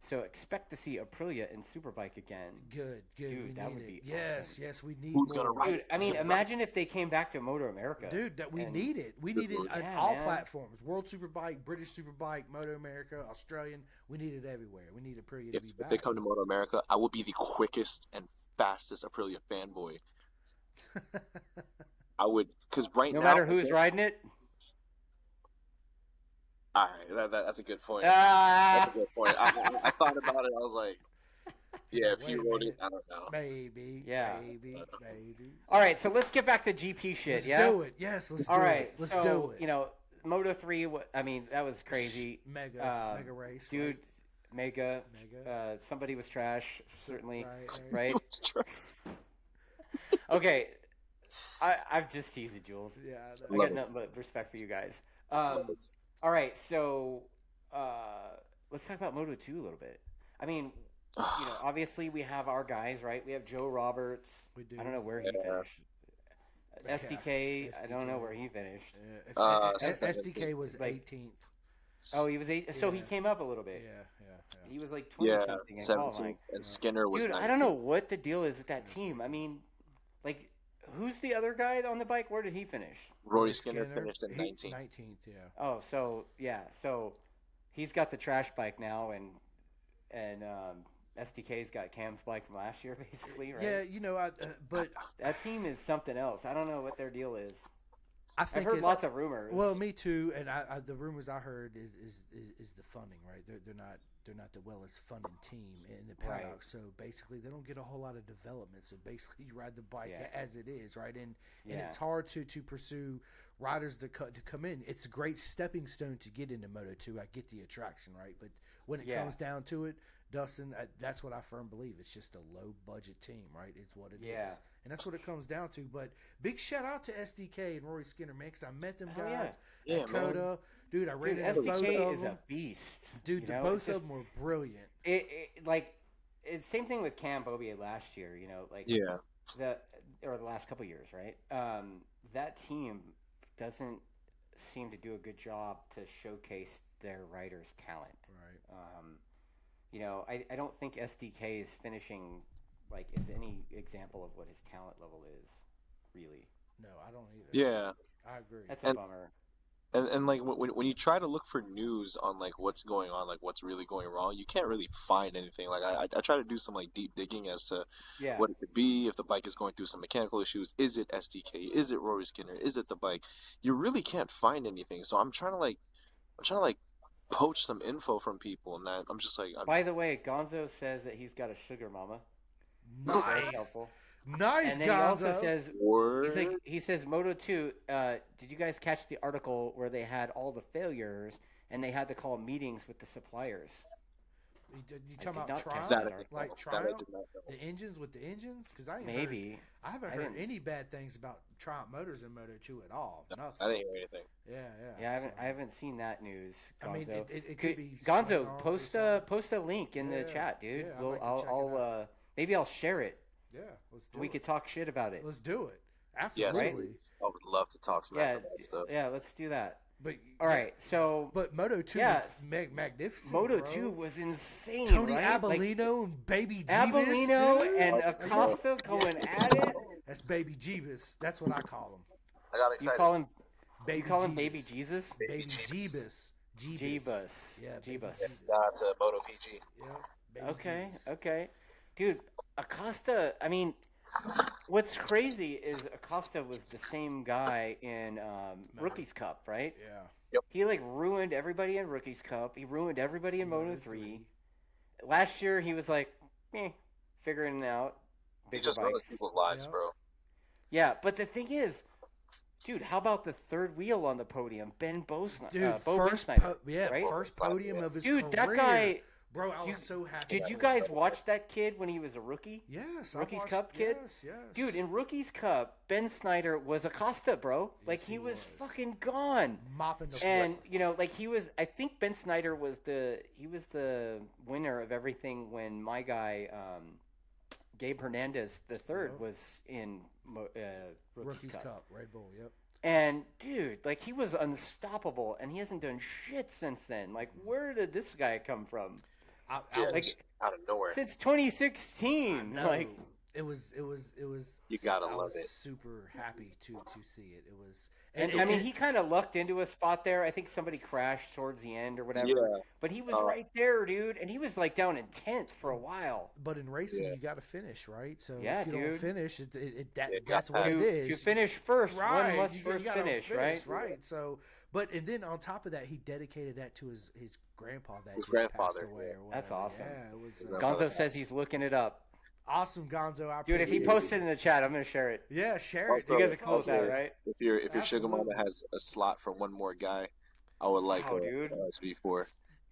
Speaker 1: so expect to see Aprilia in Superbike again.
Speaker 2: Good, good.
Speaker 1: Dude,
Speaker 2: we
Speaker 1: that
Speaker 2: need
Speaker 1: would
Speaker 2: it.
Speaker 1: be
Speaker 2: yes,
Speaker 1: awesome.
Speaker 2: yes, we need.
Speaker 3: Who's gonna
Speaker 2: more.
Speaker 3: ride
Speaker 1: Dude, I mean,
Speaker 3: Superbike.
Speaker 1: imagine if they came back to Motor America.
Speaker 2: Dude, that we
Speaker 1: And-
Speaker 2: need it. We need it on
Speaker 3: Good
Speaker 1: lord. Yeah,
Speaker 2: all
Speaker 1: man.
Speaker 2: platforms: World Superbike, British Superbike, Moto America, Australian. We need it everywhere. We need Aprilia to
Speaker 3: If
Speaker 2: be
Speaker 3: if
Speaker 2: back.
Speaker 3: they come to Moto America, I will be the quickest and fastest Aprilia fanboy. I would, because right
Speaker 1: no
Speaker 3: now,
Speaker 1: matter who's riding it.
Speaker 3: All right, that, that, that's a good point.
Speaker 1: Ah!
Speaker 3: That's a good point. I, I, I thought about it. I was like, Yeah,
Speaker 2: like,
Speaker 3: if
Speaker 2: wait
Speaker 3: you
Speaker 2: a
Speaker 3: wrote it,
Speaker 2: minute.
Speaker 3: I don't know.
Speaker 2: Maybe.
Speaker 1: Yeah.
Speaker 2: Maybe. Maybe.
Speaker 1: All right, so let's get back to GP shit.
Speaker 2: Let's
Speaker 1: yeah.
Speaker 2: do it. Yes, let's
Speaker 1: All
Speaker 2: do
Speaker 1: right,
Speaker 2: it. Let's
Speaker 1: so
Speaker 2: do it.
Speaker 1: you know, Moto three. wa- I mean, that was crazy,
Speaker 2: Mega.
Speaker 1: uh,
Speaker 2: mega race. right?
Speaker 1: dude. Mega.
Speaker 2: Mega.
Speaker 1: Uh, somebody was trash, certainly.
Speaker 2: Right, right.
Speaker 1: Right. Okay. I I've just teased Jules.
Speaker 2: Yeah. I
Speaker 1: I
Speaker 2: know.
Speaker 3: Love
Speaker 1: got
Speaker 3: it.
Speaker 1: nothing but respect for you guys. Um, all right, so uh, let's talk about Moto two a little bit. I mean, you know, obviously we have our guys, right? We have Joe Roberts.
Speaker 2: We do.
Speaker 1: I don't know where he
Speaker 3: Yeah.
Speaker 1: finished.
Speaker 2: Yeah,
Speaker 1: SDK, I don't know
Speaker 2: SDK.
Speaker 1: where he finished.
Speaker 2: Yeah, if-
Speaker 3: Uh,
Speaker 2: if- if-
Speaker 3: 17th.
Speaker 2: SDK was
Speaker 1: Like-
Speaker 2: 18th.
Speaker 1: Oh, he was eight. So he
Speaker 2: Yeah.
Speaker 1: came up a little
Speaker 2: Yeah,
Speaker 1: bit.
Speaker 2: yeah, yeah.
Speaker 1: He was like twenty
Speaker 3: yeah,
Speaker 1: something.
Speaker 3: seventeenth, and Skinner was.
Speaker 1: "Oh Dude, I
Speaker 3: 19th.
Speaker 1: don't know what the deal is with that team. I mean, like, who's the other guy on the bike? Where did he finish?
Speaker 3: Rory Skinner, finished in
Speaker 2: he-
Speaker 3: nineteenth.
Speaker 2: 19th, yeah.
Speaker 1: Oh, so yeah, so he's got the trash bike now, and and um, SDK's got Cam's bike from last year, basically, right?
Speaker 2: Yeah, you know, I, uh, but
Speaker 1: That team is something else. I don't know what their deal is.
Speaker 2: I
Speaker 1: I've
Speaker 2: think
Speaker 1: heard
Speaker 2: it-
Speaker 1: lots of rumors.
Speaker 2: Well, me too, and I, I, the rumors I heard is, is, is, is the funding, right? They're, they're not they're not the wellest funded team in the
Speaker 1: Right.
Speaker 2: paddock, so basically they don't get a whole lot of development. So basically, you ride the bike
Speaker 1: Yeah.
Speaker 2: as it is, right? And and
Speaker 1: Yeah.
Speaker 2: it's hard to to pursue riders to co- to come in. It's a great stepping stone to get into Moto Two. I get the attraction, right? But when it
Speaker 1: Yeah.
Speaker 2: comes down to it, Dustin, I, that's what I firm believe. It's just a low budget team, right? It's what it is,
Speaker 1: Yeah.
Speaker 2: and that's what it comes down to. But big shout out to SDK and Rory Skinner, man, 'cause I met them
Speaker 1: Oh,
Speaker 2: guys.
Speaker 1: yeah.
Speaker 3: Yeah, man.
Speaker 2: Dakota, dude, I read
Speaker 1: Dude,
Speaker 2: it. both
Speaker 1: SDK
Speaker 2: of
Speaker 1: is
Speaker 2: them.
Speaker 1: a beast.
Speaker 2: dude.
Speaker 1: you
Speaker 2: The
Speaker 1: know?
Speaker 2: both
Speaker 1: It's just-
Speaker 2: of them were brilliant.
Speaker 1: it, it like it's same thing with Cam Bobier last year. You know, like
Speaker 3: Yeah,
Speaker 1: the or the last couple years, right? Um, that team doesn't seem to do a good job to showcase their riders' talent.
Speaker 2: Right.
Speaker 1: Um, you know, I, I don't think SDK is finishing like is any example of what his talent level is, really.
Speaker 2: No, I don't either.
Speaker 3: yeah,
Speaker 2: I agree.
Speaker 1: That's a
Speaker 3: And-
Speaker 1: bummer.
Speaker 3: and and like when when you try to look for news on like what's going on, like what's really going wrong, you can't really find anything. Like I I- I try to do some like deep digging as to
Speaker 1: Yeah.
Speaker 3: what it could be if the bike is going through some mechanical issues. Is it SDK? Is it Rory Skinner? Is it the bike? You really can't find anything. So I'm trying to like I'm trying to like poach some info from people, and I, I'm just like I'm,
Speaker 1: By the way, Gonzo says that he's got a sugar mama. so that's
Speaker 2: nice,
Speaker 1: helpful.
Speaker 2: nice,
Speaker 1: and then he also
Speaker 2: Gonzo.
Speaker 1: says
Speaker 3: word.
Speaker 1: He's
Speaker 2: Mm-hmm.
Speaker 1: like, he says Moto Two. Uh, did you guys catch the article where they had all the failures and they had to call meetings with the suppliers?
Speaker 2: You- did- you
Speaker 1: I
Speaker 2: talking
Speaker 1: did
Speaker 2: about
Speaker 1: not
Speaker 2: trial?
Speaker 1: catch
Speaker 3: that I
Speaker 1: Like
Speaker 3: didn't know.
Speaker 2: like
Speaker 3: That I
Speaker 2: trial?
Speaker 3: did not know.
Speaker 2: The engines with the engines? Because I ain't heard-
Speaker 1: Maybe.
Speaker 2: I haven't
Speaker 1: I
Speaker 2: heard
Speaker 1: didn't-
Speaker 2: any bad things about Triumph Motors and Moto Two at all. Nothing.
Speaker 3: I didn't hear anything.
Speaker 2: yeah, yeah.
Speaker 1: Yeah, I haven't.
Speaker 2: so-
Speaker 1: I haven't seen that news. Gonzo.
Speaker 2: I mean, it, it, it could,
Speaker 1: Could-
Speaker 2: be swing
Speaker 1: Gonzo,
Speaker 2: arms or
Speaker 1: post uh, a
Speaker 2: something.
Speaker 1: post a link in
Speaker 2: Yeah,
Speaker 1: the chat, dude.
Speaker 2: yeah, I'd
Speaker 1: we'll,
Speaker 2: like to
Speaker 1: I'll,
Speaker 2: check it
Speaker 1: I'll
Speaker 2: out.
Speaker 1: uh, maybe I'll share it.
Speaker 2: Yeah, let's do
Speaker 1: We
Speaker 2: it.
Speaker 1: could talk shit about it.
Speaker 2: Let's do it.
Speaker 3: Yes,
Speaker 2: Absolutely.
Speaker 1: Right?
Speaker 3: please. I would love to talk smack
Speaker 1: Yeah,
Speaker 3: about that stuff.
Speaker 1: yeah. Let's do that.
Speaker 2: But
Speaker 1: All right. So
Speaker 2: But Moto Two
Speaker 1: Yes.
Speaker 2: is mag- magnificent.
Speaker 1: Moto
Speaker 2: bro.
Speaker 1: Two was insane.
Speaker 2: Tony
Speaker 1: right? Like,
Speaker 2: Abolino and Baby Jeebus.
Speaker 1: Abolino
Speaker 2: dude.
Speaker 1: and
Speaker 3: Yeah.
Speaker 1: Acosta going at it.
Speaker 2: That's Baby Jeebus. That's what I call him.
Speaker 3: I got
Speaker 1: You
Speaker 3: excited.
Speaker 1: call him?
Speaker 2: Baby
Speaker 1: You call him
Speaker 2: Jeebus.
Speaker 1: Baby Jesus?
Speaker 2: Baby Jeebus.
Speaker 3: Jeebus.
Speaker 2: Jeebus.
Speaker 1: Jeebus.
Speaker 2: Yeah, Baby
Speaker 1: Jeebus.
Speaker 2: Jeebus.
Speaker 3: Nah, to Moto PG.
Speaker 2: Yeah, Baby
Speaker 1: Okay,
Speaker 2: Jeebus.
Speaker 1: okay. Dude, Acosta, I mean, what's crazy is Acosta was the same guy in um, Rookies Cup, right?
Speaker 2: Yeah.
Speaker 1: He like ruined everybody in Rookies Cup. He ruined everybody in Moto 3.
Speaker 2: three.
Speaker 1: Last year, he was like, eh, figuring it out.
Speaker 3: He
Speaker 1: bigger
Speaker 3: just ruins
Speaker 1: bikes.
Speaker 3: people's lives,
Speaker 2: Yeah.
Speaker 3: bro.
Speaker 1: Yeah, but the thing is, dude, how about the third wheel on the podium? Ben Bosna.
Speaker 2: Dude,
Speaker 1: uh, Bo
Speaker 2: first
Speaker 1: Bensniper,
Speaker 2: po- yeah,
Speaker 1: right?
Speaker 2: first podium of his
Speaker 1: Dude,
Speaker 2: career.
Speaker 1: that guy.
Speaker 2: Bro,
Speaker 1: did
Speaker 2: I was
Speaker 1: you-
Speaker 2: so happy.
Speaker 1: Did
Speaker 2: for
Speaker 1: you
Speaker 2: him.
Speaker 1: guys watch that kid when he was a rookie?
Speaker 2: Yes, I
Speaker 1: Rookies
Speaker 2: watched-
Speaker 1: Cup kid?
Speaker 2: Yes, yes.
Speaker 1: Dude, in Rookies Cup, Ben Snyder was Acosta, bro. Like
Speaker 2: Yes,
Speaker 1: he,
Speaker 2: he
Speaker 1: was,
Speaker 2: was.
Speaker 1: fucking gone.
Speaker 2: mopping the
Speaker 1: And you know, like he was. I think Ben Snyder was the he was the winner of everything when my guy um, Gabe Hernandez the third
Speaker 2: Yep.
Speaker 1: was in Mo- uh, Rookies,
Speaker 2: Rookies
Speaker 1: Cup.
Speaker 2: Cup, Red Bull. Yep.
Speaker 1: And dude, like he was unstoppable, and he hasn't done shit since then. Like, where did this guy come from?
Speaker 2: I, I
Speaker 3: Yeah,
Speaker 2: was-
Speaker 1: Like-
Speaker 3: just out of nowhere.
Speaker 1: Since 2016,
Speaker 2: No,
Speaker 1: like
Speaker 2: it was it was it was
Speaker 3: You gotta
Speaker 2: I
Speaker 3: love
Speaker 2: was
Speaker 3: it.
Speaker 2: super happy to to see it it was
Speaker 1: And
Speaker 2: it
Speaker 1: I mean,
Speaker 2: was-
Speaker 1: he kind of lucked into a spot there. I think somebody crashed towards the end or whatever.
Speaker 3: Yeah.
Speaker 1: But he was
Speaker 3: Uh,
Speaker 1: right there, dude, and he was like down in tenth for a while.
Speaker 2: but in racing
Speaker 3: Yeah.
Speaker 2: you gotta finish right so
Speaker 1: Yeah,
Speaker 2: if you
Speaker 1: dude.
Speaker 2: don't finish it, it, it that,
Speaker 3: It got
Speaker 2: that's what
Speaker 1: To,
Speaker 2: it is
Speaker 1: to finish first,
Speaker 2: right
Speaker 1: one must
Speaker 2: you- you
Speaker 1: first
Speaker 2: gotta
Speaker 1: finish,
Speaker 2: finish,
Speaker 1: right?
Speaker 2: right so But and then on top of that, he dedicated that to his his grandpa that
Speaker 3: His
Speaker 2: just passed
Speaker 3: grandfather.
Speaker 2: away or whatever.
Speaker 1: That's awesome.
Speaker 2: Yeah, it was uh,
Speaker 3: Grandpa-
Speaker 1: Gonzo says he's looking it up.
Speaker 2: awesome, Gonzo. I
Speaker 1: Dude, if he
Speaker 2: appreciate it.
Speaker 1: posts it in the chat, I'm gonna share it.
Speaker 2: yeah, share it.
Speaker 3: Also-
Speaker 1: you guys are cool with that,
Speaker 3: also-
Speaker 1: right?
Speaker 3: If your if your sugar mama
Speaker 2: Absolutely.
Speaker 3: has a slot for one more guy, I would like
Speaker 1: Wow,
Speaker 3: a,
Speaker 1: dude.
Speaker 3: an SB4.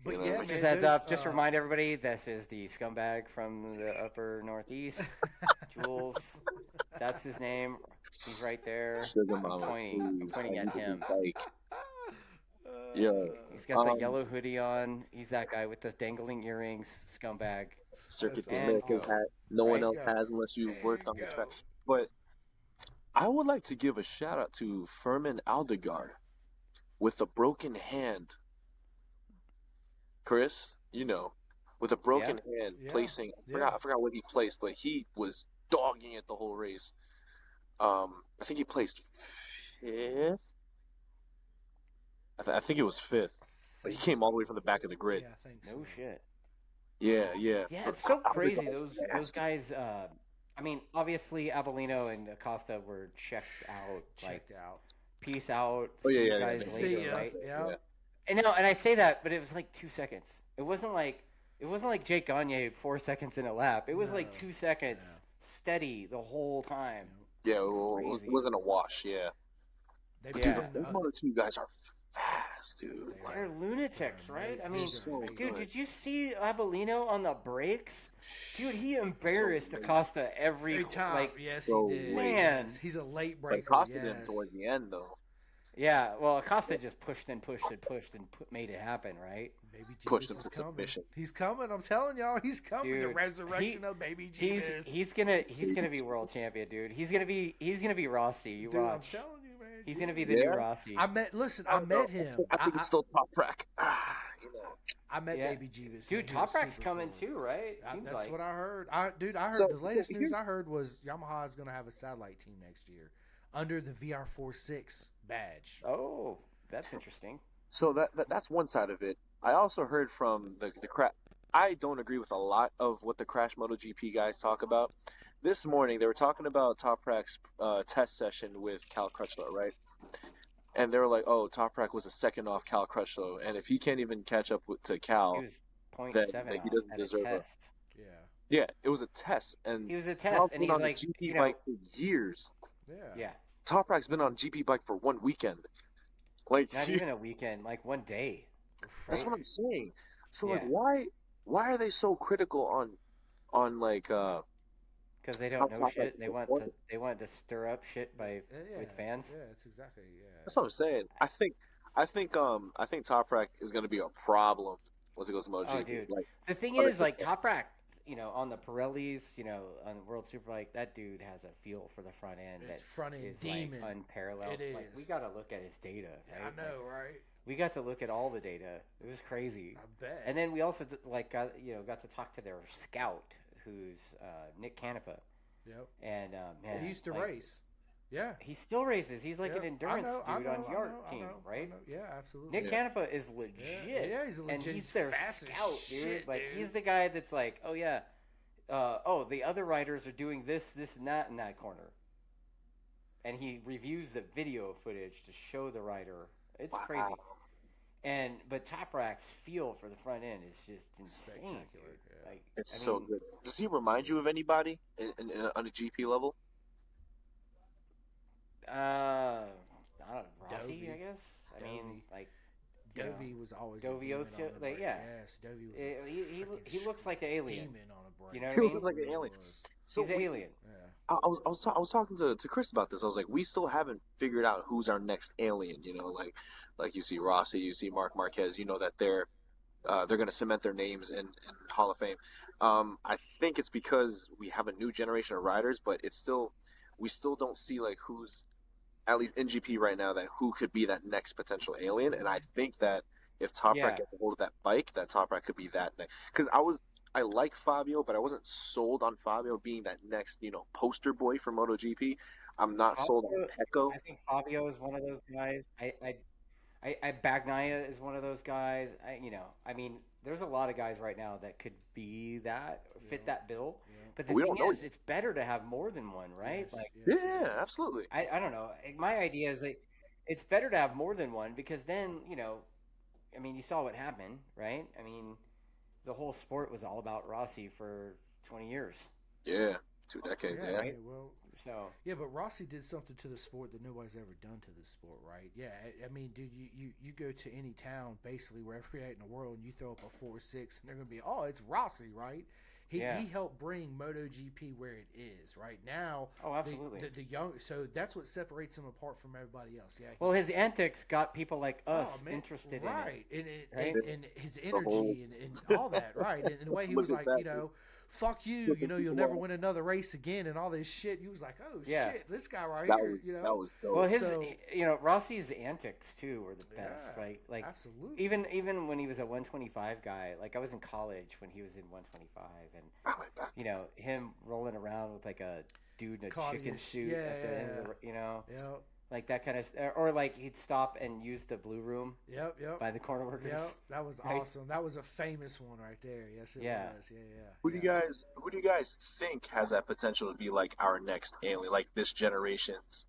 Speaker 2: But
Speaker 3: you know,
Speaker 2: yeah,
Speaker 3: it
Speaker 1: Just
Speaker 2: man,
Speaker 1: heads up,
Speaker 2: there's,
Speaker 1: just
Speaker 2: uh,
Speaker 1: remind everybody this is the scumbag from the upper northeast, Jules. That's his name. He's right there.
Speaker 3: Sugar
Speaker 1: I'm
Speaker 3: mama,
Speaker 1: pointing-
Speaker 3: please,
Speaker 1: I'm pointing
Speaker 3: I
Speaker 1: at
Speaker 3: need a
Speaker 1: him.
Speaker 3: bike. Yo.
Speaker 1: He's got the
Speaker 3: Um,
Speaker 1: yellow hoodie on. He's that guy with the dangling earrings, scumbag.
Speaker 3: Circuit
Speaker 2: That's
Speaker 3: America's
Speaker 2: awesome.
Speaker 3: hat. No
Speaker 2: There
Speaker 3: one
Speaker 2: you
Speaker 3: else
Speaker 2: go.
Speaker 3: has unless you
Speaker 2: There
Speaker 3: worked
Speaker 2: you
Speaker 3: on the
Speaker 2: go.
Speaker 3: track. But I would like to give a shout out to Furman Aldegar with a broken hand. Chris, you know, with a broken hand
Speaker 2: Yeah.
Speaker 3: placing. I
Speaker 2: Yeah.
Speaker 3: forgot I forgot what he placed, but he was dogging it the whole race. Um, I think he placed fifth. I, th- I think it was fifth, but he came all the way from the back of the grid.
Speaker 2: Yeah, I think so.
Speaker 1: No shit.
Speaker 3: Yeah, yeah.
Speaker 1: Yeah,
Speaker 3: But
Speaker 1: it's so
Speaker 3: Aldegar's
Speaker 1: crazy. Those those
Speaker 3: nasty.
Speaker 1: guys. Uh, I mean, obviously, Avellino and Acosta were checked out. Like,
Speaker 2: Checked out.
Speaker 1: peace out.
Speaker 3: Oh, yeah,
Speaker 1: see you
Speaker 3: yeah, yeah.
Speaker 1: guys
Speaker 3: See
Speaker 1: later,
Speaker 2: ya.
Speaker 1: right?
Speaker 2: Yeah.
Speaker 1: And no, and I say that, but it was like two seconds. It wasn't like it wasn't like Jake Gagne four seconds in a lap. It was like
Speaker 2: No,
Speaker 1: two seconds steady the whole time.
Speaker 3: Yeah, it was,
Speaker 1: Crazy.
Speaker 3: wasn't a wash. Yeah,
Speaker 1: But
Speaker 2: They
Speaker 3: but
Speaker 2: put
Speaker 1: Yeah.
Speaker 3: dude,
Speaker 2: in,
Speaker 3: those
Speaker 2: uh,
Speaker 3: Moto two guys are fast, dude.
Speaker 2: They
Speaker 3: Like,
Speaker 1: They're lunatics, right? I mean,
Speaker 3: so
Speaker 1: dude,
Speaker 3: good.
Speaker 1: did you see Abellino on the brakes? Dude, he embarrassed
Speaker 3: good.
Speaker 1: Acosta every
Speaker 2: Every
Speaker 1: qu-
Speaker 2: time,
Speaker 1: like
Speaker 2: yes,
Speaker 3: so
Speaker 2: he did.
Speaker 1: Man.
Speaker 2: Yes, he's a late
Speaker 3: but
Speaker 2: breaker.
Speaker 3: it costed
Speaker 2: yes.
Speaker 3: him towards the end, though.
Speaker 1: yeah. Well, Acosta just pushed and pushed and pushed and put, made it happen, right?
Speaker 2: Baby
Speaker 3: Pushed
Speaker 2: Jesus
Speaker 3: him to
Speaker 2: is coming.
Speaker 3: submission.
Speaker 2: He's coming. I'm telling y'all, he's coming. the
Speaker 1: Dude,
Speaker 2: resurrection
Speaker 1: he-
Speaker 2: of baby
Speaker 1: He's
Speaker 2: Jesus.
Speaker 1: he's gonna he's gonna be world champion, dude. He's gonna be he's gonna be Rossi. You
Speaker 2: Dude, I'm
Speaker 1: watch.
Speaker 2: telling you, man.
Speaker 1: He's gonna be
Speaker 2: Jesus.
Speaker 1: the
Speaker 3: Yeah.
Speaker 1: new Rossi.
Speaker 2: I met. Listen, I,
Speaker 3: don't
Speaker 2: met
Speaker 3: know.
Speaker 2: him.
Speaker 3: I think
Speaker 2: I,
Speaker 3: it's still top rack. Ah, you know.
Speaker 2: I, I met
Speaker 1: Yeah.
Speaker 2: baby Jesus.
Speaker 1: Dude,
Speaker 2: man. He
Speaker 1: Top
Speaker 2: was
Speaker 1: Rack's
Speaker 2: super
Speaker 1: coming
Speaker 2: cool.
Speaker 1: too, right?
Speaker 2: I-
Speaker 1: Seems
Speaker 2: that's
Speaker 1: like.
Speaker 2: what I heard. I, dude, I heard
Speaker 3: So,
Speaker 2: the latest
Speaker 3: here-
Speaker 2: news I heard was Yamaha is going to have a satellite team next year under the VR46 badge.
Speaker 1: Oh, that's interesting.
Speaker 3: So that, that that's one side of it. I also heard from the the cra- I don't agree with a lot of what the Crash MotoGP guys talk about. This morning they were talking about Top Rack's uh, test session with Cal Crutchlow, right? And they were like, "Oh, Top Rack was a second off Cal Crutchlow, and if he can't even catch up with, to Cal,
Speaker 1: He was point
Speaker 3: that-
Speaker 1: seven.
Speaker 3: that he
Speaker 1: on-
Speaker 3: doesn't
Speaker 1: at a
Speaker 3: deserve a-
Speaker 1: test.
Speaker 2: Yeah,
Speaker 3: yeah, it was a test, and
Speaker 1: He was a
Speaker 3: Cal's
Speaker 1: test, and
Speaker 3: been
Speaker 1: he's
Speaker 3: on the
Speaker 1: like,
Speaker 3: GP
Speaker 1: you know,
Speaker 3: bike for years.
Speaker 2: yeah,
Speaker 1: yeah,
Speaker 3: Top Rack's been on GP bike for one weekend. Like,
Speaker 1: not
Speaker 3: he-
Speaker 1: even a weekend, like one day.
Speaker 3: That's what
Speaker 1: Right.
Speaker 3: I'm saying. So like,
Speaker 1: Yeah.
Speaker 3: why why are they so critical on on like uh
Speaker 1: Because they
Speaker 3: How
Speaker 1: don't know
Speaker 3: Top Rack
Speaker 1: shit. They want to.
Speaker 3: performed.
Speaker 1: They want to stir up shit by
Speaker 2: Yeah, yeah,
Speaker 1: with
Speaker 2: it's-
Speaker 1: fans.
Speaker 2: Yeah, it's exactly. Yeah,
Speaker 3: that's what I'm saying. I think I think um I think Top Rack is gonna be a problem once it goes to MotoGP.
Speaker 1: Oh, dude.
Speaker 3: Like
Speaker 1: The thing
Speaker 3: What a
Speaker 1: is, like
Speaker 3: good-
Speaker 1: Top Rack, you know, on the Pirellis, you know, on World Superbike, that dude has a feel for the front end
Speaker 2: it's
Speaker 1: that
Speaker 2: front end
Speaker 1: is
Speaker 2: demon.
Speaker 1: like unparalleled.
Speaker 2: It
Speaker 1: Like we
Speaker 2: is.
Speaker 1: got to look at his data. Right?
Speaker 2: I know,
Speaker 1: Like,
Speaker 2: right?
Speaker 1: we got to look at all the data. It was crazy.
Speaker 2: I bet.
Speaker 1: And then we also d- like got you know got to talk to their scout, who's uh, Nick Canapa,
Speaker 2: yep,
Speaker 1: and uh, man,
Speaker 2: he used to
Speaker 1: like,
Speaker 2: race. Yeah,
Speaker 1: He still races. He's like
Speaker 2: yep.
Speaker 1: an
Speaker 2: I
Speaker 1: endurance
Speaker 2: know, I
Speaker 1: dude
Speaker 2: know,
Speaker 1: on
Speaker 2: I
Speaker 1: your
Speaker 2: know, I
Speaker 1: team,
Speaker 2: know, I
Speaker 1: right?
Speaker 2: know. Yeah, absolutely.
Speaker 1: Nick
Speaker 3: Yeah.
Speaker 1: Canapa is legit,
Speaker 2: yeah. yeah, he's a legit.
Speaker 1: and he's their
Speaker 2: fast as
Speaker 1: scout, dude.
Speaker 2: shit,
Speaker 1: like
Speaker 2: dude.
Speaker 1: he's the guy that's like, oh yeah, uh, oh the other riders are doing this, this, and that in that corner, and he reviews the video footage to show the rider. It's
Speaker 3: Wow.
Speaker 1: crazy. And but Top Rack's feel for the front end is just insane. dude.
Speaker 2: Spectacular, yeah.
Speaker 1: Like
Speaker 3: it's
Speaker 1: I
Speaker 3: so
Speaker 1: mean,
Speaker 3: good. Does he remind you of anybody in, in, in- on a GP level?
Speaker 1: Uh, I don't know, Rossi,
Speaker 2: Dovey.
Speaker 1: I guess. I mean,
Speaker 2: Dovey.
Speaker 1: like you know,
Speaker 2: Dovey was always a
Speaker 1: Dovey
Speaker 2: demon
Speaker 1: Ocio-
Speaker 2: on the
Speaker 1: like,
Speaker 2: break.
Speaker 1: yeah.
Speaker 2: Yes, Dovey was.
Speaker 1: eh,
Speaker 2: a
Speaker 1: he he,
Speaker 2: freaking
Speaker 1: he looks like an alien.
Speaker 2: demon on a break.
Speaker 1: You know what
Speaker 3: He
Speaker 1: I mean?
Speaker 3: looks like an
Speaker 2: Really
Speaker 3: alien.
Speaker 2: was.
Speaker 3: So
Speaker 1: He's an
Speaker 3: we-
Speaker 1: alien.
Speaker 2: Yeah.
Speaker 3: I, I was I was, ta- I was talking to, to Chris about this. I was like, we still haven't figured out who's our next alien. You know, like like you see Rossi, you see Mark Marquez. You know that they're uh, they're going to cement their names in, in Hall of Fame. Um, I think it's because we have a new generation of riders, but it's still we still don't see like who's at least in GP right now that who could be that next potential alien. And I think that if Top
Speaker 1: Yeah.
Speaker 3: Rack gets a hold of that bike, that Top Rack could be that next. Because I was I like Fabio, but I wasn't sold on Fabio being that next you know poster boy for MotoGP. I'm not sold on Pecco.
Speaker 1: I think Fabio is one of those guys. I, I, I, I Bagnaia is one of those guys. I, you know, I mean, there's a lot of guys right now that could be that, fit
Speaker 2: Yeah.
Speaker 1: that bill.
Speaker 2: Yeah.
Speaker 1: But the
Speaker 3: We don't
Speaker 1: thing
Speaker 3: know
Speaker 1: is, it's better to have more than one, right?
Speaker 2: Yes,
Speaker 1: Like,
Speaker 2: yes,
Speaker 3: Yeah,
Speaker 2: yes.
Speaker 3: absolutely.
Speaker 1: I, I don't know. Like, My idea is like, it's better to have more than one because then you know, I mean, you saw what happened, right? I mean, the whole sport was all about Rossi for twenty years.
Speaker 3: Yeah, two decades.
Speaker 2: Oh, yeah,
Speaker 3: Yeah,
Speaker 2: yeah, well,
Speaker 1: So
Speaker 2: yeah, but Rossi did something to the sport that nobody's ever done to this sport, right? Yeah, I, I mean, dude, you, you you go to any town, basically wherever you're at in the world, and you throw up a four six, and they're gonna be, oh, it's Rossi, right? He
Speaker 1: Yeah.
Speaker 2: he helped bring MotoGP where it is right now.
Speaker 1: oh,
Speaker 2: the-
Speaker 1: absolutely.
Speaker 2: The, the, young, so that's what separates him apart from everybody else. Yeah. he-
Speaker 1: well, his antics got people like us
Speaker 2: oh, man,
Speaker 1: interested in it.
Speaker 2: right. in it.
Speaker 1: right?
Speaker 2: And, and, and his energy
Speaker 3: whole-
Speaker 2: and, and all that, right? And, and the way he
Speaker 3: Look
Speaker 2: was
Speaker 3: at
Speaker 2: like,
Speaker 3: that,
Speaker 2: you know, fuck you,
Speaker 3: Look
Speaker 2: you
Speaker 3: at
Speaker 2: know, you'll
Speaker 3: people
Speaker 2: never
Speaker 3: like-
Speaker 2: win another race again and all this shit. He was like, oh,
Speaker 1: Yeah.
Speaker 2: shit, this guy right
Speaker 3: that
Speaker 2: here,
Speaker 3: was
Speaker 2: you know.
Speaker 3: that was dope.
Speaker 1: Well, his
Speaker 2: So-
Speaker 1: you know Rossi's antics too were the best,
Speaker 2: Yeah,
Speaker 1: right? Like
Speaker 2: Absolutely.
Speaker 1: even even when he was a 125 guy, like I was in college when he was in 125, and
Speaker 3: I went back.
Speaker 1: you know him rolling around with like a dude in a
Speaker 2: Caught
Speaker 1: chicken
Speaker 2: his-
Speaker 1: suit
Speaker 2: yeah,
Speaker 1: at the end of
Speaker 2: yeah.
Speaker 1: the, you know
Speaker 2: Yep,
Speaker 1: like that kind of or like he'd stop and use the blue room
Speaker 2: yep, yep.
Speaker 1: by the corner workers.
Speaker 2: Yep, that was
Speaker 1: Right.
Speaker 2: awesome. That was a famous one right there. Yes, it
Speaker 1: Yeah.
Speaker 2: was. Yeah, yeah.
Speaker 3: Who do you
Speaker 2: yeah.
Speaker 3: guys who do you guys think has that potential to be like our next alien, like this generation's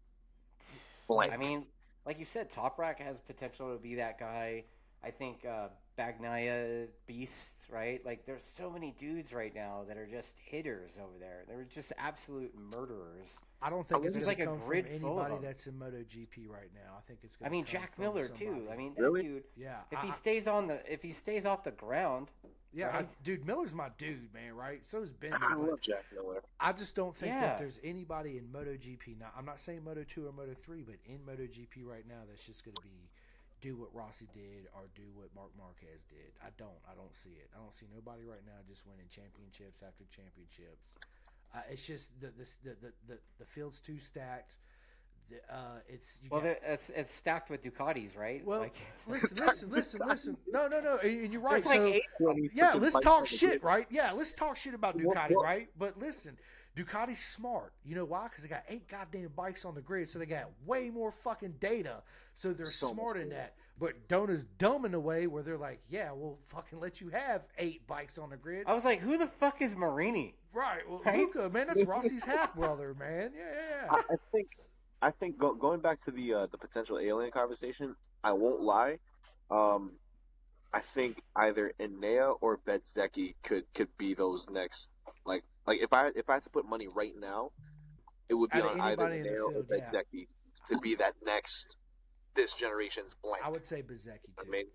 Speaker 3: blank?
Speaker 1: I mean, like you said, Top Rack has potential to be that guy. I think uh, Bagnaya Beasts, right? Like, there's so many dudes right now that are just hitters over there. They're just absolute murderers.
Speaker 2: I don't think
Speaker 3: There's
Speaker 2: it's going
Speaker 1: like a
Speaker 2: to come from
Speaker 1: grid full of
Speaker 2: anybody
Speaker 1: them.
Speaker 2: that's in MotoGP right now. I think it's going
Speaker 1: I mean, Jack Miller too. I mean, that
Speaker 3: Really?
Speaker 1: dude.
Speaker 2: yeah.
Speaker 1: If
Speaker 2: I-
Speaker 1: he
Speaker 2: I-
Speaker 1: stays on the, if he stays off the ground,
Speaker 2: Yeah, I,
Speaker 1: Right?
Speaker 2: dude, Miller's my dude, man. Right? So is Bender.
Speaker 3: I
Speaker 2: but
Speaker 3: love Jack Miller.
Speaker 2: I just don't think
Speaker 1: Yeah.
Speaker 2: that there's anybody in MotoGP. Now, I'm not saying Moto Two or Moto Three, but in MotoGP right now, that's just going to be do what Rossi did or do what Mark Marquez did. I don't. I don't see it. I don't see nobody right now just winning championships after championships. Uh, it's just the the, the the the the field's too stacked. The, uh, it's you
Speaker 1: well,
Speaker 2: got-
Speaker 1: there- it's, it's stacked with Ducatis, right?
Speaker 2: Well,
Speaker 1: like, it's,
Speaker 2: listen, listen, listen, listen. No, no, no. And and you're right.
Speaker 1: there's like
Speaker 2: so,
Speaker 1: eight.
Speaker 3: Put
Speaker 2: yeah,
Speaker 3: the
Speaker 2: let's
Speaker 3: fight on
Speaker 2: talk
Speaker 3: the
Speaker 2: shit,
Speaker 3: grid.
Speaker 2: right? Yeah, let's talk shit about
Speaker 3: What-
Speaker 2: Ducati,
Speaker 3: what-
Speaker 2: right? But listen, Ducati's smart. You know why? Because they got eight goddamn bikes on the grid, so they got way more fucking data. So they're
Speaker 3: So much
Speaker 2: smart in
Speaker 3: data.
Speaker 2: that. But Dona's dumb in a way where they're like, yeah, we'll fucking let you have eight bikes on the grid.
Speaker 3: Oh,
Speaker 1: I was like, who the fuck is Marini?
Speaker 2: right. Well,
Speaker 1: Right?
Speaker 2: Luca, man, that's Rossi's half brother, man. Yeah, yeah, yeah.
Speaker 3: I, I think I think go, going back to the uh, the potential alien conversation, I won't lie. Um, I think either Enea or Bezzecchi could could be those next. Like like if I if I had to put money right now, it would be
Speaker 2: Out of
Speaker 3: on either
Speaker 2: anybody in the
Speaker 3: Enea or
Speaker 2: field, yeah.
Speaker 3: Bezzecchi to be that next this generation's blank.
Speaker 2: I would say Bezecchi,
Speaker 3: I
Speaker 2: too.
Speaker 3: mean,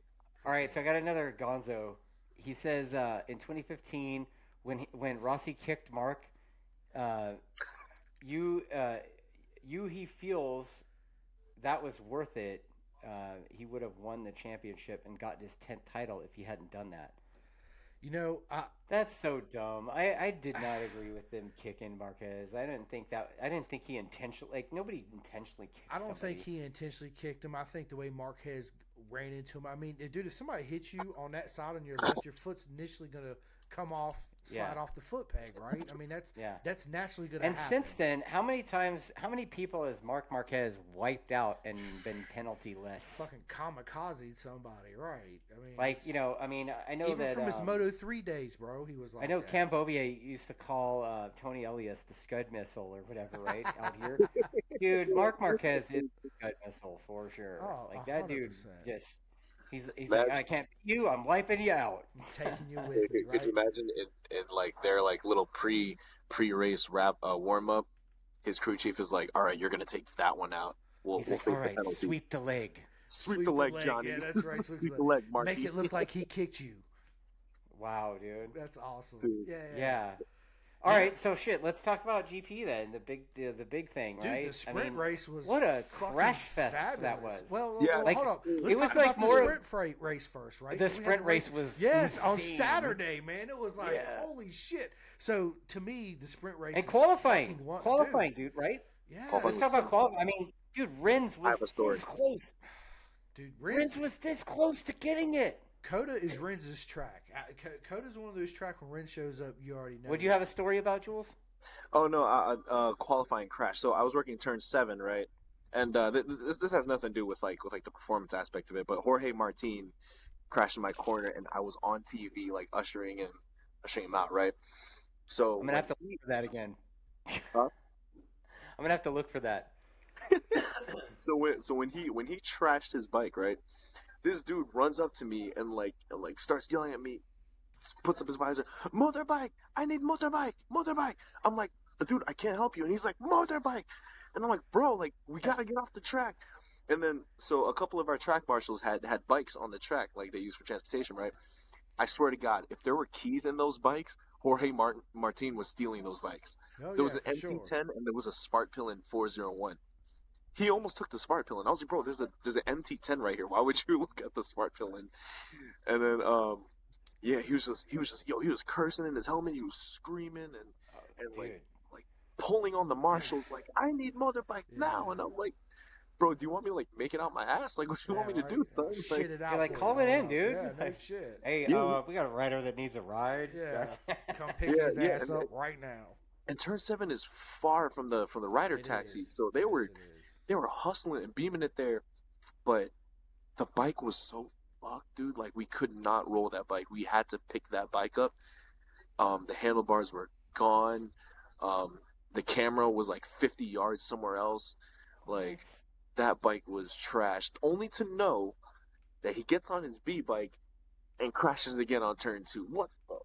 Speaker 1: All right, so I got another Gonzo. He says uh, in 2015, when he, when Rossi kicked Mark, uh, you uh, you he feels that was worth it. Uh, he would have won the championship and gotten his tenth title if he hadn't done that.
Speaker 2: You know, I,
Speaker 1: That's so dumb. I, I did not agree with them kicking Marquez. I didn't think that. I didn't think he intentionally. Like nobody intentionally kicked.
Speaker 2: I don't
Speaker 1: somebody.
Speaker 2: think he intentionally kicked him. I think the way Marquez ran into him. I mean, dude, if somebody hits you on that side on your left, your foot's initially gonna come off, slide
Speaker 1: Yeah.
Speaker 2: off the foot peg, right? I mean, that's
Speaker 1: Yeah.
Speaker 2: that's naturally gonna.
Speaker 1: And
Speaker 2: happen.
Speaker 1: since then, how many times, how many people has Mark Marquez wiped out and been penalty less?
Speaker 2: fucking kamikaze somebody, right? I mean,
Speaker 1: Like
Speaker 2: it's-
Speaker 1: you know, I mean, I- I know
Speaker 2: even
Speaker 1: that
Speaker 2: from his
Speaker 1: um,
Speaker 2: Moto three days, bro, he was like,
Speaker 1: I know
Speaker 2: that.
Speaker 1: Cam Bovier used to call uh, Tony Elias the Scud missile or whatever, right? out here, dude, Mark Marquez is the Scud missile for sure.
Speaker 2: Oh,
Speaker 1: like
Speaker 2: a
Speaker 1: that
Speaker 2: hundred
Speaker 1: dude
Speaker 2: percent.
Speaker 1: just. He's, he's
Speaker 3: That's-
Speaker 1: like, I can't beat you. I'm wiping you out.
Speaker 2: taking you with
Speaker 3: could,
Speaker 2: me,
Speaker 3: could
Speaker 2: right?
Speaker 3: you imagine in, in like their like little pre pre race wrap uh, warm up? His crew chief is like, "All right, you're gonna take that one out. We'll,
Speaker 1: He's
Speaker 3: we'll
Speaker 1: like, all
Speaker 3: fix the
Speaker 1: right,
Speaker 3: penalty.
Speaker 1: sweep the leg.
Speaker 3: Sweep the leg, Johnny.
Speaker 2: Yeah, that's right. Sweep, the leg.
Speaker 3: leg, Mark.
Speaker 2: Make it look like he kicked you.
Speaker 1: Wow, dude.
Speaker 2: That's awesome.
Speaker 3: Dude.
Speaker 2: Yeah, yeah.
Speaker 1: Yeah. All right.
Speaker 2: Yeah.
Speaker 1: So shit. Let's talk about GP then. The big, the, the big thing,
Speaker 2: Dude,
Speaker 1: right?
Speaker 2: the sprint
Speaker 1: I mean,
Speaker 2: race was
Speaker 1: what a
Speaker 2: fucking
Speaker 1: crash fest
Speaker 2: fabulous.
Speaker 1: that was.
Speaker 2: Well,
Speaker 3: Yeah,
Speaker 2: well,
Speaker 1: like,
Speaker 2: hold on. Let's
Speaker 1: it was
Speaker 2: talk
Speaker 1: like
Speaker 2: about
Speaker 1: more-
Speaker 2: the sprint freight race first, right?
Speaker 1: the
Speaker 2: We had a
Speaker 1: sprint race was
Speaker 2: Yes,
Speaker 1: insane.
Speaker 2: on Saturday, man, it was like
Speaker 1: Yeah.
Speaker 2: holy shit. So to me, the sprint race
Speaker 1: and
Speaker 2: is
Speaker 1: qualifying,
Speaker 2: fucking one-
Speaker 1: qualifying,
Speaker 2: dude.
Speaker 1: dude. right?
Speaker 2: Yeah,
Speaker 3: Qualifying
Speaker 1: Let's talk about qualifying. I mean, dude, Rins
Speaker 3: I have a
Speaker 1: was
Speaker 3: story.
Speaker 1: this close.
Speaker 2: dude.
Speaker 1: Rins
Speaker 2: Rins,
Speaker 1: was this close to getting it.
Speaker 2: Coda is Rens's track. I- Co- Coda's one of those track when Rens shows up, you already know.
Speaker 1: Would you have a story about Jules?
Speaker 3: Oh no, uh, uh, qualifying crash. So I was working turn seven, right? And uh, th- th- this this has nothing to do with like with like the performance aspect of it, but Jorge Martin crashed in my corner, and I was on TV like ushering him, ushering him out, right? So
Speaker 1: I'm gonna have to look for that again. I'm gonna have to look for that.
Speaker 3: so when so when he when he trashed his bike, right? This dude runs up to me and like and, like starts yelling at me, puts up his visor, motorbike, I need motorbike, motorbike. I'm like, dude, I can't help you, and he's like, motorbike, and I'm like, bro, like we gotta get off the track. And then so a couple of our track marshals had had bikes on the track, like they use for transportation, right? I swear to God, if there were keys in those bikes, Jorge Martin Martin was stealing those bikes.
Speaker 2: Oh,
Speaker 3: There was
Speaker 2: yeah,
Speaker 3: an
Speaker 2: for sure.
Speaker 3: MT10 and there was a Spartpillen 401. He almost took the Spartpillen. I was like, bro, there's a there's an MT10 right here. Why would you look at the Spartpillen? And then, um, yeah, he was just he was just yo, he was cursing in his helmet. He was screaming and
Speaker 2: Oh,
Speaker 1: Dude,
Speaker 3: And, like, pulling on the marshals like, I need motorbike
Speaker 2: Yeah.
Speaker 3: now. And I'm like, bro, do you want me to like make it out my ass? Like, what do you want me
Speaker 2: Yeah,
Speaker 3: to
Speaker 2: right.
Speaker 3: do, son?
Speaker 2: Shit
Speaker 3: Like,
Speaker 2: it out
Speaker 1: like,
Speaker 2: for
Speaker 1: call
Speaker 2: you.
Speaker 1: it in,
Speaker 2: Oh,
Speaker 1: dude.
Speaker 2: Yeah, no
Speaker 1: Like,
Speaker 2: shit.
Speaker 1: hey,
Speaker 3: Yeah.
Speaker 1: uh, if we got a rider that needs a ride.
Speaker 2: Yeah. Come pick
Speaker 3: Yeah,
Speaker 2: his
Speaker 3: yeah,
Speaker 2: ass
Speaker 3: and
Speaker 2: up
Speaker 3: it-
Speaker 2: right now.
Speaker 3: and turn seven is far from the from the rider
Speaker 2: It
Speaker 3: taxi,
Speaker 2: is.
Speaker 3: so they
Speaker 2: Yes,
Speaker 3: were
Speaker 2: it is.
Speaker 3: they were hustling and beaming it there, but the bike was so fucked, dude. Like we could not roll that bike. We had to pick that bike up. Um, the handlebars were gone. Um, the camera was like 50 yards somewhere else. Like that bike was trashed. Only to know that he gets on his B bike and crashes again on turn two. What? the-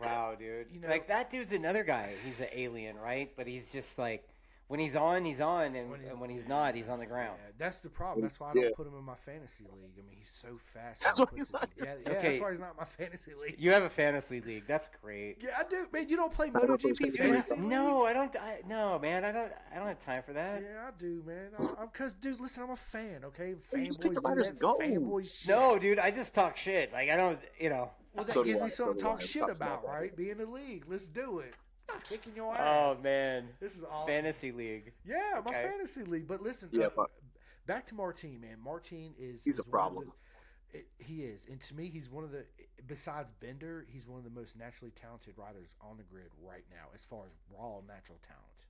Speaker 1: Wow, dude.
Speaker 2: You know-
Speaker 1: like that dude's another guy. He's an alien, right? But he's just like when he's on, he's on, and when he's, and when he's not, he's on the ground.
Speaker 2: Yeah, that's the problem. That's why I don't
Speaker 3: Yeah.
Speaker 2: put him in my fantasy league. I mean, he's so fast.
Speaker 3: That's
Speaker 2: he
Speaker 3: why
Speaker 2: puts
Speaker 3: he's
Speaker 2: it
Speaker 3: not-
Speaker 2: together. Yeah,
Speaker 1: Okay.
Speaker 2: that's why he's not in my fantasy league.
Speaker 1: You have a fantasy league. That's great.
Speaker 2: yeah, I do. Man, you don't play
Speaker 3: Son of a bitch,
Speaker 2: MotoGP
Speaker 3: I
Speaker 1: Dude, I-
Speaker 2: fantasy league?
Speaker 1: no, uh, I don't. I, no, man, I don't. I don't have time for
Speaker 2: Yeah,
Speaker 1: that.
Speaker 2: I do, man. I'm because, dude, listen, I'm a fan. Okay,
Speaker 3: You
Speaker 2: fanboys
Speaker 3: just pick the
Speaker 2: do
Speaker 3: riders
Speaker 2: that
Speaker 3: and go.
Speaker 2: fanboy shit.
Speaker 1: No, dude, I just talk shit. Like I don't. You know.
Speaker 2: well, that
Speaker 3: So do
Speaker 2: gives
Speaker 3: I,
Speaker 2: me
Speaker 3: so
Speaker 2: something to
Speaker 3: do I.
Speaker 2: talk
Speaker 3: I'm
Speaker 2: shit
Speaker 3: talking about
Speaker 2: about,
Speaker 3: that.
Speaker 2: right? Be in the league. Let's do it. I'm kicking your ass.
Speaker 1: Oh man,
Speaker 2: this is awesome.
Speaker 1: fantasy league.
Speaker 2: Yeah, my
Speaker 1: Okay.
Speaker 2: fantasy league. But listen,
Speaker 3: Yeah,
Speaker 2: uh,
Speaker 3: but-
Speaker 2: back to Martin, man. Martin is
Speaker 3: He's a
Speaker 2: is one of
Speaker 3: problem.
Speaker 2: the- it- he is, and to me, he's one of the besides Bender, he's one of the most naturally talented riders on the grid right now, as far as raw natural talent.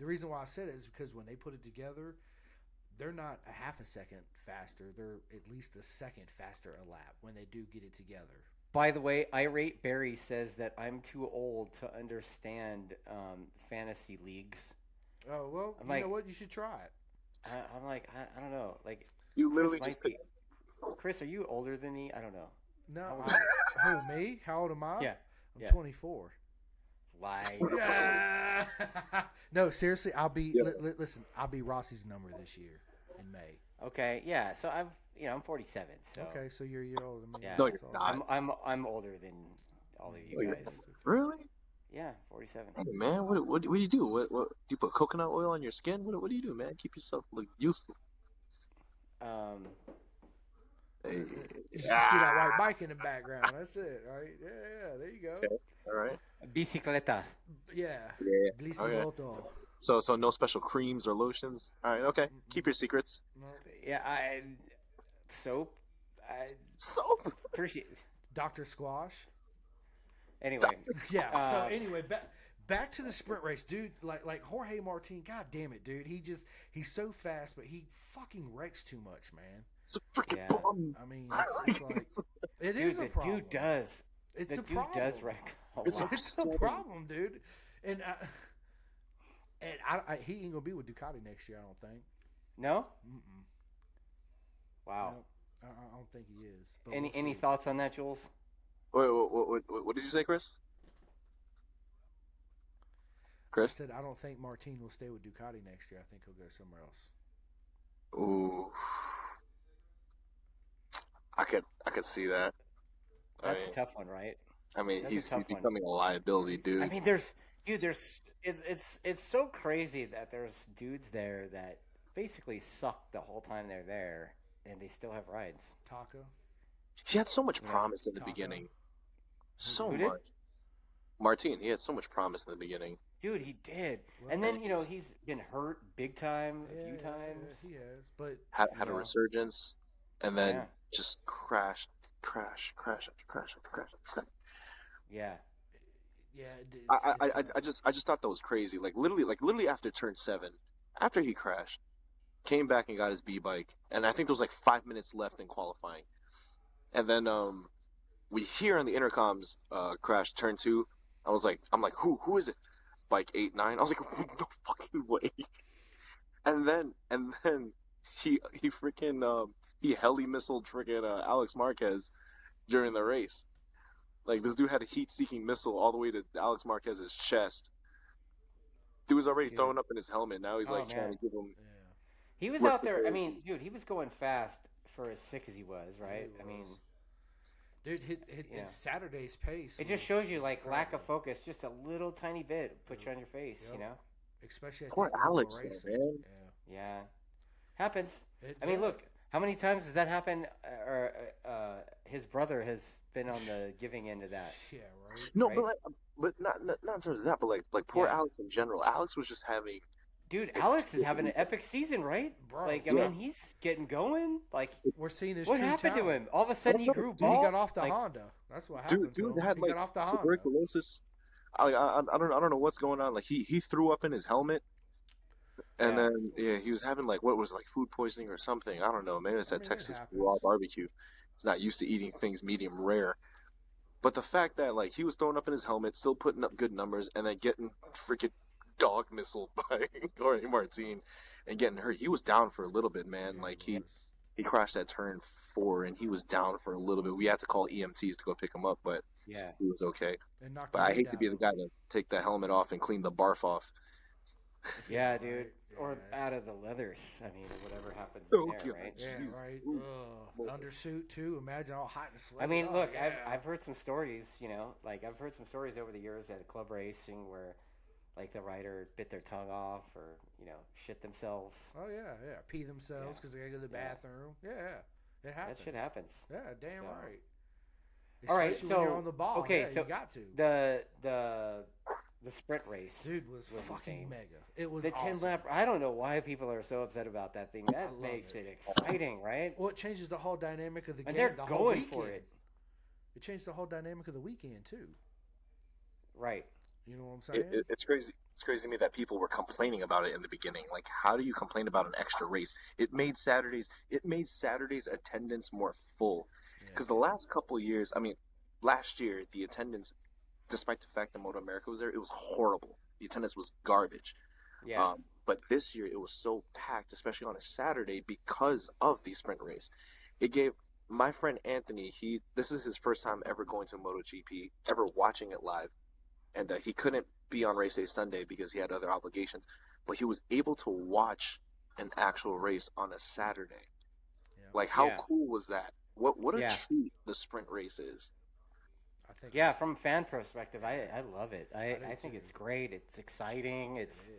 Speaker 2: The reason why I said it is because when they put it together, they're not a half a second faster; they're at least a second faster a lap when they do get it together.
Speaker 1: By the way, irate Barry says that I'm too old to understand um, fantasy leagues.
Speaker 2: Oh well,
Speaker 1: I'm
Speaker 2: you
Speaker 1: like-
Speaker 2: know what? You should try it.
Speaker 1: I, I'm like, I, I don't know. Like,
Speaker 3: You literally
Speaker 1: might
Speaker 3: just picked.
Speaker 1: Chris, are you older than me? I don't know.
Speaker 2: No,
Speaker 1: old
Speaker 2: I, who me? How old am I?
Speaker 1: Yeah,
Speaker 2: I'm
Speaker 1: yeah.
Speaker 2: 24.
Speaker 1: Lie.
Speaker 2: Yeah. no, seriously, I'll be
Speaker 3: Yeah.
Speaker 2: li- li- listen. I'll be Rossi's number this year in May.
Speaker 1: Okay, yeah. So I'm, you know, I'm 47. So
Speaker 2: Okay, so you're a year older than me.
Speaker 1: Yeah.
Speaker 3: No, you're
Speaker 2: That's all.
Speaker 3: not. Oh,
Speaker 1: I'm, I'm, I'm older than all of you
Speaker 3: No, you're
Speaker 1: guys.
Speaker 2: That's okay.
Speaker 3: Really?
Speaker 1: Yeah, 47.
Speaker 3: Hey, man, what, what what do you do? What what do you put coconut oil on your skin? What what do you do, man? Keep yourself look youthful.
Speaker 1: Um,
Speaker 3: Hey,
Speaker 2: You should see that white bike in the background. That's it, right? Yeah, yeah, there you go.
Speaker 3: Okay. all right.
Speaker 1: bicicleta.
Speaker 2: Yeah.
Speaker 3: Yeah.
Speaker 2: Glisimoto.
Speaker 3: So so no special creams or lotions. All right. Okay. Keep your secrets.
Speaker 2: No.
Speaker 1: Yeah, I soap. I
Speaker 3: Soap.
Speaker 1: appreciate.
Speaker 2: Dr. Squash.
Speaker 1: Anyway,
Speaker 2: Yeah.
Speaker 1: Uh,
Speaker 2: so anyway, back back to the sprint race, dude. Like like Jorge Martin. God damn it, dude. He just he's so fast, but he fucking wrecks too much, man.
Speaker 3: It's a freaking
Speaker 1: Yeah.
Speaker 3: bomb.
Speaker 2: I mean, it's, it's like it
Speaker 1: dude,
Speaker 2: is
Speaker 1: the
Speaker 2: a problem.
Speaker 1: dude does.
Speaker 2: It's
Speaker 1: the
Speaker 2: a
Speaker 1: dude
Speaker 2: problem.
Speaker 1: does wreck. a
Speaker 3: It's
Speaker 1: lot.
Speaker 2: It's a
Speaker 3: Upsetting.
Speaker 2: problem, dude. And I, and I, I, he ain't gonna be with Ducati next year. I don't think.
Speaker 1: No.
Speaker 2: Mm-mm.
Speaker 1: Wow.
Speaker 2: No, I, I don't think he is. But
Speaker 1: any
Speaker 2: we'll
Speaker 1: any
Speaker 2: see.
Speaker 1: thoughts on that, Jules?
Speaker 3: Wait, what, what, what, what did you say, Chris?
Speaker 2: I
Speaker 3: Chris?
Speaker 2: said I don't think Martin will stay with Ducati next year. I think he'll go somewhere else.
Speaker 3: Ooh. I could I could see that. I
Speaker 1: That's
Speaker 3: mean,
Speaker 1: a tough one, right?
Speaker 3: I mean
Speaker 1: that's a
Speaker 3: he's,
Speaker 1: tough
Speaker 3: he's
Speaker 1: one.
Speaker 3: becoming a liability, dude.
Speaker 1: I mean, there's dude, there's it's it's it's so crazy that there's dudes there that basically suck the whole time they're there, and they still have rides.
Speaker 2: Taco.
Speaker 3: he had so much
Speaker 1: Yeah,
Speaker 3: promise in the
Speaker 2: Taco.
Speaker 3: beginning. So
Speaker 1: Who
Speaker 3: much.
Speaker 1: did?
Speaker 3: Martin, he had so much promise in the beginning.
Speaker 1: Dude, he did,
Speaker 2: Well,
Speaker 1: and then you know
Speaker 3: it's-
Speaker 1: he's been hurt big time a
Speaker 2: yeah,
Speaker 1: few
Speaker 2: yeah,
Speaker 1: times.
Speaker 2: yeah, he has, but
Speaker 3: Had, had a
Speaker 1: Yeah.
Speaker 3: resurgence and then
Speaker 1: Yeah.
Speaker 3: just crashed crash, crash after crash after crash after crash.
Speaker 1: Yeah,
Speaker 2: yeah. it- It's,
Speaker 3: I, I,
Speaker 2: it's
Speaker 3: I,
Speaker 2: not-
Speaker 3: I just I just thought that was crazy. Like literally like literally after turn seven, after he crashed, came back and got his B bike, and I think there was like five minutes left in qualifying. And then um we hear on the intercoms uh crash turn two. I was like I'm like, who who is it? Bike eight nine. I was like, no fucking way. And then and then he he freaking um he heli missiled freaking uh, Alex Marquez during the race. Like this dude had a heat seeking missile all the way to Alex Marquez's chest. Dude was already
Speaker 2: Yeah.
Speaker 3: thrown up in his helmet. Now he's
Speaker 1: Oh,
Speaker 3: like trying
Speaker 1: man.
Speaker 3: to give him.
Speaker 2: Yeah.
Speaker 1: He was
Speaker 3: What's
Speaker 1: out
Speaker 3: the
Speaker 1: there. I
Speaker 3: crazy?
Speaker 1: mean, dude, he was going fast for as sick as he was, right?
Speaker 2: It
Speaker 1: I mean,
Speaker 2: was. dude, hit, hit,
Speaker 1: Yeah.
Speaker 2: his Saturday's pace.
Speaker 1: it just
Speaker 2: was-
Speaker 1: shows you
Speaker 2: was
Speaker 1: like lack of
Speaker 2: incredible.
Speaker 1: focus, just a little tiny bit, put you on your face,
Speaker 2: Yep.
Speaker 1: you know?
Speaker 2: Especially at
Speaker 3: Poor
Speaker 2: that level of
Speaker 3: Alex, though,
Speaker 2: racing.
Speaker 3: man.
Speaker 2: Yeah.
Speaker 1: Yeah, happens.
Speaker 2: It
Speaker 1: I mean,
Speaker 2: did.
Speaker 1: look, how many times has that happened? uh, Or uh, his brother has been on the giving end of that.
Speaker 2: Yeah, right.
Speaker 3: No,
Speaker 1: Right.
Speaker 3: but like, but not, not not in terms of that, but like like poor
Speaker 1: Yeah.
Speaker 3: Alex in general. Alex was just having
Speaker 1: Dude, Alex is having an epic season, right?
Speaker 2: Bro,
Speaker 1: Like, I
Speaker 3: Yeah.
Speaker 1: mean, he's getting going. Like,
Speaker 2: we're seeing his
Speaker 1: what
Speaker 2: true
Speaker 1: happened to
Speaker 2: talent.
Speaker 1: him? All of a sudden, he
Speaker 3: That's
Speaker 1: grew
Speaker 2: Dude, he
Speaker 1: ball.
Speaker 2: got off the
Speaker 1: like-
Speaker 2: Honda. That's what happened.
Speaker 3: dude dude
Speaker 2: to him.
Speaker 3: had
Speaker 2: he
Speaker 3: like
Speaker 2: got off the Honda.
Speaker 3: tuberculosis. I, I I don't I don't know what's going on. Like he he threw up in his helmet, and
Speaker 1: Yeah.
Speaker 3: then yeah he was having like what was like food poisoning or something. I don't know. Maybe it's
Speaker 2: I
Speaker 3: that
Speaker 2: mean, it
Speaker 3: Texas
Speaker 2: happens.
Speaker 3: raw barbecue. He's not used to eating things medium rare. But the fact that like he was throwing up in his helmet, still putting up good numbers, and then getting freaking dog missiled by Jorge Martin and getting hurt. He was down for a little bit, man.
Speaker 2: Yeah,
Speaker 3: Like
Speaker 2: he
Speaker 3: he
Speaker 2: was.
Speaker 3: he crashed at turn four and he was down for a little bit. We had to call EMTs to go pick him up, but
Speaker 1: Yeah.
Speaker 3: he was okay.
Speaker 2: It knocked
Speaker 3: But
Speaker 2: him
Speaker 3: I
Speaker 2: right
Speaker 3: hate to be the
Speaker 2: down.
Speaker 3: guy to take the helmet off and clean the barf off.
Speaker 1: Yeah, dude.
Speaker 2: Yeah,
Speaker 1: Or
Speaker 2: it's-
Speaker 1: out of the leathers. I mean, whatever happens
Speaker 3: Oh,
Speaker 1: in there,
Speaker 3: God.
Speaker 1: right?
Speaker 2: Yeah,
Speaker 3: Jesus.
Speaker 2: right.
Speaker 3: Lord.
Speaker 2: Ugh. Undersuit too. Imagine all hot and sweaty.
Speaker 1: I mean,
Speaker 2: Oh,
Speaker 1: look,
Speaker 2: yeah.
Speaker 1: I've, I've heard some stories, you know, like I've heard some stories over the years at club racing where, like, the rider bit their tongue off or, you know, shit themselves.
Speaker 2: Oh yeah, yeah. Pee themselves
Speaker 1: Yeah.
Speaker 2: because they gotta go to the
Speaker 1: Yeah.
Speaker 2: bathroom. Yeah, yeah. it happens.
Speaker 1: That shit happens.
Speaker 2: Yeah, damn
Speaker 1: So-
Speaker 2: right.
Speaker 1: All right,
Speaker 2: Especially when you're
Speaker 1: so-
Speaker 2: on the ball.
Speaker 1: okay,
Speaker 2: yeah,
Speaker 1: so
Speaker 2: you got to.
Speaker 1: The, the, the sprint race.
Speaker 2: Dude was,
Speaker 1: was
Speaker 2: fucking
Speaker 1: insane.
Speaker 2: mega. It was
Speaker 1: the 10
Speaker 2: awesome.
Speaker 1: lap. I don't know why people are so upset about that thing.
Speaker 2: I
Speaker 1: That
Speaker 2: love
Speaker 1: makes
Speaker 2: it.
Speaker 1: it exciting, right?
Speaker 2: Well, it changes the whole dynamic of the
Speaker 1: And
Speaker 2: game.
Speaker 1: they're
Speaker 2: the whole
Speaker 1: going for
Speaker 2: weekend.
Speaker 1: it.
Speaker 2: It changed the whole dynamic of the weekend too.
Speaker 1: Right.
Speaker 2: You know what I'm saying?
Speaker 3: It, it, it's crazy. It's crazy to me that people were complaining about it in the beginning. Like, how do you complain about an extra race? It made Saturdays. It made Saturdays attendance more full
Speaker 2: Yeah.
Speaker 3: because the last couple years, I mean, last year the attendance, despite the fact that Moto America was there, it was horrible. The attendance was garbage.
Speaker 1: Yeah.
Speaker 3: Um, but this year it was so packed, especially on a Saturday, because of the sprint race. It gave my friend Anthony. He this is his first time ever going to a MotoGP, ever watching it live, and uh, he couldn't be on race day Sunday because he had other obligations. But he was able to watch an actual race on a Saturday.
Speaker 2: Yeah.
Speaker 3: Like how
Speaker 1: Yeah.
Speaker 3: cool was that? What what a
Speaker 1: Yeah.
Speaker 3: treat the sprint race is.
Speaker 2: I think
Speaker 1: yeah, from a fan perspective, I, I love it. I,
Speaker 2: I do
Speaker 1: I, think
Speaker 2: too.
Speaker 1: it's great. It's exciting.
Speaker 2: it
Speaker 1: It's,
Speaker 2: is.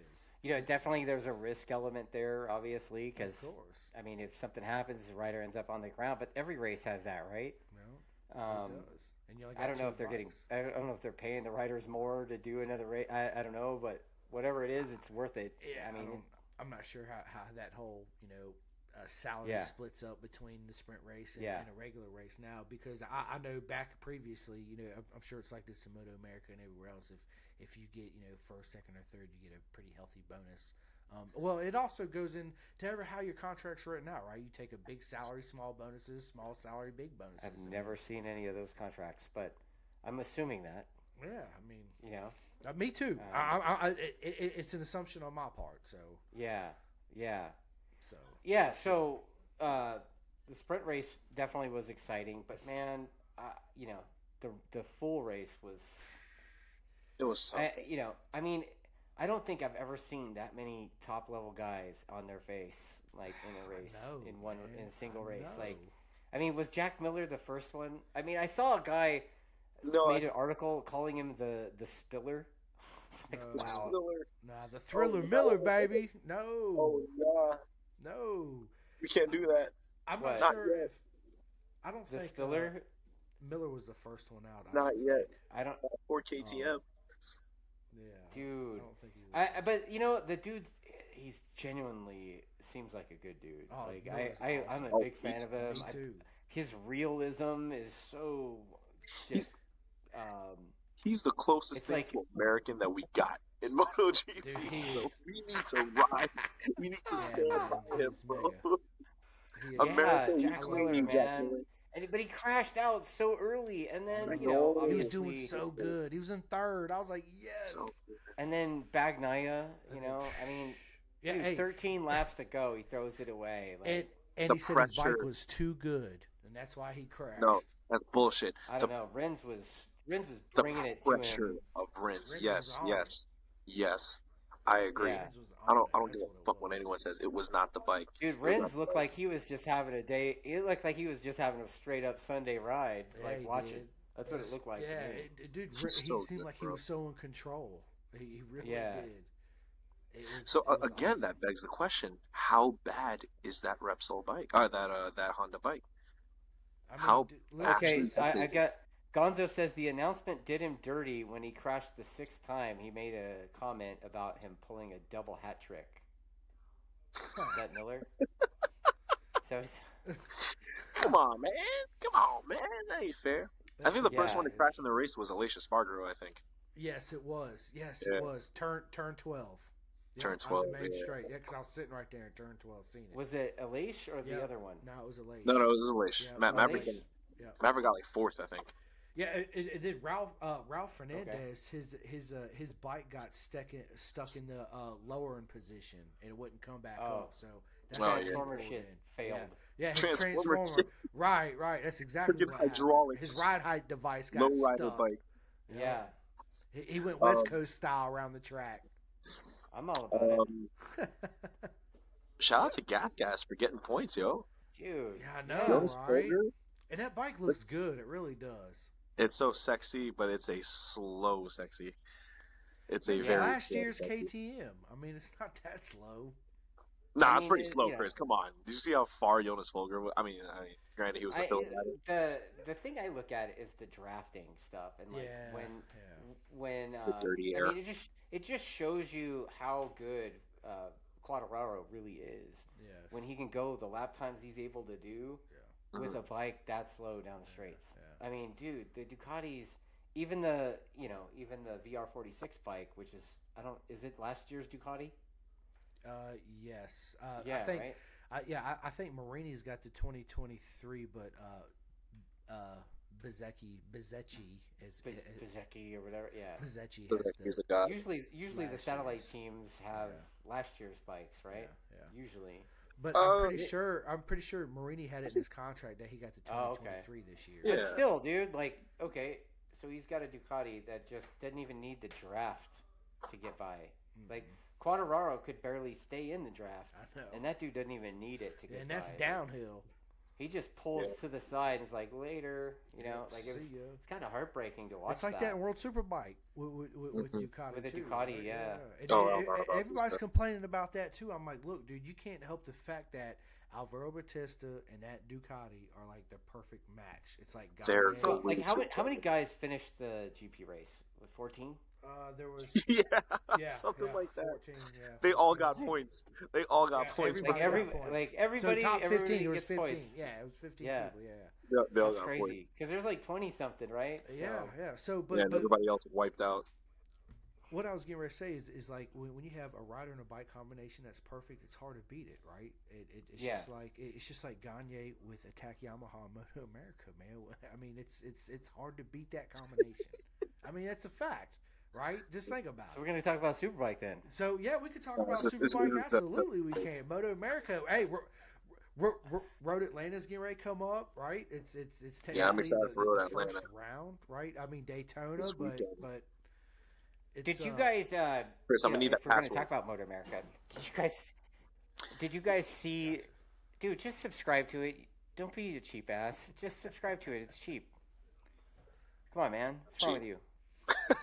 Speaker 1: you know, definitely there's a risk element there, obviously, because,
Speaker 2: Of course.
Speaker 1: I mean, if something happens, the rider ends up on the ground, but every race has that, right?
Speaker 2: No,
Speaker 1: Um,
Speaker 2: it does. And you only
Speaker 1: I
Speaker 2: got
Speaker 1: don't know
Speaker 2: two
Speaker 1: if they're getting,
Speaker 2: bikes.
Speaker 1: I don't I don't know if they're paying the riders more to do another race. I, I don't know, but whatever it is, it's worth it.
Speaker 2: Yeah,
Speaker 1: I mean, it-
Speaker 2: I'm not sure how, how that whole you know uh, salary
Speaker 1: Yeah.
Speaker 2: splits up between the sprint race and,
Speaker 1: Yeah.
Speaker 2: and a regular race now because I, I know back previously you know I'm, I'm sure it's like this in Moto America and everywhere else if if you get you know first second or third you get a pretty healthy bonus. Um, well, it also goes in to ever how your contract's written out, right? You take a big salary, small bonuses, small salary, big bonuses.
Speaker 1: I've
Speaker 2: and-
Speaker 1: never seen any of those contracts, but I'm assuming that,
Speaker 2: Yeah, I mean,
Speaker 1: you know?
Speaker 2: uh, me too.
Speaker 1: Um,
Speaker 2: I, I, I, it, it, it's an assumption on my part, so
Speaker 1: Yeah, yeah.
Speaker 2: so
Speaker 1: Yeah, so uh, the sprint race definitely was exciting, but man, I, you know, the, the full race was,
Speaker 3: It was
Speaker 1: I,
Speaker 3: something.
Speaker 1: you know, I mean, I don't think I've ever seen that many top level guys on their face, like in a
Speaker 2: I
Speaker 1: race,
Speaker 2: know,
Speaker 1: in one,
Speaker 2: man,
Speaker 1: in a single
Speaker 2: I
Speaker 1: race. Like,
Speaker 2: know.
Speaker 1: I mean, was Jack Miller the first one? I mean, I saw a guy
Speaker 3: no,
Speaker 1: made
Speaker 3: I-
Speaker 1: an article calling him the the spiller. It's like,
Speaker 2: No.
Speaker 1: wow.
Speaker 3: Miller.
Speaker 2: Nah, the thriller
Speaker 3: Oh, no.
Speaker 2: Miller, baby. No,
Speaker 3: Oh yeah,
Speaker 2: no.
Speaker 3: we can't do that.
Speaker 2: I'm
Speaker 1: What?
Speaker 2: not
Speaker 3: Not
Speaker 2: sure.
Speaker 3: yet.
Speaker 2: If, I don't
Speaker 1: The
Speaker 2: think uh,
Speaker 1: spiller?
Speaker 2: Miller was the first one out. I
Speaker 3: Not
Speaker 2: don't
Speaker 3: yet.
Speaker 2: think.
Speaker 1: I don't,
Speaker 3: Or KTM.
Speaker 1: Oh.
Speaker 2: Yeah, I
Speaker 1: dude.
Speaker 2: don't think he was.
Speaker 1: I, I- but you know the dude, he's genuinely seems like a good dude.
Speaker 2: Oh,
Speaker 1: like I,
Speaker 2: Miller's
Speaker 1: I, I'm
Speaker 2: awesome.
Speaker 1: a
Speaker 3: Oh,
Speaker 1: big fan
Speaker 3: he's-
Speaker 1: of him.
Speaker 2: Me
Speaker 1: I-
Speaker 2: too.
Speaker 1: his realism is so just, um,
Speaker 3: He's the closest
Speaker 1: It's
Speaker 3: thing
Speaker 1: like-
Speaker 3: to American that we got in MotoGP.
Speaker 2: Dude, he
Speaker 3: so
Speaker 2: is-
Speaker 3: we need to ride. We need to
Speaker 1: Yeah,
Speaker 3: stand
Speaker 2: man,
Speaker 3: by
Speaker 2: he's
Speaker 3: him, bro.
Speaker 2: He is-
Speaker 1: Yeah,
Speaker 3: America, we
Speaker 1: Jack
Speaker 3: claim
Speaker 1: Miller,
Speaker 3: you, Jack
Speaker 1: man.
Speaker 3: Miller.
Speaker 1: and, but he crashed out so early,
Speaker 3: Oh
Speaker 1: and then
Speaker 2: I
Speaker 1: you know,
Speaker 3: know.
Speaker 2: he
Speaker 1: obviously,
Speaker 2: was doing so good. He was in third. I was like, yes.
Speaker 3: So-
Speaker 1: and then Bagnaia, you know, I mean,
Speaker 2: Yeah,
Speaker 1: Dude,
Speaker 2: hey,
Speaker 1: 13 laps to go. He throws it away. Like,
Speaker 2: and, and
Speaker 3: The
Speaker 2: he said his bike
Speaker 3: pressure-
Speaker 2: was too good, and that's why he crashed.
Speaker 3: No, that's bullshit.
Speaker 1: I
Speaker 3: The
Speaker 1: don't know. Renz was Renz was
Speaker 3: the
Speaker 1: bringing it to
Speaker 3: pressure
Speaker 1: him.
Speaker 3: of Rins.
Speaker 2: Rins
Speaker 3: Yes,
Speaker 2: is on.
Speaker 3: yes, yes. I agree.
Speaker 1: Yeah.
Speaker 2: His was
Speaker 3: I
Speaker 2: on
Speaker 3: don't.
Speaker 2: it,
Speaker 3: I don't
Speaker 2: that's
Speaker 3: give
Speaker 2: what
Speaker 3: a
Speaker 2: it
Speaker 3: fuck what
Speaker 2: was.
Speaker 3: anyone says. It was not the bike.
Speaker 1: Dude, Renz looked like he was just having a day. It looked like he was just having a straight up Sunday ride.
Speaker 2: Yeah,
Speaker 1: like
Speaker 2: he
Speaker 1: watch
Speaker 2: did.
Speaker 1: it. That's what it
Speaker 2: Just-
Speaker 1: looked like.
Speaker 2: Yeah,
Speaker 1: to me.
Speaker 2: it- it- dude,
Speaker 3: He's
Speaker 2: re-
Speaker 3: so
Speaker 2: he seemed
Speaker 3: good,
Speaker 2: like he
Speaker 3: bro.
Speaker 2: was so in control. He, he really
Speaker 1: Yeah.
Speaker 2: did. It was-
Speaker 3: So
Speaker 2: it
Speaker 3: uh,
Speaker 2: was
Speaker 3: again,
Speaker 2: awesome.
Speaker 3: that begs the question: How bad is that Repsol bike? Uh, that uh, that Honda bike?
Speaker 2: I mean,
Speaker 3: how
Speaker 2: dude,
Speaker 1: okay,
Speaker 3: Actually,
Speaker 1: so I, I
Speaker 3: amazing.
Speaker 1: got. Gonzo says the announcement did him dirty when he crashed the sixth time. He made a comment about him pulling a double hat trick. Is that Miller? so he's,
Speaker 3: Come on, man! Come on, man! That ain't fair. I think the first
Speaker 1: Yeah,
Speaker 3: one to crash in the race was Alicia Spargo. I think.
Speaker 2: Yes, it was. Yes,
Speaker 3: Yeah.
Speaker 2: it was. Turn turn twelve. Yeah,
Speaker 3: Turn
Speaker 2: on the
Speaker 3: 12,
Speaker 2: main
Speaker 3: yeah.
Speaker 2: straight. Yeah, because I was sitting right there and turn twelve, seeing it.
Speaker 1: was it Elish or the
Speaker 2: Yeah.
Speaker 1: other one?
Speaker 2: no, it was a late.
Speaker 3: No, no, it was Alicia.
Speaker 2: Yeah, oh,
Speaker 3: Ma-
Speaker 2: it was
Speaker 3: Maverick,
Speaker 1: Elish?
Speaker 2: Yeah,
Speaker 3: Maverick got like fourth, I think.
Speaker 2: yeah. It, it, it did. Ralph uh, Ralph Fernandez his his uh, his bike got stuck in, stuck in the uh, lowering position and it wouldn't come back
Speaker 1: Oh.
Speaker 2: up. So that's
Speaker 3: Oh,
Speaker 2: how
Speaker 3: yeah.
Speaker 2: he
Speaker 1: Transformer
Speaker 2: pulled
Speaker 1: shit
Speaker 2: in.
Speaker 1: failed.
Speaker 2: Yeah. Yeah, his
Speaker 3: Transformer
Speaker 2: transformer.
Speaker 3: shit.
Speaker 2: Right, right. That's exactly
Speaker 3: Freaking
Speaker 2: what happened.
Speaker 3: hydraulics.
Speaker 2: His ride height device got
Speaker 3: Low rider
Speaker 2: stuck.
Speaker 3: bike.
Speaker 1: Yeah,
Speaker 2: He, he went West
Speaker 3: Um,
Speaker 2: Coast style around the track.
Speaker 1: I'm all about it,
Speaker 3: Um, shout out to Gas Gas for getting points, yo.
Speaker 1: dude.
Speaker 2: yeah, I
Speaker 1: yeah.
Speaker 2: know,
Speaker 3: Those
Speaker 2: right?
Speaker 3: soldiers,
Speaker 2: And that bike looks good. It really does.
Speaker 3: It's so sexy, but it's a slow sexy. It's a
Speaker 2: It's
Speaker 3: very
Speaker 2: last
Speaker 3: slow
Speaker 2: year's
Speaker 3: sexy.
Speaker 2: KTM. I mean, it's not that slow.
Speaker 3: Nah,
Speaker 1: I
Speaker 3: it's
Speaker 1: mean,
Speaker 3: pretty
Speaker 1: it-
Speaker 3: slow,
Speaker 1: yeah.
Speaker 3: Chris. Come on. Did you see how far Jonas Volger was? I mean, I mean granted, he was a
Speaker 1: I,
Speaker 3: film
Speaker 1: the the thing I look at is the drafting stuff and like
Speaker 2: yeah.
Speaker 1: when
Speaker 2: yeah.
Speaker 1: when uh,
Speaker 3: The dirty
Speaker 1: I
Speaker 3: air.
Speaker 1: mean, it just it just shows you how good uh, Quadraro really is
Speaker 2: Yes.
Speaker 1: when he can go the lap times he's able to do
Speaker 2: Yeah.
Speaker 1: with a
Speaker 3: Mm-hmm.
Speaker 1: bike that slow down the straights.
Speaker 2: Yeah.
Speaker 1: I mean, dude, the Ducatis, even the you know even the VR46 bike, which is I don't is it last year's Ducati?
Speaker 2: Uh, yes. Uh,
Speaker 1: yeah,
Speaker 2: I think.
Speaker 1: right.
Speaker 2: I, yeah, I, I think Marini's got the 2023, but uh, uh, Bezecchi, Bezecchi is,
Speaker 1: Biz-
Speaker 2: is-
Speaker 1: Bizzecchi or whatever. Yeah.
Speaker 2: Bezecchi
Speaker 3: Looks
Speaker 2: has
Speaker 3: like he's
Speaker 2: the,
Speaker 3: a god.
Speaker 1: Usually, usually the
Speaker 2: last
Speaker 1: satellite
Speaker 2: year's.
Speaker 1: teams have last year's bikes, right?
Speaker 2: Yeah, yeah.
Speaker 1: Usually.
Speaker 2: But
Speaker 3: Uh,
Speaker 2: I'm pretty
Speaker 3: it-
Speaker 2: sure I'm pretty sure Marini had it in his contract that he got the
Speaker 1: Oh, okay.
Speaker 2: 2023 this year.
Speaker 1: But
Speaker 3: Yeah.
Speaker 1: still, dude, like, okay, so he's got a Ducati that just doesn't even need the draft to get by.
Speaker 2: Mhm.
Speaker 1: Like, Quadraro could barely stay in the draft,
Speaker 2: I know.
Speaker 1: and that dude doesn't even need it to get
Speaker 2: and that's
Speaker 1: by.
Speaker 2: downhill.
Speaker 1: He just pulls
Speaker 3: Yeah.
Speaker 1: to the side and is like, later, you know,
Speaker 2: Yep,
Speaker 1: like, it was,
Speaker 2: see ya.
Speaker 1: it's kind of heartbreaking to watch
Speaker 2: It's like that, in World Superbike with, with, with, with
Speaker 3: Mhm.
Speaker 2: Ducati.
Speaker 1: With a
Speaker 2: too,
Speaker 1: Ducati,
Speaker 2: right?
Speaker 1: yeah.
Speaker 2: And-
Speaker 3: Oh,
Speaker 2: and-
Speaker 3: Alvaro
Speaker 2: and
Speaker 3: Bautista.
Speaker 2: everybody's complaining about that too. I'm like, look, dude, you can't help the fact that Alvaro Bautista and that Ducati are like the perfect match. It's like God
Speaker 3: They're
Speaker 2: damn,
Speaker 1: So,
Speaker 3: Go
Speaker 1: like,
Speaker 3: win
Speaker 1: how
Speaker 3: some
Speaker 1: many, how many
Speaker 3: trophy.
Speaker 1: guys finished the GP race? With 14?
Speaker 2: uh, there was
Speaker 3: yeah,
Speaker 2: yeah,
Speaker 3: something
Speaker 2: yeah,
Speaker 3: like that.
Speaker 2: 14, yeah,
Speaker 3: They all
Speaker 2: 14.
Speaker 3: got points. They all got
Speaker 2: Yeah,
Speaker 3: points.
Speaker 1: Like,
Speaker 2: Everybody
Speaker 1: every,
Speaker 2: got points.
Speaker 1: like everybody,
Speaker 2: so top 15,
Speaker 1: everybody
Speaker 2: it was
Speaker 1: gets
Speaker 2: 15.
Speaker 1: points.
Speaker 2: Yeah, it was 15
Speaker 1: Yeah.
Speaker 2: people. Yeah.
Speaker 3: They, they all
Speaker 1: That's
Speaker 3: got
Speaker 1: crazy.
Speaker 3: points.
Speaker 1: Because there's like 20 something, right? So-
Speaker 2: Yeah, yeah. So, but,
Speaker 3: yeah, and
Speaker 2: but
Speaker 3: everybody else wiped out.
Speaker 2: what I was getting ready to say is, is like when, when you have a rider and a bike combination that's perfect, it's hard to beat it, right? It, it, it's
Speaker 1: Yeah.
Speaker 2: just like it, it's just like Gagne with Attack Yamaha and Moto America, man. I mean, it's it's it's hard to beat that combination. I mean, that's a fact, right? Just think about
Speaker 1: So we're
Speaker 2: it.
Speaker 1: gonna talk about Superbike then.
Speaker 2: So yeah, we could talk
Speaker 3: Yeah,
Speaker 2: about
Speaker 3: this- this
Speaker 2: Superbike.
Speaker 3: is the-
Speaker 2: Absolutely, we can. Moto America. Hey, we're. we're- we're- Road Atlanta's getting ready to come up, right? It's it's it's
Speaker 3: Yeah, I'm
Speaker 2: technically
Speaker 3: excited
Speaker 2: the-
Speaker 3: for Road
Speaker 2: the first
Speaker 3: Atlanta.
Speaker 2: round, right? I mean Daytona,
Speaker 3: This
Speaker 2: but
Speaker 3: weekend.
Speaker 2: but it's,
Speaker 1: Did you
Speaker 2: uh,
Speaker 1: guys? Uh,
Speaker 3: Chris, I'm
Speaker 1: you know,
Speaker 3: gonna need
Speaker 1: if
Speaker 3: that
Speaker 1: we're gonna
Speaker 3: password.
Speaker 1: talk about Motor America. Did you guys? Did you guys see? Dude, just subscribe to it. Don't be a cheap ass. Just subscribe to it. It's cheap. Come on, man. What's wrong with you?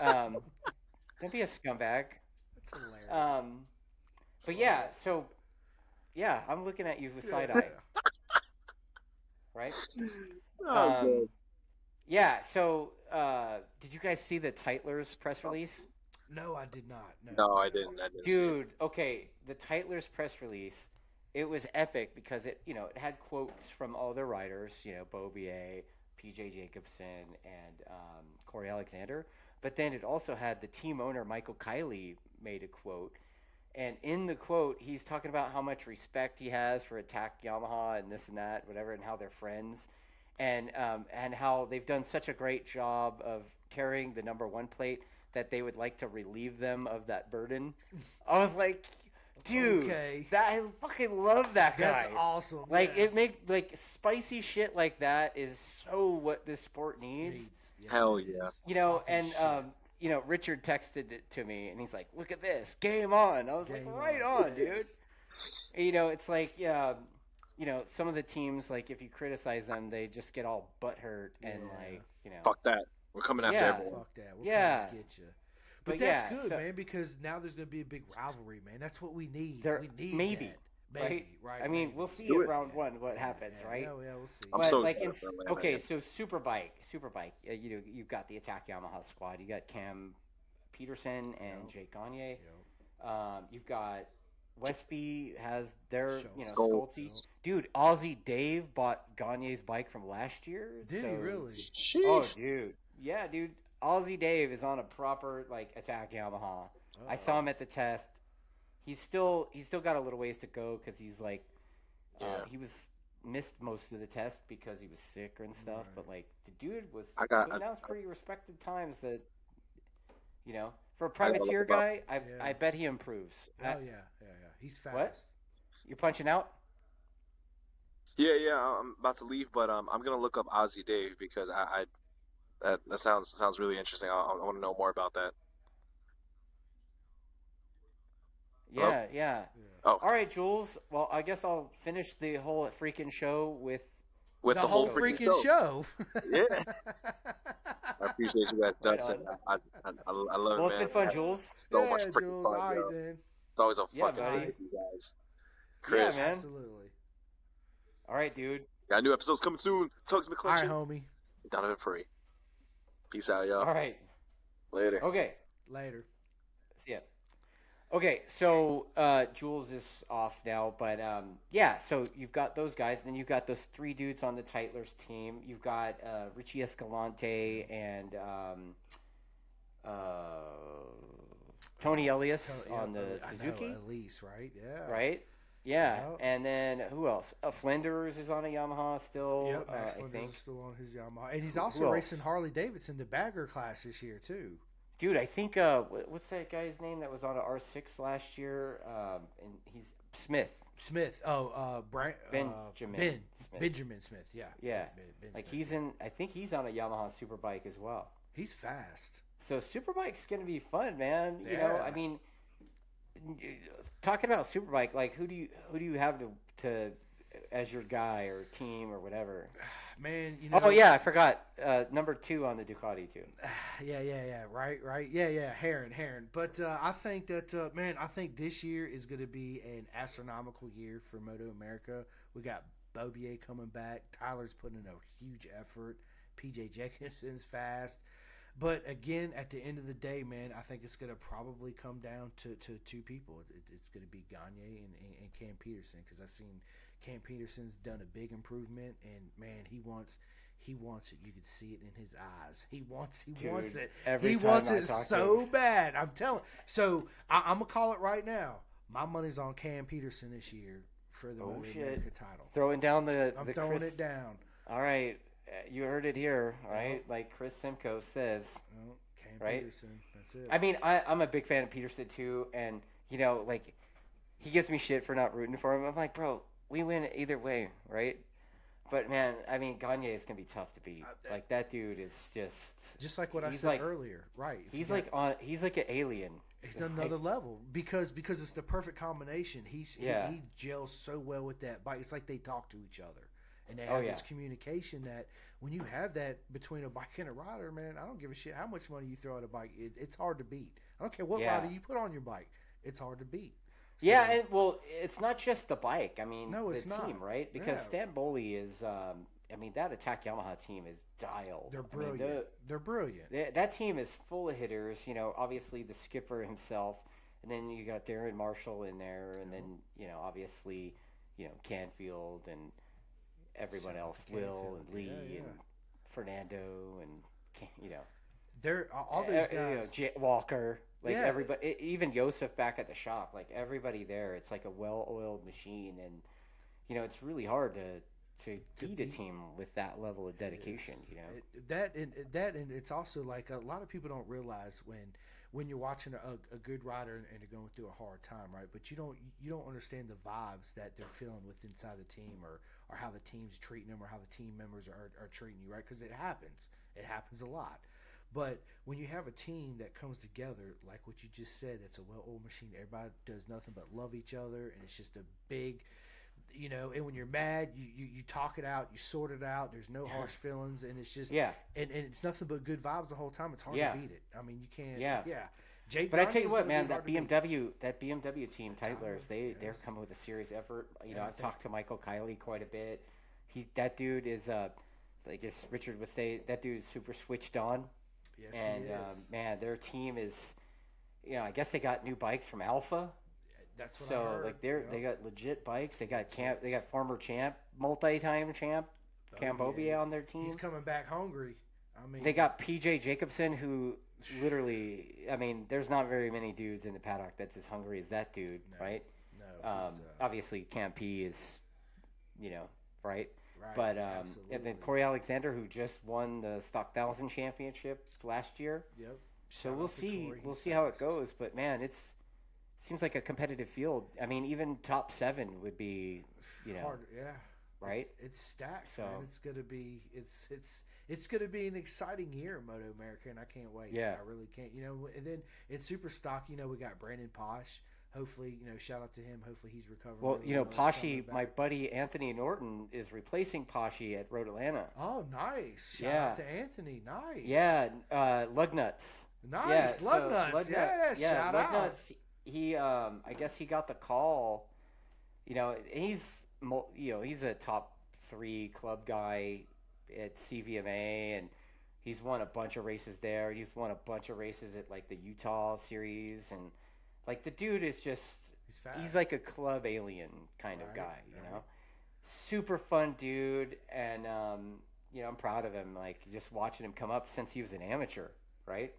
Speaker 1: Um, don't be a scumbag.
Speaker 2: That's hilarious.
Speaker 1: Um, but yeah, so yeah, I'm looking at you with side eye, right?
Speaker 3: Oh,
Speaker 1: Um, yeah. So, uh, did you guys see the Titlers press release?
Speaker 2: No, I did not. No,
Speaker 3: God. no, I didn't. I didn't. see it.
Speaker 1: um, Dude, okay, the Titler's press release, it was epic because it, you know, it had quotes from all the writers, you know, Bobier, PJ Jacobson, and um, Corey Alexander. But then it also had the team owner Michael Kiley made a quote, and in the quote, he's talking about how much respect he has for Attack Yamaha and this and that, whatever, and how they're friends, and um, and how they've done such a great job of carrying the number one plate that they would like to relieve them of that burden. I was like, dude.
Speaker 2: Okay.
Speaker 1: That I fucking love that guy.
Speaker 2: That's awesome.
Speaker 1: Like
Speaker 2: yes.
Speaker 1: it make like spicy shit like that is so what this sport needs.
Speaker 2: Yes,
Speaker 3: Hell
Speaker 2: it
Speaker 3: yeah.
Speaker 2: is.
Speaker 1: You know,
Speaker 2: Talking
Speaker 1: and
Speaker 2: shit.
Speaker 1: um, you know, Richard texted it to me and he's like, Look at this, game on. I was
Speaker 2: Game
Speaker 1: like, Right
Speaker 2: on.
Speaker 1: on, dude. you know, it's like yeah, you know, some of the teams like if you criticize them, they just get all butthurt and
Speaker 2: Yeah.
Speaker 1: like, you know
Speaker 3: Fuck that. We're coming after
Speaker 1: Yeah.
Speaker 3: everyone.
Speaker 2: Fuck that. We're yeah.
Speaker 1: Yeah.
Speaker 2: Gonna get you. But,
Speaker 1: But
Speaker 2: that's
Speaker 1: yeah,
Speaker 2: good,
Speaker 1: so-
Speaker 2: man, because now there's going to be a big rivalry, man. That's what we need.
Speaker 1: There-
Speaker 2: we need
Speaker 1: maybe,
Speaker 2: that. Maybe, right?
Speaker 1: I mean,
Speaker 2: maybe.
Speaker 1: we'll see
Speaker 3: do
Speaker 1: at
Speaker 3: it.
Speaker 1: round one what happens,
Speaker 2: yeah,
Speaker 1: right?
Speaker 2: Yeah, yeah, we'll see.
Speaker 3: I'm
Speaker 1: but
Speaker 3: so
Speaker 1: like,
Speaker 3: excited
Speaker 1: in,
Speaker 3: for Atlanta.
Speaker 1: okay, so Superbike, Superbike, uh, you know, you've got the Attack Yamaha squad. You got Cam Peterson and
Speaker 2: Yep.
Speaker 1: Jake Gagne.
Speaker 2: You know,
Speaker 1: Um, you've got Westby has their, you know,
Speaker 3: Schultz.
Speaker 1: Schulte. Dude, Aussie Dave bought Gagne's bike from last year.
Speaker 2: Did he
Speaker 1: so-
Speaker 2: really?
Speaker 3: Sheesh.
Speaker 1: Oh, dude. Yeah, dude. Aussie Dave is on a proper like Attack Yamaha. I saw him at the test. He's still he's still got a little ways to go because he's like,
Speaker 3: Yeah.
Speaker 1: uh, he was missed most of the test because he was sick and stuff.
Speaker 2: Right.
Speaker 1: But like the dude was
Speaker 3: I got-
Speaker 1: putting
Speaker 3: I-
Speaker 1: down some
Speaker 3: I-
Speaker 1: pretty respected times that, you know, for a
Speaker 3: gotta look
Speaker 1: privateer
Speaker 3: him up.
Speaker 1: guy, I
Speaker 2: Yeah.
Speaker 1: I bet he improves.
Speaker 2: Oh yeah,
Speaker 1: Uh,
Speaker 2: yeah, yeah. He's fast.
Speaker 1: What? You're punching out.
Speaker 3: Oh.
Speaker 1: Oh,
Speaker 3: Yeah, yeah. I- I'm about to leave, but um, I'm gonna look up Ozzy Dave because I, I that, that sounds sounds really interesting. I, I want to know more about that.
Speaker 1: Yeah,
Speaker 3: Hello?
Speaker 1: yeah.
Speaker 2: Yeah.
Speaker 3: Oh,
Speaker 1: All right, Jules. Well, I guess I'll finish the whole freaking show with
Speaker 3: with
Speaker 2: the,
Speaker 3: the
Speaker 2: whole
Speaker 3: whole
Speaker 2: freaking
Speaker 3: show.
Speaker 2: show.
Speaker 3: Yeah. I appreciate you guys,
Speaker 1: Right
Speaker 3: Dustin.
Speaker 1: on.
Speaker 3: I, I, I I love
Speaker 1: Well,
Speaker 3: it,
Speaker 1: it's
Speaker 3: man.
Speaker 1: been fun,
Speaker 3: I-
Speaker 1: Jules.
Speaker 3: So much
Speaker 2: Yeah,
Speaker 3: freaking
Speaker 2: Jules,
Speaker 3: fun,
Speaker 2: all right,
Speaker 3: yo.
Speaker 2: then.
Speaker 3: It's always a
Speaker 1: Yeah,
Speaker 3: fun time
Speaker 1: buddy.
Speaker 3: with you guys. Chris,
Speaker 1: man.
Speaker 2: Absolutely.
Speaker 1: All right, dude.
Speaker 3: got new episodes coming soon. Tugs
Speaker 2: All right,
Speaker 3: McClinton,
Speaker 2: homie.
Speaker 3: Donovan Free. Peace out, y'all.
Speaker 1: All right.
Speaker 3: Later.
Speaker 1: Okay.
Speaker 2: Later.
Speaker 1: See ya. Okay, so uh, Jules is off now, but um, yeah, so you've got those guys, and then you've got those three dudes on the Titler's team. You've got uh, Richie Escalante and um, uh, Tony Elias
Speaker 2: Tell- yeah,
Speaker 1: on the
Speaker 2: I know,
Speaker 1: Suzuki,
Speaker 2: Elise, right? Yeah.
Speaker 1: right? Yeah,
Speaker 2: Yeah.
Speaker 1: and then who else? Uh, Flinders is on a Yamaha still,
Speaker 2: Yep,
Speaker 1: uh,
Speaker 2: Max
Speaker 1: I
Speaker 2: Flinders
Speaker 1: think.
Speaker 2: is still on his Yamaha, and he's
Speaker 1: Who
Speaker 2: also
Speaker 1: else?
Speaker 2: racing Harley Davidson the bagger class this year too.
Speaker 1: Dude, I think uh, wh- what's that guy's name that was on a R six last year? Um, and he's Smith.
Speaker 2: Smith, oh, uh, Bran- uh,
Speaker 1: Benjamin
Speaker 2: ben,
Speaker 1: Smith.
Speaker 2: Benjamin Smith, yeah,
Speaker 1: Yeah.
Speaker 2: Ben, Ben
Speaker 1: Like
Speaker 2: Smith.
Speaker 1: he's in, I think he's on a Yamaha Superbike as well.
Speaker 2: he's fast.
Speaker 1: So Superbike's gonna be fun, man. You know,
Speaker 2: Yeah.
Speaker 1: I mean, talking about Superbike, like who do you who do you have to to as your guy or team or whatever?
Speaker 2: Man, you know.
Speaker 1: oh yeah, I forgot uh, number two on the Ducati too.
Speaker 2: yeah, yeah, yeah. Right, right. Yeah, yeah. Heron, Heron. But uh, I think that uh, man, I think this year is going to be an astronomical year for Moto America. We got Bobier coming back. Tyler's putting in a huge effort. PJ Jenkinson's fast. But again, at the end of the day, man, I think it's going to probably come down to, to two people. It, it- it's going to be Gagne and, and, and Cam Peterson because I've seen Cam Peterson's done a big improvement, and man, he wants he wants it. You can see it in his eyes. He wants he wants
Speaker 1: Dude,
Speaker 2: it.
Speaker 1: every
Speaker 2: he
Speaker 1: time
Speaker 2: wants
Speaker 1: I
Speaker 2: it
Speaker 1: talk to
Speaker 2: so
Speaker 1: him.
Speaker 2: bad. I'm telling. So I, I'm gonna call it right now. My money's on Cam Peterson this year for the
Speaker 1: Oh,
Speaker 2: Moto
Speaker 1: shit.
Speaker 2: America title.
Speaker 1: Throwing down the
Speaker 2: I'm
Speaker 1: the
Speaker 2: throwing
Speaker 1: Chris.
Speaker 2: it down.
Speaker 1: All right, uh, you heard it here, all right?
Speaker 2: Yep.
Speaker 1: Like Chris Simcoe says.
Speaker 2: Well, Oh, Cam
Speaker 1: Right.
Speaker 2: Peterson. That's it.
Speaker 1: I mean, I, I'm a big fan of Peterson too, and you know, like he gives me shit for not rooting for him. I'm like, bro, we win either way, right? But man, I mean, Gagne is gonna be tough to beat.
Speaker 2: Uh,
Speaker 1: Like that dude is just,
Speaker 2: just like what I
Speaker 1: he's
Speaker 2: said
Speaker 1: like-
Speaker 2: earlier, right? If you
Speaker 1: he's
Speaker 2: got-
Speaker 1: like on, he's like an alien.
Speaker 2: He's
Speaker 1: It's
Speaker 2: on another level because because it's the perfect combination. He's
Speaker 1: Yeah.
Speaker 2: he, he gels so well with that bike. It's like they talk to each other and they
Speaker 1: Oh,
Speaker 2: have this
Speaker 1: yeah.
Speaker 2: communication that when you have that between a bike and a rider, man, I don't give a shit how much money you throw at a bike. It, it's hard to beat. I don't care what
Speaker 1: Yeah.
Speaker 2: rider you put on your bike. It's hard to beat.
Speaker 1: Yeah,
Speaker 2: So-
Speaker 1: and well, it's not just the bike. I mean,
Speaker 2: No,
Speaker 1: the
Speaker 2: it's not.
Speaker 1: team, right? Because
Speaker 2: Yeah.
Speaker 1: Stan Bowley is, um, I mean, that Attack Yamaha team is dialed.
Speaker 2: they're
Speaker 1: I mean,
Speaker 2: brilliant.
Speaker 1: the-
Speaker 2: they're brilliant.
Speaker 1: Th- that team is full of hitters. You know, obviously the skipper himself, and then you got Darren Marshall in there, and then you know, obviously, you know Canfield and everyone
Speaker 2: Seth
Speaker 1: else, Will
Speaker 2: Canfield,
Speaker 1: and Lee
Speaker 2: yeah, yeah.
Speaker 1: and Fernando and Can- you know,
Speaker 2: They're all
Speaker 1: e-
Speaker 2: those
Speaker 1: e- you know,
Speaker 2: guys.
Speaker 1: J- Walker, like
Speaker 2: Yeah.
Speaker 1: everybody, e- even Joseph back at the shop, like everybody there. It's like a well-oiled machine, and you know, it's really hard to. To,
Speaker 2: To
Speaker 1: beat a
Speaker 2: beat-
Speaker 1: team with that level of dedication, you know.
Speaker 2: It- that and that and it's also like a lot of people don't realize when when you're watching a, a good rider and they're going through a hard time, right? But you don't you don't understand the vibes that they're feeling with inside the team, or or how the team's treating them, or how the team members are, are treating you, right? Because it happens. It happens a lot. But when you have a team that comes together, like what you just said, that's a well-oiled machine. Everybody does nothing but love each other, and it's just a big, you know. And when you're mad, you you, you talk it out, you sort it out. There's no
Speaker 1: Yeah.
Speaker 2: harsh feelings, and it's just
Speaker 1: Yeah,
Speaker 2: and, and it's nothing but good vibes the whole time. It's hard
Speaker 1: Yeah.
Speaker 2: to beat it. I mean, you can't.
Speaker 1: Yeah.
Speaker 2: yeah. Jake,
Speaker 1: but I tell
Speaker 2: Gandhi's
Speaker 1: you
Speaker 2: gonna
Speaker 1: what,
Speaker 2: be
Speaker 1: man,
Speaker 2: hard
Speaker 1: that
Speaker 2: to beat.
Speaker 1: BMW, that BMW team,
Speaker 2: Tyler's,
Speaker 1: Titlers, they they're
Speaker 2: yes.
Speaker 1: coming with a serious effort. You know,
Speaker 2: And I
Speaker 1: I've
Speaker 2: think-
Speaker 1: talked to Michael Kiley quite a bit. He that dude is uh, I guess Richard would say that dude's super switched on.
Speaker 2: Yes, he
Speaker 1: and
Speaker 2: is.
Speaker 1: um, man, their team is, you know, I guess they got new bikes from Alpha.
Speaker 2: that's what I
Speaker 1: So
Speaker 2: heard,
Speaker 1: like they're
Speaker 2: yeah.
Speaker 1: they got legit bikes. They got camp. They
Speaker 2: Legit.
Speaker 1: got former champ, multi-time champ,
Speaker 2: Oh,
Speaker 1: Cambodia
Speaker 2: yeah.
Speaker 1: on their team.
Speaker 2: He's coming back hungry. I mean,
Speaker 1: They got PJ Jacobson, who literally, I mean, there's not very many dudes in the paddock that's as hungry as that dude,
Speaker 2: No,
Speaker 1: right?
Speaker 2: no,
Speaker 1: Um,
Speaker 2: he's, uh,
Speaker 1: obviously, Camp P is, you know, right.
Speaker 2: right,
Speaker 1: But um, and
Speaker 2: absolutely.
Speaker 1: then Corey Alexander, who just won the Stock Thousand Championship last year.
Speaker 2: Yep.
Speaker 1: So
Speaker 2: Shout
Speaker 1: we'll
Speaker 2: out to
Speaker 1: see.
Speaker 2: Corey,
Speaker 1: We'll
Speaker 2: he's
Speaker 1: see how it
Speaker 2: fast.
Speaker 1: goes. But man, it's seems like a competitive field. I mean, even top seven would be, you know,
Speaker 2: Hard- yeah.
Speaker 1: right?
Speaker 2: It's, it's stacked, man.
Speaker 1: So-
Speaker 2: It's gonna be it's it's it's gonna be an exciting year in Moto America, and I can't wait.
Speaker 1: Yeah.
Speaker 2: I really can't. You know, and then in Super Stock, you know, we got Brandon Posh. Hopefully, you know, shout out to him. Hopefully, he's recovering.
Speaker 1: Well,
Speaker 2: really
Speaker 1: you know,
Speaker 2: well. He's coming
Speaker 1: Pashi,
Speaker 2: back.
Speaker 1: my buddy Anthony Norton is replacing Pashi at Road Atlanta.
Speaker 2: Oh, nice! Shout
Speaker 1: Yeah.
Speaker 2: out to Anthony. Nice.
Speaker 1: Yeah, uh, Lugnuts.
Speaker 2: Nice.
Speaker 1: so
Speaker 2: Love nuts.
Speaker 1: Lugnut-
Speaker 2: yeah. Shout out.
Speaker 1: Lugnuts, He, um, I guess he got the call. You know, he's mul- you know he's a top three club guy at CVMA, and he's won a bunch of races there. He's won a bunch of races at like the Utah Series, and like the dude is just
Speaker 2: He's fast.
Speaker 1: he's like a club alien kind of
Speaker 2: Right,
Speaker 1: guy, you
Speaker 2: right.
Speaker 1: know. Super fun dude, and um, you know I'm proud of him. Like just watching him come up since he was an amateur, right?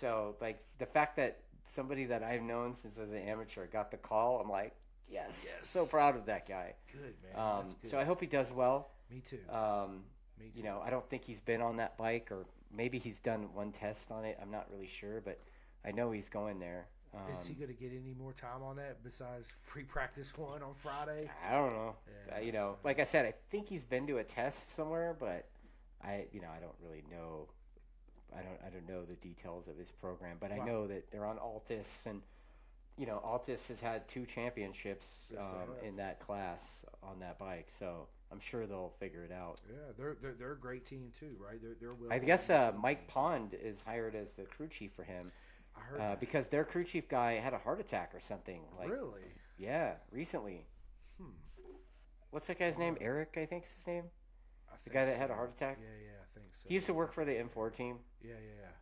Speaker 1: So like the fact that somebody that I've known since I was an amateur got the call, I'm like, yes,
Speaker 2: Yes.
Speaker 1: so proud of that guy.
Speaker 2: good man.
Speaker 1: Um,
Speaker 2: That's good.
Speaker 1: so I hope he does well.
Speaker 2: Me too.
Speaker 1: Um,
Speaker 2: Me too.
Speaker 1: you know, I don't think he's been on that bike, or maybe he's done one test on it. I'm not really sure, but I know he's going there. Um,
Speaker 2: Is he going to get any more time on that besides free practice one on Friday?
Speaker 1: I don't know.
Speaker 2: Yeah.
Speaker 1: Uh, you know, like I said, I think he's been to a test somewhere, but I, you know, I don't really know. I don't, I don't know the details of his program, but
Speaker 2: Wow.
Speaker 1: I know that they're on Altus, and you know, Altus has had two championships
Speaker 2: Yes, they
Speaker 1: um,
Speaker 2: have.
Speaker 1: in that class on that bike, so I'm sure they'll figure it out.
Speaker 2: Yeah, they're they're, they're a great team too, right? They're they're well.
Speaker 1: I guess uh, Mike Pond is hired as the crew chief for him
Speaker 2: I
Speaker 1: uh,
Speaker 2: heard that.
Speaker 1: because their crew chief guy had a heart attack or something. Like,
Speaker 2: really.
Speaker 1: yeah, recently.
Speaker 2: Hmm.
Speaker 1: What's that guy's name? Eric, I think is his name.
Speaker 2: I
Speaker 1: The
Speaker 2: think
Speaker 1: guy that had
Speaker 2: so.
Speaker 1: a heart attack.
Speaker 2: Yeah, yeah, I think so.
Speaker 1: He used to work for the M4 team.
Speaker 2: Yeah, yeah,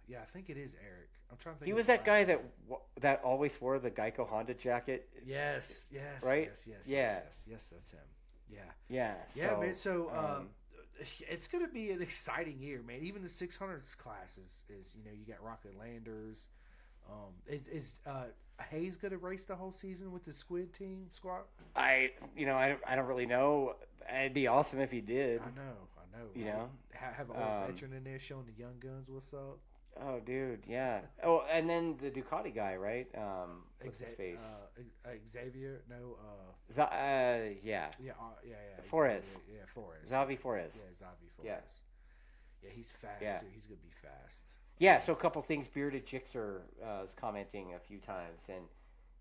Speaker 2: yeah. Yeah, I think it is Eric. I'm trying to think.
Speaker 1: He
Speaker 2: of
Speaker 1: was
Speaker 2: his
Speaker 1: that
Speaker 2: last
Speaker 1: guy
Speaker 2: name.
Speaker 1: that w- that always wore the Geico Honda jacket.
Speaker 2: Yes, yes,
Speaker 1: Right?
Speaker 2: Yes, yes,
Speaker 1: Yeah.
Speaker 2: yes, yes, yes, that's him. Yeah,
Speaker 1: Yeah.
Speaker 2: yeah,
Speaker 1: so,
Speaker 2: man. So um,
Speaker 1: um,
Speaker 2: it's gonna be an exciting year, man. Even the 600s class is, is you know you got Rocket Landers. Um, is, is uh, Hayes gonna race the whole season with the Squid Team squad?
Speaker 1: I you know I don't, I don't really know. It'd be awesome if he did.
Speaker 2: I know, I know.
Speaker 1: You
Speaker 2: right?
Speaker 1: know?
Speaker 2: Ha- have an old
Speaker 1: Um,
Speaker 2: veteran in there showing the young guns what's up.
Speaker 1: Oh, dude, yeah. Oh, and then the Ducati guy, right? Um, what's his
Speaker 2: Exa-
Speaker 1: face?
Speaker 2: uh, Ex- Xavier? No, uh,
Speaker 1: Z- uh, yeah,
Speaker 2: yeah, uh, yeah, yeah.
Speaker 1: Flores.
Speaker 2: Xavier, Yeah, Forrest.
Speaker 1: Zavi Flores.
Speaker 2: Yeah, Zavi Flores.
Speaker 1: Yeah.
Speaker 2: Yeah, he's fast
Speaker 1: Yeah.
Speaker 2: too. He's gonna be fast.
Speaker 1: Yeah, so a couple things. Bearded Jixer uh, is commenting a few times, and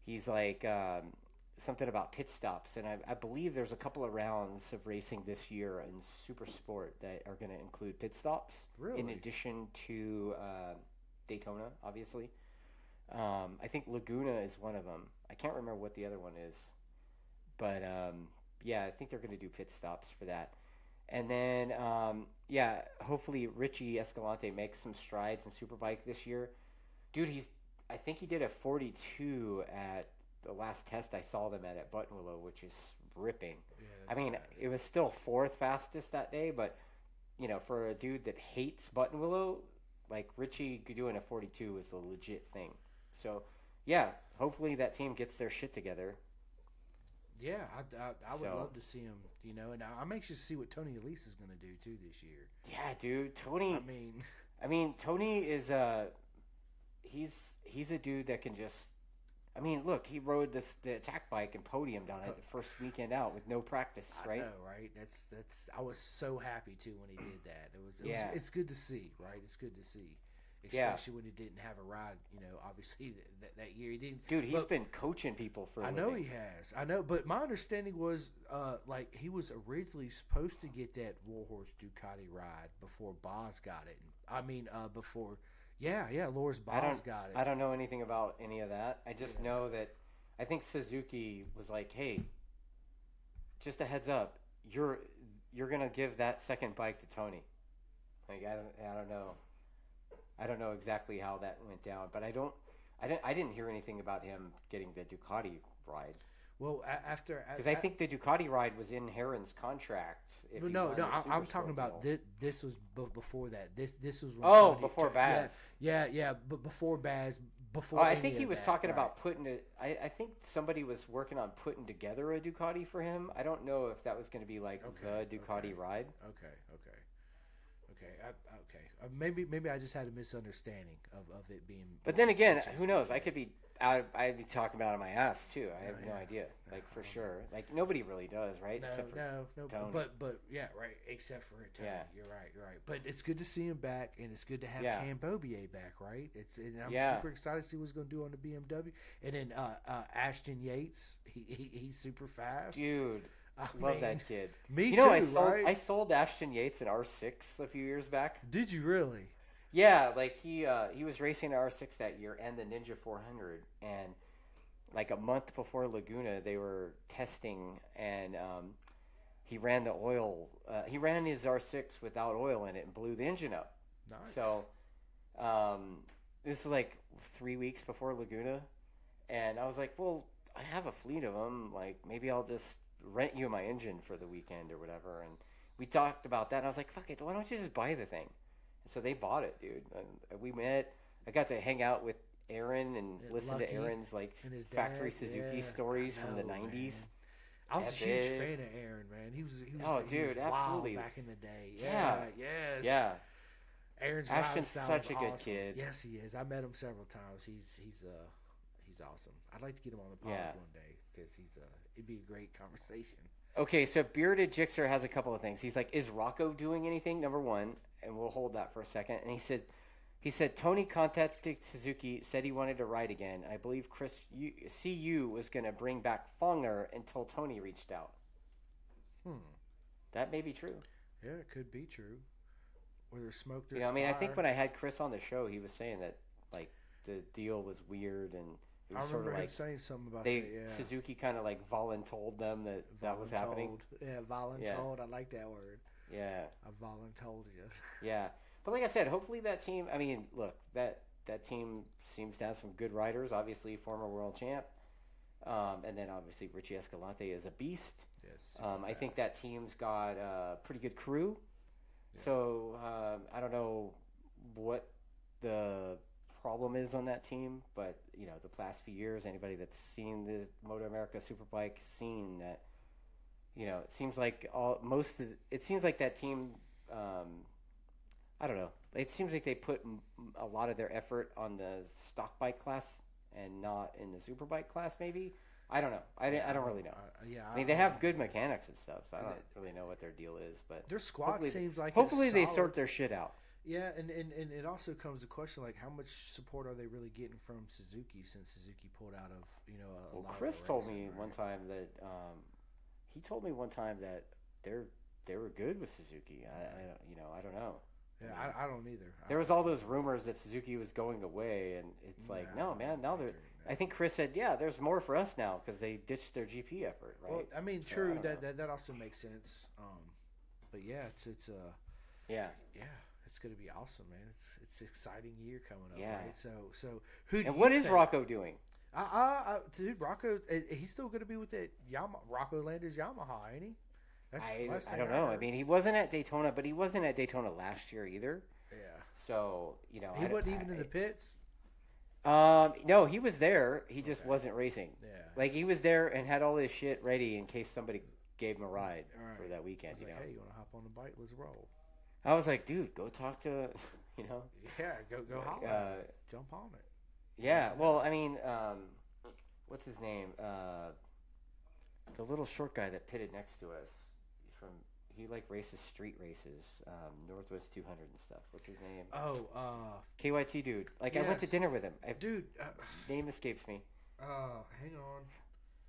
Speaker 1: he's like um, something about pit stops, and I, I believe there's a couple of rounds of racing this year in Super Sport that are going to include pit stops, in
Speaker 2: Really?
Speaker 1: addition to uh, Daytona, obviously. Um, I think Laguna is one of them. I can't remember what the other one is, but um, yeah, I think they're going to do pit stops for that. And then, um, yeah, hopefully Richie Escalante makes some strides in Superbike this year. Dude, he's, I think he did a 42 at the last test I saw them at at Buttonwillow, which is ripping.
Speaker 2: Yeah,
Speaker 1: I
Speaker 2: that's
Speaker 1: mean,
Speaker 2: fast.
Speaker 1: it was still fourth fastest that day, but, you know, for a dude that hates Buttonwillow, like Richie doing a 42 is the legit thing. So, yeah, hopefully that team gets their shit together.
Speaker 2: yeah, I, I, I would
Speaker 1: So-
Speaker 2: love to see him. You know, and I, I'm anxious to see what Tony Elise is gonna do too this year.
Speaker 1: Yeah, dude, Tony.
Speaker 2: I mean,
Speaker 1: I mean, Tony is uh he's he's a dude that can just. I mean, look, he rode this the attack bike and podiumed on it the first weekend out with no practice,
Speaker 2: Uh, I
Speaker 1: right?
Speaker 2: know, right? That's that's. I was so happy too when he did that. It was, it
Speaker 1: Yeah.
Speaker 2: was it's good to see, right? It's good to see,
Speaker 1: Yeah.
Speaker 2: especially when he didn't have a ride. You know, obviously that, that year he didn't.
Speaker 1: Dude, he's
Speaker 2: Look,
Speaker 1: been coaching people for. I
Speaker 2: I know he has. I know, but my understanding was, uh, like he was originally supposed to get that Warhorse Ducati ride before Boz got it. I mean, uh, before, yeah, yeah, Loris
Speaker 1: I
Speaker 2: Boz got it.
Speaker 1: I don't know anything about any of that. I just
Speaker 2: Yeah.
Speaker 1: know that I think Suzuki was like, "Hey, just a heads up, you're you're gonna give that second bike to Tony." Like I don't, I don't know, I don't know exactly how that went down, but I don't, I didn't, I didn't hear anything about him getting the Ducati ride
Speaker 2: well, a- after
Speaker 1: because I, think the Ducati ride was in Heron's contract. if
Speaker 2: Well,
Speaker 1: he
Speaker 2: no,
Speaker 1: won
Speaker 2: no,
Speaker 1: the
Speaker 2: I,
Speaker 1: Super
Speaker 2: I'm talking
Speaker 1: Sport medal.
Speaker 2: about this. This was b- before that. This this was when
Speaker 1: Oh,
Speaker 2: Tony
Speaker 1: before
Speaker 2: took- yeah,
Speaker 1: Baz.
Speaker 2: Yeah, yeah, but before Baz, before
Speaker 1: Oh, I
Speaker 2: any
Speaker 1: think he
Speaker 2: of
Speaker 1: was
Speaker 2: that,
Speaker 1: talking
Speaker 2: right.
Speaker 1: about putting it. I, I think somebody was working on putting together a Ducati for him. I don't know if that was going to be like
Speaker 2: Okay,
Speaker 1: the Ducati
Speaker 2: okay.
Speaker 1: ride.
Speaker 2: Okay, okay, okay, I, okay. Uh, maybe maybe I just had a misunderstanding of, of it being.
Speaker 1: But then again,
Speaker 2: Chase
Speaker 1: who knows? I
Speaker 2: Boucher.
Speaker 1: could be out. I'd be talking about it on my ass too. I have
Speaker 2: Oh,
Speaker 1: no
Speaker 2: yeah.
Speaker 1: idea. Like
Speaker 2: I
Speaker 1: for
Speaker 2: don't know.
Speaker 1: sure. Like nobody really does, right?
Speaker 2: No,
Speaker 1: Except for
Speaker 2: no, no.
Speaker 1: Tony.
Speaker 2: But but yeah, right. Except for Tony,
Speaker 1: Yeah.
Speaker 2: you're right, you're right. But it's good to see him back, and it's good to have
Speaker 1: Yeah.
Speaker 2: Cam Bobier back, right? It's and I'm
Speaker 1: Yeah.
Speaker 2: super excited to see what's going to do on the BMW. And then uh, uh, Ashton Yates, he, he he's super fast.
Speaker 1: dude,
Speaker 2: I
Speaker 1: love
Speaker 2: mean,
Speaker 1: that kid.
Speaker 2: Me
Speaker 1: you know,
Speaker 2: too,
Speaker 1: I sold
Speaker 2: right?
Speaker 1: I sold Ashton Yates an R6 a few years back.
Speaker 2: Did you really?
Speaker 1: Yeah, like he uh, he was racing an R6 that year and the Ninja 400, and like a month before Laguna, they were testing, and um, he ran the oil. Uh, he ran his R6 without oil in it and blew the engine up.
Speaker 2: Nice.
Speaker 1: So um, this is like three weeks before Laguna, and I was like, well, I have a fleet of them. Like maybe I'll just rent you my engine for the weekend or whatever. And we talked about that. And I was like, fuck it, why don't you just buy the thing? And so they bought it, dude. And we met. I got to hang out with Aaron and
Speaker 2: Yeah,
Speaker 1: listen to
Speaker 2: Lucky
Speaker 1: Aaron's like
Speaker 2: and his
Speaker 1: factory
Speaker 2: dad,
Speaker 1: Suzuki
Speaker 2: yeah.
Speaker 1: stories
Speaker 2: I
Speaker 1: from the
Speaker 2: know, man.
Speaker 1: '90s.
Speaker 2: I was a huge
Speaker 1: Epic.
Speaker 2: fan of Aaron, man. He was, he was
Speaker 1: Oh,
Speaker 2: he was
Speaker 1: dude,
Speaker 2: wild
Speaker 1: absolutely.
Speaker 2: back in the day. Yeah,
Speaker 1: Yeah.
Speaker 2: yes,
Speaker 1: Yeah,
Speaker 2: Aaron's
Speaker 1: Ashton's
Speaker 2: riding style is
Speaker 1: such a good
Speaker 2: awesome.
Speaker 1: kid.
Speaker 2: Yes, he is. I met him several times. He's he's uh he's awesome. I'd like to get him on the pod
Speaker 1: Yeah.
Speaker 2: one day because he's uh it'd be a great conversation.
Speaker 1: Okay, so Bearded Jixer has a couple of things. He's like, "Is Rocco doing anything?" Number one, and we'll hold that for a second. And he said, "He said Tony contacted Suzuki, said he wanted to ride again. I believe Chris U- CU was going to bring back Fonger until Tony reached out.
Speaker 2: Hmm.
Speaker 1: That may be true.
Speaker 2: Yeah, it could be true. Where there's smoke,
Speaker 1: You
Speaker 2: there's
Speaker 1: know, I mean, I think
Speaker 2: fire.
Speaker 1: when I had Chris on the show, he was saying that like the deal was weird and it
Speaker 2: I
Speaker 1: was sort
Speaker 2: remember
Speaker 1: of
Speaker 2: him
Speaker 1: like
Speaker 2: saying something about
Speaker 1: they
Speaker 2: that. Yeah.
Speaker 1: Suzuki kind of like voluntold them that that was happening.
Speaker 2: Voluntold. Yeah, voluntold. I like that word.
Speaker 1: Yeah.
Speaker 2: I voluntold you.
Speaker 1: Yeah, but like I said, hopefully that team. I mean, look that that team seems to have some good riders. Obviously, former world champ, um, and then obviously Richie Escalante is a beast.
Speaker 2: Yes.
Speaker 1: Um, I think that team's got a pretty good crew.
Speaker 2: Yeah.
Speaker 1: So um, I don't know what the problem is on that team, but you know, the last few years, anybody that's seen the Moto America Superbike seen that, you know, it seems like all most of it seems like that team. Um, I don't know. It seems like they put m- m- a lot of their effort on the stock bike class and not in the superbike class. Maybe I don't know. I, di- I don't really know.
Speaker 2: I- yeah,
Speaker 1: I mean, they have good mechanics and stuff, so I
Speaker 2: And
Speaker 1: don't
Speaker 2: they-
Speaker 1: really know what their deal is, but
Speaker 2: Their squad
Speaker 1: Hopefully-
Speaker 2: seems like it's
Speaker 1: hopefully they
Speaker 2: solid.
Speaker 1: sort their shit out.
Speaker 2: Yeah, and, and, and it also comes to question like how much support are they really getting from Suzuki since Suzuki pulled out of you know a, a
Speaker 1: Well,
Speaker 2: lot of
Speaker 1: Chris
Speaker 2: the
Speaker 1: told
Speaker 2: racing,
Speaker 1: me
Speaker 2: right?
Speaker 1: one time that um, he told me one time that they're they were good with Suzuki. I, I don't- you know I don't know.
Speaker 2: Yeah, I, I don't either. I
Speaker 1: There
Speaker 2: don't
Speaker 1: was all those rumors that Suzuki was going away, and it's
Speaker 2: know.
Speaker 1: like no man. Now they're.
Speaker 2: doing
Speaker 1: I
Speaker 2: that.
Speaker 1: think Chris said yeah. There's more for us now because they ditched their GP effort, right?
Speaker 2: Well, I mean,
Speaker 1: So, I
Speaker 2: true.
Speaker 1: don't know.
Speaker 2: that, that that also makes sense. Um, but yeah, it's it's uh
Speaker 1: yeah.
Speaker 2: yeah, it's gonna be awesome, man. It's it's an exciting year coming up.
Speaker 1: Yeah.
Speaker 2: Right? So so who do
Speaker 1: And
Speaker 2: you
Speaker 1: what is
Speaker 2: think?
Speaker 1: Rocco doing?
Speaker 2: I, I, I, dude, Rocco, eh, he's still gonna be with that Yama Rocco Landers Yamaha, ain't he? That's the
Speaker 1: I,
Speaker 2: last
Speaker 1: I
Speaker 2: thing
Speaker 1: don't know. I
Speaker 2: heard.
Speaker 1: mean, he wasn't at Daytona, but he wasn't at Daytona last year either.
Speaker 2: yeah,
Speaker 1: So you know,
Speaker 2: he
Speaker 1: I-
Speaker 2: wasn't
Speaker 1: I-
Speaker 2: even in the pits.
Speaker 1: Um, no, he was there. He just
Speaker 2: Okay.
Speaker 1: wasn't racing.
Speaker 2: Yeah,
Speaker 1: Like he was there and had all his shit ready in case somebody gave him a ride for
Speaker 2: Alright.
Speaker 1: that
Speaker 2: I
Speaker 1: weekend.
Speaker 2: was
Speaker 1: You
Speaker 2: like,
Speaker 1: know,
Speaker 2: hey, you want to hop on the bike? Let's roll.
Speaker 1: I was like, dude, go talk to, you know,
Speaker 2: Yeah, go go holler.
Speaker 1: uh,
Speaker 2: Jump on it.
Speaker 1: Yeah, well, I mean, um, what's his name? Uh, the little short guy that pitted next to us from he like races street races, um, Northwest 200 and stuff. What's his name?
Speaker 2: Oh, uh,
Speaker 1: KYT dude. Like I went to
Speaker 2: Yes.
Speaker 1: dinner with him. I,
Speaker 2: dude. Uh,
Speaker 1: name escapes me.
Speaker 2: uh, hang on.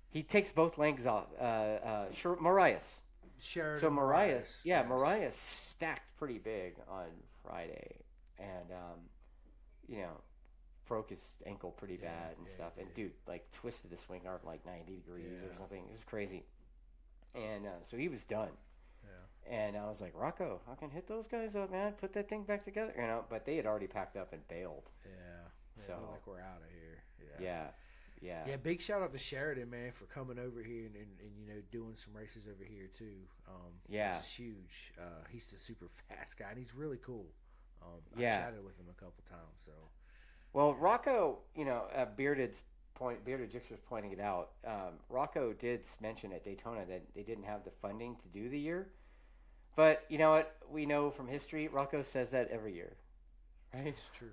Speaker 1: He takes both legs off. Uh, uh, Shur- Marias.
Speaker 2: Sheridan.
Speaker 1: So Marias,
Speaker 2: Morales,
Speaker 1: yeah,
Speaker 2: yes.
Speaker 1: Marias stacked pretty big on Friday, and um, you know, broke his ankle pretty
Speaker 2: Yeah,
Speaker 1: bad and
Speaker 2: yeah,
Speaker 1: stuff. And
Speaker 2: yeah.
Speaker 1: dude, like twisted the swing arm like ninety degrees or
Speaker 2: Yeah.
Speaker 1: something. It was crazy, and uh, so he was done.
Speaker 2: Yeah.
Speaker 1: And I was like, Rocco, I can hit those guys up, man. Put that thing back together, you know. But they had already packed up and bailed.
Speaker 2: Yeah. yeah
Speaker 1: So-
Speaker 2: look like we're out of here. Yeah.
Speaker 1: Yeah, yeah,
Speaker 2: Yeah. Big shout out to Sheridan, man, for coming over here and, and, and you know doing some races over here too. Um,
Speaker 1: Yeah.
Speaker 2: It's huge. Uh, he's a super fast guy, and he's really cool. Um,
Speaker 1: Yeah.
Speaker 2: I chatted with him a couple times, so
Speaker 1: Well, Rocco, you know, uh, Bearded's point, Bearded Jixer's pointing it out. Um, Rocco did s- mention at Daytona that they didn't have the funding to do the year, but you know what? We know from history, Rocco says that every year. Right?
Speaker 2: it's true.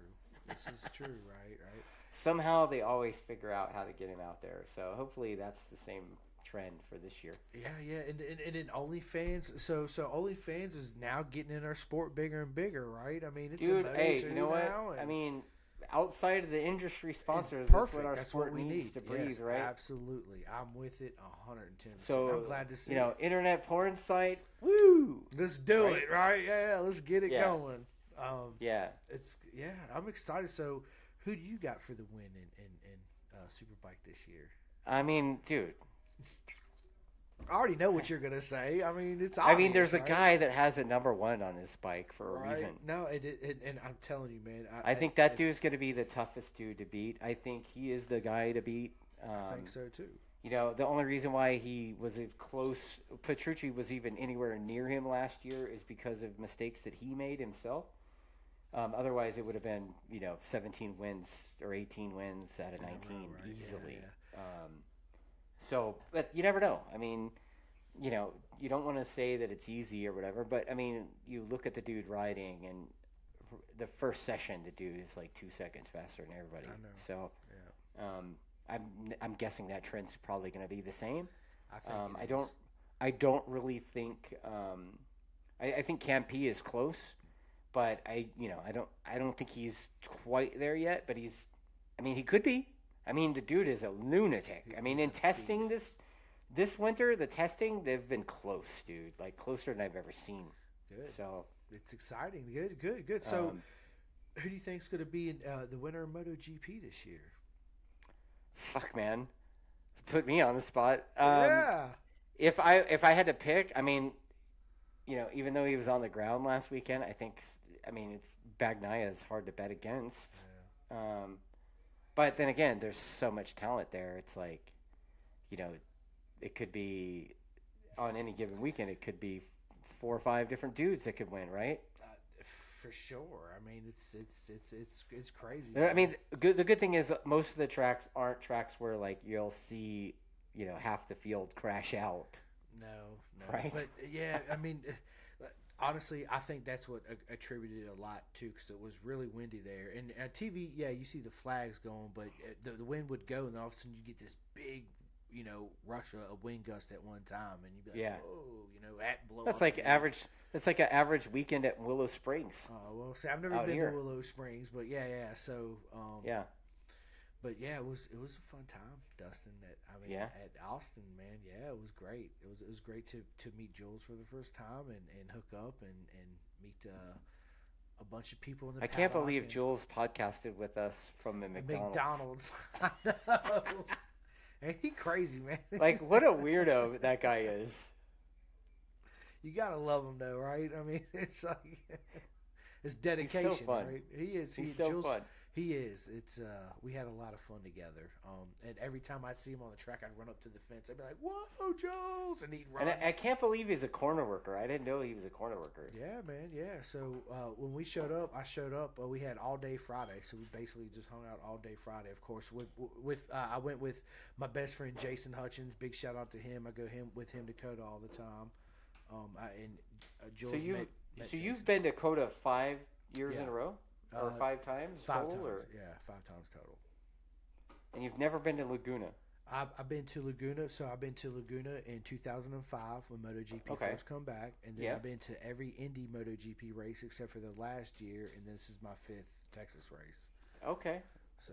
Speaker 2: This is true, right? Right.
Speaker 1: Somehow they always figure out how to get him out there. So hopefully that's the same trend for this year.
Speaker 2: Yeah, yeah, and and, and in OnlyFans, so so OnlyFans is now getting in our sport bigger and bigger, right? I mean, it's
Speaker 1: Dude,
Speaker 2: a moto
Speaker 1: hey,
Speaker 2: too
Speaker 1: you know
Speaker 2: now,
Speaker 1: what? I
Speaker 2: and
Speaker 1: mean, outside of the industry
Speaker 2: it's
Speaker 1: sponsors, that's
Speaker 2: perfect.
Speaker 1: what our sport
Speaker 2: we
Speaker 1: needs
Speaker 2: need.
Speaker 1: to breathe,
Speaker 2: Yes,
Speaker 1: right?
Speaker 2: Absolutely, I'm with it 110.
Speaker 1: So
Speaker 2: I'm glad to see.
Speaker 1: you know,
Speaker 2: it.
Speaker 1: internet porn site, woo!
Speaker 2: let's do
Speaker 1: right?
Speaker 2: it, right? Yeah, yeah, let's get it
Speaker 1: Yeah.
Speaker 2: going. Um,
Speaker 1: Yeah.
Speaker 2: it's yeah, I'm excited. So, who do you got for the win in in, in uh, Superbike this year?
Speaker 1: I mean, dude.
Speaker 2: I already know what you're gonna say. I mean, it's.
Speaker 1: I mean,
Speaker 2: obvious,
Speaker 1: there's a
Speaker 2: right?
Speaker 1: guy that has a number one on his bike for a
Speaker 2: Right?
Speaker 1: reason.
Speaker 2: No, it, it, it- and I'm telling you, man.
Speaker 1: I think that
Speaker 2: I-
Speaker 1: dude's going to be the toughest dude to beat. I think he is the guy to beat. Um,
Speaker 2: I think so too.
Speaker 1: You know, the only reason why he was a close, Petrucci was even anywhere near him last year is because of mistakes that he made himself. Um, otherwise, it would have been, you know, 17 wins or 18 wins out of
Speaker 2: In a row,
Speaker 1: 19
Speaker 2: right? Yeah,
Speaker 1: easily.
Speaker 2: yeah.
Speaker 1: Um, so, but you never know. I mean, you know, you don't want to say that it's easy or whatever, but I mean, you look at the dude riding, and r- the first session, the dude is like two seconds faster than everybody.
Speaker 2: I know.
Speaker 1: So,
Speaker 2: Yeah,
Speaker 1: um, I'm I'm guessing that trend's probably going to be the same.
Speaker 2: I
Speaker 1: Um,
Speaker 2: it
Speaker 1: I
Speaker 2: is.
Speaker 1: don't I don't really think um, I, I think Campy is close, but I you know I don't I don't think he's quite there yet. But he's I mean he could be. I mean the dude is a lunatic.
Speaker 2: He-
Speaker 1: I mean
Speaker 2: he's
Speaker 1: in
Speaker 2: a
Speaker 1: testing
Speaker 2: beast.
Speaker 1: this this winter the testing they've been close, dude. Like closer than I've ever seen.
Speaker 2: Good.
Speaker 1: So
Speaker 2: It's exciting. Good, good, good. So,
Speaker 1: um,
Speaker 2: who do you think's going to be in, uh, the winner of MotoGP this year?
Speaker 1: fuck man, put me on the spot. Um,
Speaker 2: yeah,
Speaker 1: if I if I had to pick, I mean, you know, even though he was on the ground last weekend, I think I mean it's Bagnaia is hard to bet against. Um, but then again, there's so much talent there. It's like, you know, it could be on any given weekend. It could be four or five different dudes that could win, right?
Speaker 2: uh, for sure. I mean, it's it's it's it's it's crazy.
Speaker 1: There- I
Speaker 2: man.
Speaker 1: mean, the good, the good thing is that most of the tracks aren't tracks where like you'll see, you know, half the field crash out.
Speaker 2: no, no.
Speaker 1: Right.
Speaker 2: But yeah, I mean, uh, honestly, I think that's what a- attributed a lot to because it was really windy there. And uh, TV, yeah, you see the flags going, but uh, the, the wind would go, and then all of a sudden you get this big. You know, rush of- of wind gust at one time, and you be like,
Speaker 1: Yeah.
Speaker 2: "Whoa!" You know, at blow.
Speaker 1: That's
Speaker 2: up
Speaker 1: like
Speaker 2: wind.
Speaker 1: average. That's like an average weekend at Willow Springs.
Speaker 2: Oh well, see, I've never
Speaker 1: Out
Speaker 2: been
Speaker 1: here.
Speaker 2: to Willow Springs, but yeah, yeah. So, um,
Speaker 1: Yeah.
Speaker 2: but yeah, it was it was a fun time, Dustin. That I mean,
Speaker 1: Yeah.
Speaker 2: at Austin, man, yeah, it was great. It was it was great to to meet Jules for the first time and and hook up and and meet uh, a bunch of people in the.
Speaker 1: I can't
Speaker 2: paddock
Speaker 1: believe
Speaker 2: and-
Speaker 1: Jules podcasted with us from the
Speaker 2: and
Speaker 1: McDonald's.
Speaker 2: McDonald's. I know. Ain't he crazy, man?
Speaker 1: like, what a weirdo that guy is.
Speaker 2: you gotta love him though, right? I mean, it's like it's dedication,
Speaker 1: fun.
Speaker 2: right? He is.
Speaker 1: He's
Speaker 2: he,
Speaker 1: so
Speaker 2: Jules,
Speaker 1: fun.
Speaker 2: He is. It's uh we had a lot of fun together. Um and every time I'd see him on the track I'd run up to the fence. I'd be like, Whoa, Jules and he'd run.
Speaker 1: And I, I can't believe he's a corner worker. I didn't know he was a corner worker.
Speaker 2: yeah, man, yeah. So uh, when we showed up, I showed up. Uh, we had all day Friday, so we basically just hung out all day Friday. Of course, with with uh, I went with my best friend Jason Hutchins. Big shout out to him. I go him with him to Coda all the time. Um, I, and uh, Jules.
Speaker 1: so you've
Speaker 2: met- met
Speaker 1: so you've
Speaker 2: Jason.
Speaker 1: been to Coda five years in
Speaker 2: Yeah.
Speaker 1: a row, or
Speaker 2: Uh,
Speaker 1: five times
Speaker 2: five
Speaker 1: total,
Speaker 2: times.
Speaker 1: or
Speaker 2: Yeah, five times total.
Speaker 1: and you've never been to Laguna.
Speaker 2: I've, I've been to Laguna, so I've been to Laguna in 2005 when MotoGP
Speaker 1: Okay.
Speaker 2: first come back, and then
Speaker 1: Yeah.
Speaker 2: I've been to every Indy MotoGP race except for the last year, and this is my fifth Texas race.
Speaker 1: Okay,
Speaker 2: So,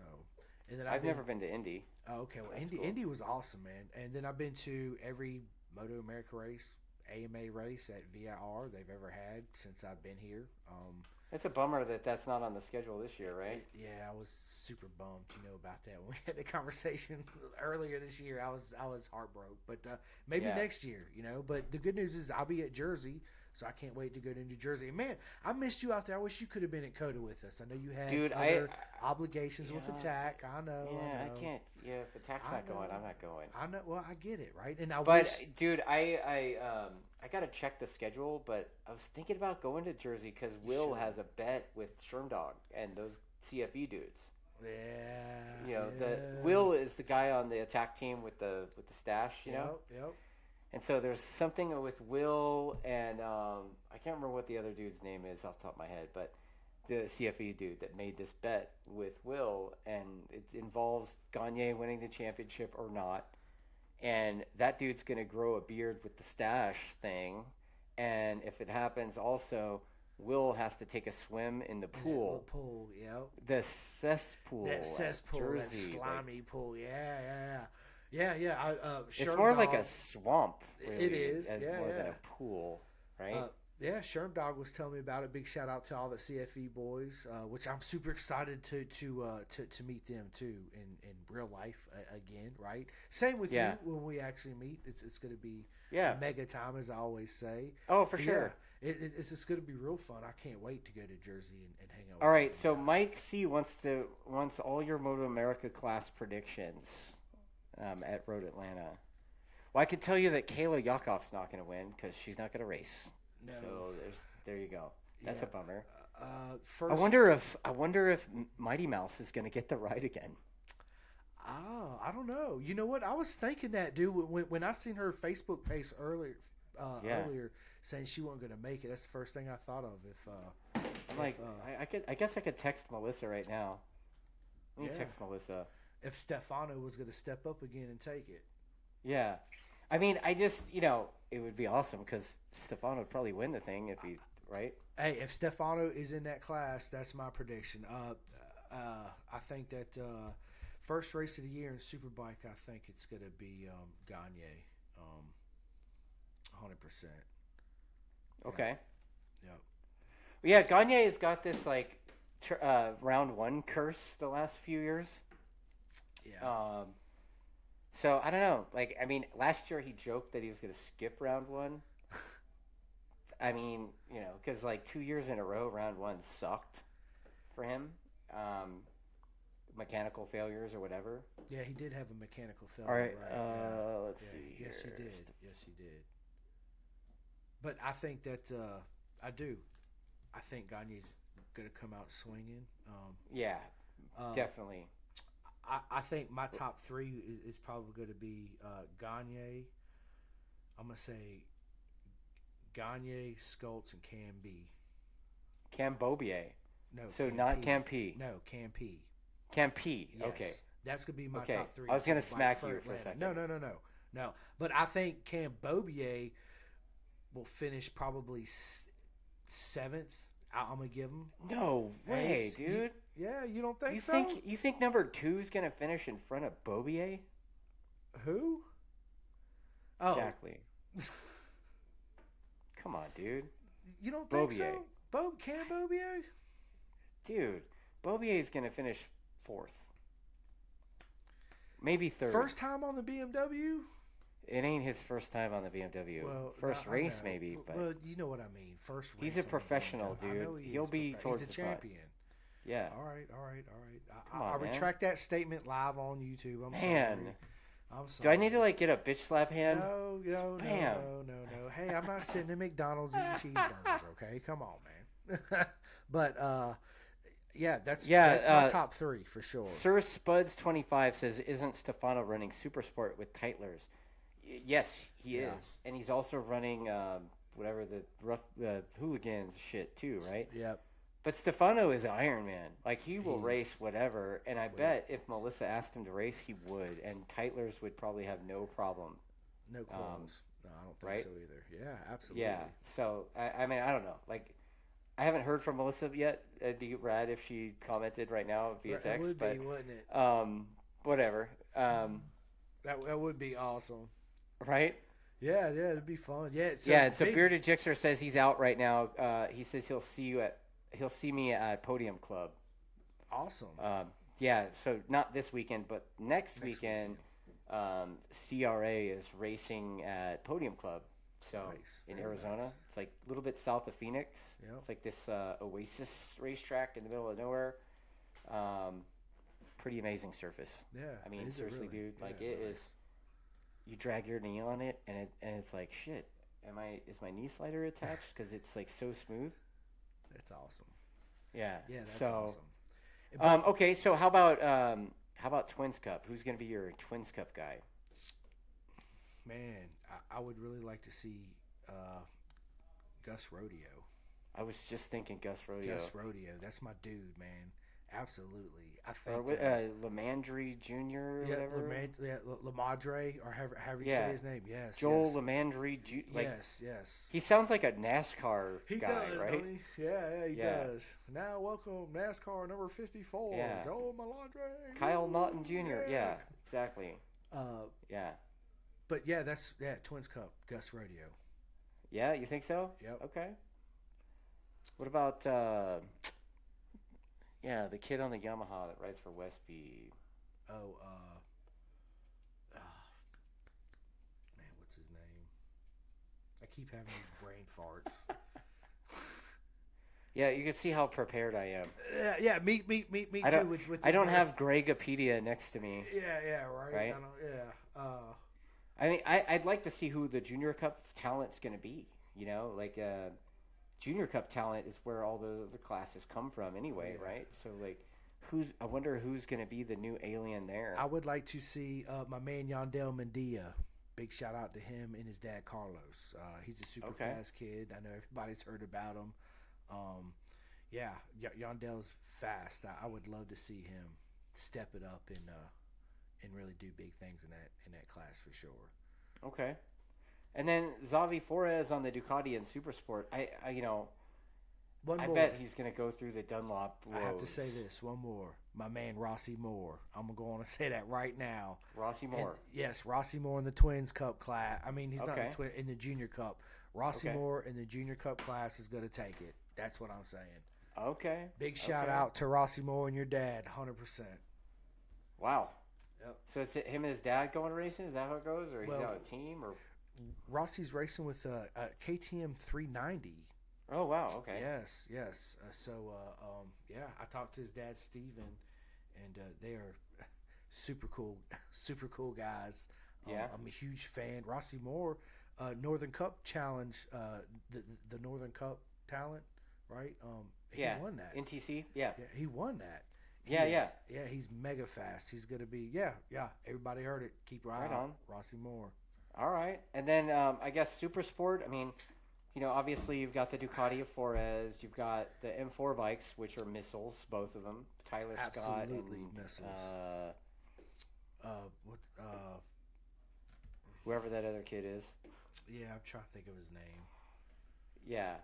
Speaker 2: and then
Speaker 1: I've,
Speaker 2: I've, been,
Speaker 1: never been to Indy.
Speaker 2: Oh, okay, well,
Speaker 1: That's
Speaker 2: Indy
Speaker 1: cool.
Speaker 2: Indy was awesome, man. And then I've been to every Moto America race, AMA race at VIR they've ever had since I've been here. Um,
Speaker 1: It's a bummer that that's not on the schedule this year, right?
Speaker 2: it- yeah, I was super bummed, you know, about that when we had the conversation earlier this year. I was I was heartbroken, but uh, maybe
Speaker 1: Yeah.
Speaker 2: next year, you know. But the good news is I'll be at Jersey, so I can't wait to go to New Jersey. And man, I missed you out there. I wish you could have been at Coda with us. I know you had
Speaker 1: Dude, I,
Speaker 2: other obligations with
Speaker 1: Yeah.
Speaker 2: attack. I know.
Speaker 1: yeah,
Speaker 2: know.
Speaker 1: I can't. Yeah, if attack's
Speaker 2: I
Speaker 1: not going,
Speaker 2: know.
Speaker 1: I'm not going.
Speaker 2: I know. Well, I get it, right? And I
Speaker 1: But
Speaker 2: wish.
Speaker 1: dude, I I um I gotta check the schedule. But I was thinking about going to Jersey because Will
Speaker 2: should.
Speaker 1: has a bet with Shermdog and those CFE dudes.
Speaker 2: Yeah.
Speaker 1: You know, the
Speaker 2: Ah, yeah.
Speaker 1: Will is the guy on the attack team with the with the stash. You know,
Speaker 2: Yep. yep.
Speaker 1: and so there's something with Will and um I can't remember what the other dude's name is off the top of my head, but the CFE dude that made this bet with Will, and it involves Gagne winning the championship or not. And that dude's going to grow a beard with the stash thing. And if it happens, also, Will has to take a swim in the
Speaker 2: And that little
Speaker 1: pool,
Speaker 2: Pool. Yep.
Speaker 1: the cesspool.
Speaker 2: That
Speaker 1: at
Speaker 2: cesspool.
Speaker 1: Jersey,
Speaker 2: that
Speaker 1: like,
Speaker 2: slimy pool. Yeah. Yeah. Yeah. Yeah. Yeah. I, uh,
Speaker 1: it's more like a
Speaker 2: Shermdog,
Speaker 1: swamp,
Speaker 2: It
Speaker 1: really.
Speaker 2: is,
Speaker 1: as
Speaker 2: yeah,
Speaker 1: more than
Speaker 2: yeah.
Speaker 1: a pool, right?
Speaker 2: Uh, yeah, Sherm Dog was telling me about it. Big shout out to all the CFE boys, uh, which I'm super excited to to uh, to, to meet them too in, in real life uh, again, right? Same with
Speaker 1: Yeah.
Speaker 2: you when we actually meet. It's it's going to be
Speaker 1: yeah.
Speaker 2: mega time, as I always say.
Speaker 1: Oh, for
Speaker 2: But
Speaker 1: sure.
Speaker 2: Yeah, it, it, it's just going to be real fun. I can't wait to go to Jersey and, and hang out.
Speaker 1: All
Speaker 2: with
Speaker 1: right,
Speaker 2: you
Speaker 1: so
Speaker 2: guys.
Speaker 1: Mike C wants to wants all your Moto America class predictions um, at Road Atlanta. Well, I can tell you that Kayla Yakov's not going to win because she's not going to race.
Speaker 2: No.
Speaker 1: So there's there you go. That's
Speaker 2: Yeah.
Speaker 1: a bummer.
Speaker 2: Uh, first,
Speaker 1: I wonder if I wonder if Mighty Mouse is going to get the ride again.
Speaker 2: Oh, I don't know. You know what? I was thinking that, dude. When- When, when I seen her Facebook page earlier, uh,
Speaker 1: Yeah.
Speaker 2: earlier saying she wasn't going to make it, that's the first thing I thought of. If uh,
Speaker 1: I'm like,
Speaker 2: uh,
Speaker 1: I, I could I guess I could text Melissa right now. Let me
Speaker 2: Yeah.
Speaker 1: text Melissa.
Speaker 2: if Stefano was going to step up again and take it,
Speaker 1: Yeah, I mean, I just you know it would be awesome because Stefano would probably win the thing if he right.
Speaker 2: hey, if Stefano is in that class, that's my prediction. Uh, uh, I think that uh, first race of the year in Superbike, I think it's going to be um, Gagne, um, hundred percent. Yeah.
Speaker 1: Okay.
Speaker 2: Yep.
Speaker 1: Yeah, Gagne has got this like tr- uh, round one curse the last few years.
Speaker 2: Yeah.
Speaker 1: Um, so I don't know. Like, I mean, last year he joked that he was going to skip round one. I mean, you know, because like two years in a row, round one sucked for him. Um, mechanical failures or whatever.
Speaker 2: yeah, he did have a mechanical failure.
Speaker 1: All right.
Speaker 2: Oh, yeah.
Speaker 1: Uh, let's
Speaker 2: Yeah,
Speaker 1: see.
Speaker 2: Yes, he
Speaker 1: here.
Speaker 2: did. Yes, he did. But I think that uh, I do. I think Gagne's gonna come out swinging. Um,
Speaker 1: Yeah,
Speaker 2: uh,
Speaker 1: definitely.
Speaker 2: I, I think my top three is, is probably going to be uh, Gagne. I'm gonna say Gagne, Skultz, and Cam B.
Speaker 1: Cambobier.
Speaker 2: No,
Speaker 1: So
Speaker 2: Cam
Speaker 1: not
Speaker 2: P.
Speaker 1: Camp
Speaker 2: No, Cam P.
Speaker 1: Camp.
Speaker 2: Yes.
Speaker 1: Okay.
Speaker 2: That's gonna be my
Speaker 1: Okay.
Speaker 2: top three.
Speaker 1: I was gonna
Speaker 2: Superbike
Speaker 1: smack you for a
Speaker 2: Atlanta.
Speaker 1: second.
Speaker 2: No, no, no, no, no. But I think Cambobier will finish probably s- seventh. I- I'm gonna give him.
Speaker 1: No way,
Speaker 2: Hey, you-
Speaker 1: dude.
Speaker 2: Yeah, you don't think
Speaker 1: you
Speaker 2: so?
Speaker 1: think you think number two is gonna finish in front of Bobier?
Speaker 2: Who? Oh,
Speaker 1: Exactly. Come on, dude.
Speaker 2: you don't think so?
Speaker 1: Bobier.
Speaker 2: Bo Cambobier?
Speaker 1: Dude, Bobier is gonna finish fourth, maybe third.
Speaker 2: First time on the BMW?
Speaker 1: it ain't his first time on the BMW. first
Speaker 2: no, I
Speaker 1: race,
Speaker 2: know.
Speaker 1: maybe,
Speaker 2: W-
Speaker 1: but
Speaker 2: well, you know what I mean. First race.
Speaker 1: He's a
Speaker 2: on the
Speaker 1: professional,
Speaker 2: BMW. I know
Speaker 1: dude.
Speaker 2: he
Speaker 1: He'll
Speaker 2: is
Speaker 1: be
Speaker 2: profe-
Speaker 1: towards
Speaker 2: He's a
Speaker 1: the front.
Speaker 2: champion.
Speaker 1: yeah.
Speaker 2: All right, all right, all right. I,
Speaker 1: Come
Speaker 2: I,
Speaker 1: on,
Speaker 2: I
Speaker 1: man.
Speaker 2: retract that statement live on YouTube. I'm
Speaker 1: Man.
Speaker 2: sorry. I'm sorry.
Speaker 1: Do I need to like get a bitch slap hand?
Speaker 2: No, no, no,
Speaker 1: Bam.
Speaker 2: no, no, no. Hey, I'm not sitting at McDonald's eating cheeseburgers. Okay, come on, man. but uh, yeah, that's
Speaker 1: Yeah,
Speaker 2: that's my
Speaker 1: uh,
Speaker 2: top three for sure.
Speaker 1: Sir Spuds twenty five says, "Isn't Stefano running Supersport with Titler's?" Y- yes, he
Speaker 2: Yeah.
Speaker 1: is, and he's also running um, whatever the rough uh, hooligans shit too, right?
Speaker 2: Yep.
Speaker 1: But Stefano is an Iron Man. Like he will
Speaker 2: He's-
Speaker 1: race whatever, and I
Speaker 2: Well-
Speaker 1: bet if Melissa asked him to race, he would. And Titler's would probably have no problem.
Speaker 2: No qualms. no, I don't think
Speaker 1: Um, right?
Speaker 2: so either. Yeah, absolutely.
Speaker 1: Yeah. So I, I mean, I don't know. Like I haven't heard from Melissa yet. Uh, It'd be rad if she commented right now via
Speaker 2: Right, It
Speaker 1: text,
Speaker 2: would
Speaker 1: but
Speaker 2: be, wouldn't it?
Speaker 1: um, whatever. Um,
Speaker 2: That, that would be awesome.
Speaker 1: right?
Speaker 2: Yeah, yeah, it'd be fun. Yeah, so
Speaker 1: yeah. And so
Speaker 2: big-
Speaker 1: Bearded Jixer says he's out right now. Uh, he says he'll see you at he'll see me at Podium Club.
Speaker 2: Awesome.
Speaker 1: Um, yeah, so not this weekend, but next,
Speaker 2: Next
Speaker 1: weekend, um, CRA is racing at Podium Club. So
Speaker 2: Nice,
Speaker 1: in
Speaker 2: very
Speaker 1: Arizona,
Speaker 2: nice.
Speaker 1: it's like a little bit south of Phoenix.
Speaker 2: Yep.
Speaker 1: It's like this uh, oasis racetrack in the middle of nowhere. Um, pretty amazing surface.
Speaker 2: Yeah.
Speaker 1: I mean,
Speaker 2: is it
Speaker 1: seriously,
Speaker 2: really?
Speaker 1: dude, like
Speaker 2: Yeah,
Speaker 1: it is.
Speaker 2: nice.
Speaker 1: You drag your knee on it, and it and it's like shit. Am I is my knee slider attached? Because it's like so smooth.
Speaker 2: That's awesome.
Speaker 1: Yeah.
Speaker 2: Yeah, that's
Speaker 1: so,
Speaker 2: awesome.
Speaker 1: um, okay, so how about um, how about Twins Cup? Who's going to be your Twins Cup guy?
Speaker 2: oh, Man, I, I would really like to see uh, Gus Rodeo.
Speaker 1: I was just thinking Gus Rodeo
Speaker 2: Gus Rodeo, that's my dude, man. Absolutely. I think.
Speaker 1: or wi-
Speaker 2: uh,
Speaker 1: uh, Lemandry Jr. or
Speaker 2: yeah,
Speaker 1: whatever.
Speaker 2: Lamadre, yeah, La- Lamadre, or however, however you
Speaker 1: Yeah.
Speaker 2: say his name. Yes.
Speaker 1: Joel
Speaker 2: yes.
Speaker 1: Lemandry Ju- Like
Speaker 2: yes, yes.
Speaker 1: he sounds like a NASCAR
Speaker 2: He
Speaker 1: guy,
Speaker 2: does,
Speaker 1: right?
Speaker 2: don't he? Yeah, yeah, he
Speaker 1: Yeah.
Speaker 2: does. Now, welcome NASCAR number fifty-four,
Speaker 1: Yeah.
Speaker 2: Joel Malandre.
Speaker 1: Kyle Naughton Jr. Yeah.
Speaker 2: Yeah.
Speaker 1: exactly.
Speaker 2: Uh,
Speaker 1: Yeah,
Speaker 2: but yeah, that's yeah, Twins Cup, Gus Rodeo.
Speaker 1: yeah. You think so?
Speaker 2: Yep.
Speaker 1: Okay. What about uh, yeah the kid on the Yamaha that rides for Westby?
Speaker 2: Oh, uh, ah, man, what's his name? I keep having these brain farts.
Speaker 1: Yeah, you can see how prepared I am.
Speaker 2: yeah, yeah, me, me, me, me
Speaker 1: I
Speaker 2: too.
Speaker 1: don't-
Speaker 2: with, with
Speaker 1: I
Speaker 2: the
Speaker 1: don't
Speaker 2: brain-
Speaker 1: have Gregopedia next to me.
Speaker 2: Yeah, yeah, right.
Speaker 1: Right?
Speaker 2: I don't, yeah. Uh,
Speaker 1: I mean, I, I'd like to see who the Junior Cup talent's going to be. You know, like uh, Junior Cup talent is where all the other classes come from, anyway,
Speaker 2: Yeah.
Speaker 1: right? So, like, who's? I wonder who's going to be the new alien there.
Speaker 2: I would like to see uh, my man Yandel Mendia. Big shout out to him and his dad Carlos. Uh, he's a super
Speaker 1: Okay.
Speaker 2: fast kid. I know everybody's heard about him. Um, yeah, y- Yandel's fast. I-, I would love to see him step it up and uh, and really do big things in that in that class for sure.
Speaker 1: Okay. And then Xavi Flores on the Ducati and Supersport. I, I you know,
Speaker 2: One
Speaker 1: I
Speaker 2: more.
Speaker 1: bet he's going to go through the Dunlop.
Speaker 2: I have to
Speaker 1: roads.
Speaker 2: say this one more. My man Rossi Moore. I'm gonna go on and say that right now.
Speaker 1: Rossi
Speaker 2: And-
Speaker 1: Moore.
Speaker 2: yes, Rossi Moore in the Twins Cup class. I mean, he's not in
Speaker 1: Okay.
Speaker 2: the, twi- in the Junior Cup. Rossi
Speaker 1: Okay.
Speaker 2: Moore in the Junior Cup class is going to take it. That's what I'm saying.
Speaker 1: okay.
Speaker 2: Big shout
Speaker 1: Okay.
Speaker 2: out to Rossi Moore and your dad, 100%.
Speaker 1: Wow.
Speaker 2: Yep.
Speaker 1: So it's him and his dad going racing. Is that how it goes, or he's
Speaker 2: Well-
Speaker 1: out a team, or?
Speaker 2: Rossi's racing with a, a KTM 390.
Speaker 1: Oh wow. Okay.
Speaker 2: Yes, yes. Uh, so, uh, um, yeah, I talked to his dad, Steven, and uh, they are super cool, super cool guys. Um,
Speaker 1: Yeah.
Speaker 2: I'm a huge fan. Rossi Moore, uh, Northern Cup Challenge, uh, the the Northern Cup talent, right? Um, he
Speaker 1: Yeah.
Speaker 2: won that.
Speaker 1: NTC. Yeah.
Speaker 2: yeah, he won that. He
Speaker 1: Yeah,
Speaker 2: is-
Speaker 1: yeah.
Speaker 2: yeah. He's mega fast. He's gonna be, yeah, yeah. Everybody heard it. Keep your eye
Speaker 1: Right
Speaker 2: out.
Speaker 1: on.
Speaker 2: Rossi Moore.
Speaker 1: All right, and then um, I guess Super Sport. I mean, you know, obviously you've got the Ducati of Flores, you've got the M4 bikes, which are missiles, both of them. Tyler Scott,
Speaker 2: Absolutely
Speaker 1: and,
Speaker 2: missiles.
Speaker 1: Uh,
Speaker 2: Uh, what? Uh,
Speaker 1: whoever that other kid is.
Speaker 2: yeah, I'm trying to think of his name.
Speaker 1: Yeah.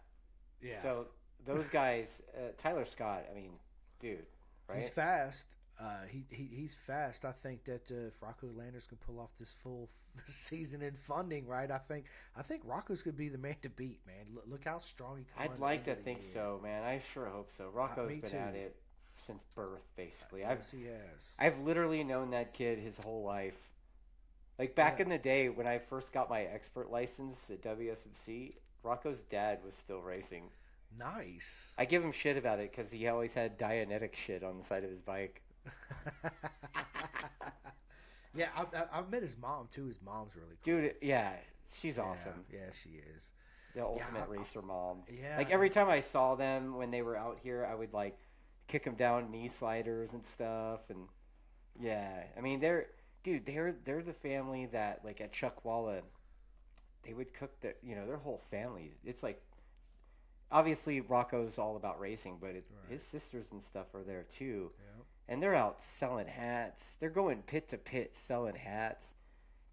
Speaker 2: Yeah.
Speaker 1: So those guys, uh, Tyler Scott. I mean, dude, right?
Speaker 2: He's fast. Uh, he, he he's fast. I think that uh, if Rocco Landers can pull off this full season in funding, right? I think I think Rocco's gonna be the man to beat, man. Look, look how strong he. come
Speaker 1: I'd
Speaker 2: under
Speaker 1: like to
Speaker 2: the
Speaker 1: think
Speaker 2: year.
Speaker 1: so, man. I sure hope so. Rocco's
Speaker 2: Uh, me
Speaker 1: been
Speaker 2: too. Uh,
Speaker 1: at it since birth, basically. I've
Speaker 2: Yes, he has.
Speaker 1: I've literally known that kid his whole life. Like back
Speaker 2: Yeah.
Speaker 1: in the day when I first got my expert license at WSMC, Rocco's dad was still racing.
Speaker 2: Nice.
Speaker 1: I give him shit about it because he always had Dianetic shit on the side of his bike.
Speaker 2: yeah, I, I, I've met his mom too. His mom's really cool.
Speaker 1: Dude, yeah, she's
Speaker 2: Yeah,
Speaker 1: awesome.
Speaker 2: Yeah, she is.
Speaker 1: The ultimate
Speaker 2: I-
Speaker 1: racer mom.
Speaker 2: Yeah.
Speaker 1: Like every time I saw them when they were out here, I would like kick them down knee sliders and stuff. And yeah, I mean they're dude, they're they're the family that like at Chuckwalla, they would cook their you know their whole family. It's like obviously Rocco's all about racing, but it,
Speaker 2: Right.
Speaker 1: his sisters and stuff are there too,
Speaker 2: Yep.
Speaker 1: and they're out selling hats. They're going pit to pit selling hats,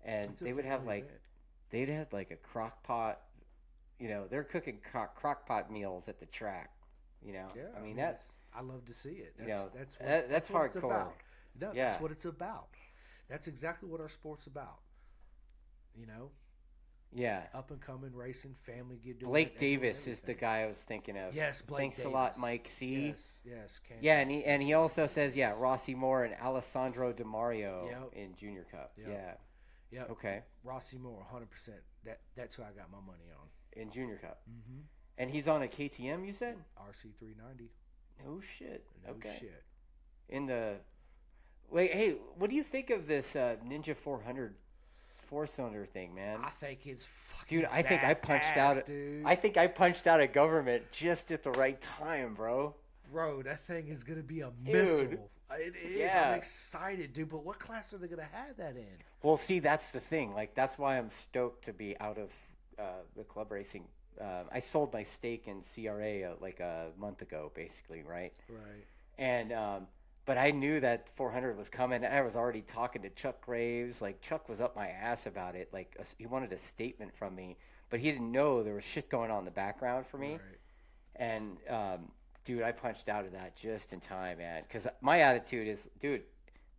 Speaker 1: and
Speaker 2: It's a
Speaker 1: they would have
Speaker 2: family
Speaker 1: like
Speaker 2: event.
Speaker 1: they'd have like a crock pot. You know, they're cooking crock, crock pot meals at the track. You know,
Speaker 2: Yeah,
Speaker 1: I mean that's
Speaker 2: it's- I love to see it.
Speaker 1: you
Speaker 2: That's
Speaker 1: know,
Speaker 2: that's
Speaker 1: that-
Speaker 2: what,
Speaker 1: that's
Speaker 2: what it's
Speaker 1: hardcore.
Speaker 2: about. No,
Speaker 1: Yeah.
Speaker 2: that's what it's about. That's exactly what our sport's about. You know,
Speaker 1: yeah.
Speaker 2: up and coming racing, family get doing
Speaker 1: Blake
Speaker 2: it, everyone,
Speaker 1: Davis is the
Speaker 2: everything.
Speaker 1: guy I was thinking of.
Speaker 2: Yes, Blake
Speaker 1: Thanks a lot,
Speaker 2: Davis.
Speaker 1: Mike C.
Speaker 2: Yes, yes, Cam
Speaker 1: Yeah, and he and he
Speaker 2: Davis.
Speaker 1: also says yeah, Rossi Moore and Alessandro DiMario
Speaker 2: Yep.
Speaker 1: in Junior Cup.
Speaker 2: Yep.
Speaker 1: Yeah.
Speaker 2: Yep,
Speaker 1: Okay.
Speaker 2: Rossi Moore, hundred percent. That that's who I got my money on.
Speaker 1: In Junior Cup.
Speaker 2: Mm-hmm.
Speaker 1: And he's on a KTM, you said?
Speaker 2: RC three ninety.
Speaker 1: No shit.
Speaker 2: No
Speaker 1: okay.
Speaker 2: shit.
Speaker 1: In the Wait, hey, what do you think of this uh, Ninja 400 four-cylinder thing, man?
Speaker 2: I think it's fucking.
Speaker 1: Dude, I think I punched out
Speaker 2: badass,
Speaker 1: a-
Speaker 2: Dude.
Speaker 1: I think I punched out a government just at the right time, bro.
Speaker 2: Bro, that thing is gonna be a
Speaker 1: Dude.
Speaker 2: missile. It is.
Speaker 1: Yeah.
Speaker 2: I'm excited, dude. But what class are they gonna have that in?
Speaker 1: Well, see, that's the thing. Like, that's why I'm stoked to be out of uh, the club racing. Um, I sold my stake in CRA uh, like a month ago, basically, right?
Speaker 2: Right.
Speaker 1: And um, but I knew that 400 was coming. I was already talking to Chuck Graves. Like, Chuck was up my ass about it. Like, a, he wanted a statement from me, but he didn't know there was shit going on in the background for me.
Speaker 2: Right.
Speaker 1: And um, dude, I punched out of that just in time, man. Because my attitude is, dude,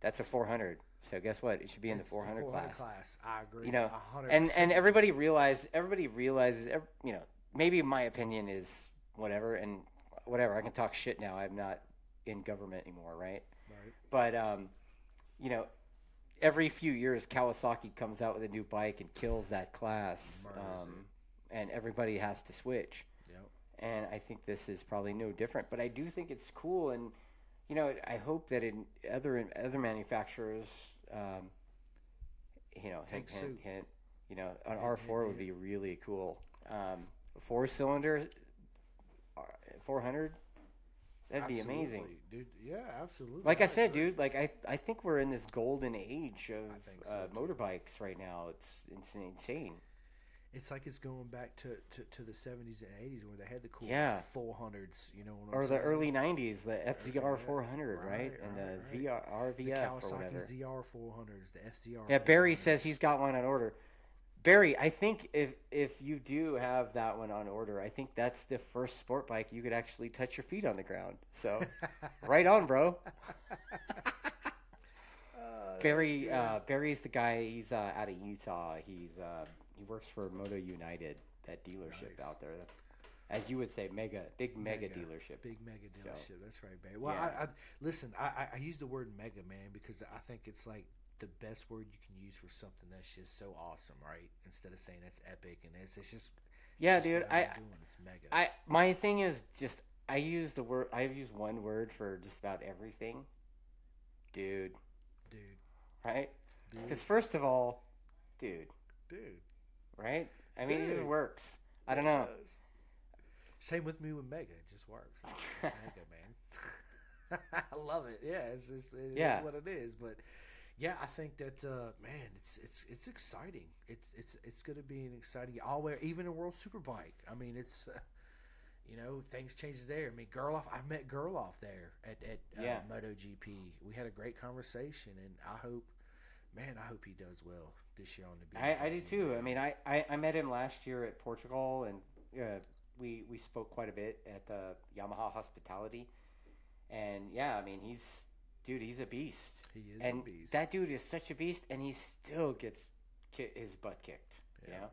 Speaker 1: that's a 400. So guess what? It should be in the
Speaker 2: It's
Speaker 1: 400 class
Speaker 2: I agree.
Speaker 1: you know,
Speaker 2: 100%.
Speaker 1: and and everybody realized everybody realizes ev- you know maybe my opinion is whatever and whatever I can talk shit now I'm not in government anymore right
Speaker 2: Right.
Speaker 1: but um you know every few years Kawasaki comes out with a new bike and kills that class
Speaker 2: Murders
Speaker 1: um, and everybody has to switch
Speaker 2: Yep.
Speaker 1: and I think this is probably no different. But I do think it's cool, and you know, I hope that in other other manufacturers, um, you know, hint,
Speaker 2: Take
Speaker 1: hint,
Speaker 2: suit.
Speaker 1: hint, you know, an
Speaker 2: Hint,
Speaker 1: R four
Speaker 2: hint,
Speaker 1: would be really cool. Um, four cylinder, uh, four hundred, that'd be amazing.
Speaker 2: Absolutely, dude. Yeah, absolutely. uh,
Speaker 1: Like I said,
Speaker 2: agree.
Speaker 1: dude, like I, I think we're in this golden age
Speaker 2: I
Speaker 1: of
Speaker 2: think so,
Speaker 1: uh,
Speaker 2: too.
Speaker 1: motorbikes right now. It's it's insane.
Speaker 2: It's like it's going back to, to, to the seventies and eighties where they had the cool
Speaker 1: Yeah.
Speaker 2: four hundreds. You know, what I'm
Speaker 1: Or the
Speaker 2: saying?
Speaker 1: early '90s, the FZR 400, right,
Speaker 2: Right,
Speaker 1: and
Speaker 2: right, right.
Speaker 1: the VR,
Speaker 2: the
Speaker 1: RVF or whatever.
Speaker 2: Kawasaki ZR four hundreds, the FZR.
Speaker 1: Yeah, Barry
Speaker 2: 400s.
Speaker 1: says he's got one on order. Barry, I think if if you do have that one on order, I think that's the first sport bike you could actually touch your feet on the ground. So, right on, bro.
Speaker 2: Uh,
Speaker 1: Barry
Speaker 2: yeah.
Speaker 1: uh, Barry's the guy. He's uh, out of Utah. He's uh, he works for Moto United, that dealership
Speaker 2: Nice.
Speaker 1: out there. As you would say, mega, big mega,
Speaker 2: Mega.
Speaker 1: dealership.
Speaker 2: Big mega
Speaker 1: So-
Speaker 2: dealership. That's right, Barry. Well,
Speaker 1: Yeah.
Speaker 2: I, I listen. I, I- I use the word mega, man, because I think it's like the best word you can use for something that's just so awesome, right? Instead of saying that's epic and it's, it's just
Speaker 1: yeah,
Speaker 2: it's just
Speaker 1: dude.
Speaker 2: what
Speaker 1: I
Speaker 2: I'm doing. it's mega.
Speaker 1: I my thing is just I use the word I've used one word for just about everything, dude.
Speaker 2: dude,
Speaker 1: Right?
Speaker 2: dude,
Speaker 1: Because first of all, dude,
Speaker 2: dude.
Speaker 1: right? I mean, it just
Speaker 2: Dude.
Speaker 1: works. I don't know.
Speaker 2: Yes. Same with me with mega. It just works. It's just mega, man. I love it. Yeah, it's, it's it is
Speaker 1: Yeah.
Speaker 2: what it is. But yeah, I think that uh, man, it's it's it's exciting. It's it's it's going to be an exciting all way, even a World Superbike. I mean, it's. Uh, you know, things changes there. I mean, Gerloff, I met Gerloff there at, at
Speaker 1: Yeah.
Speaker 2: uh, MotoGP. We had a great conversation, and I hope, man, I hope he does well this year on the
Speaker 1: I, I do
Speaker 2: BMX.
Speaker 1: too. I mean, I, I, I met him last year at Portugal, and uh, we we spoke quite a bit at the Yamaha Hospitality. And yeah, I mean, he's dude, he's a beast.
Speaker 2: he is
Speaker 1: and
Speaker 2: a beast.
Speaker 1: that dude is such a beast, and he still gets ki- his butt kicked. You
Speaker 2: Yeah.
Speaker 1: know,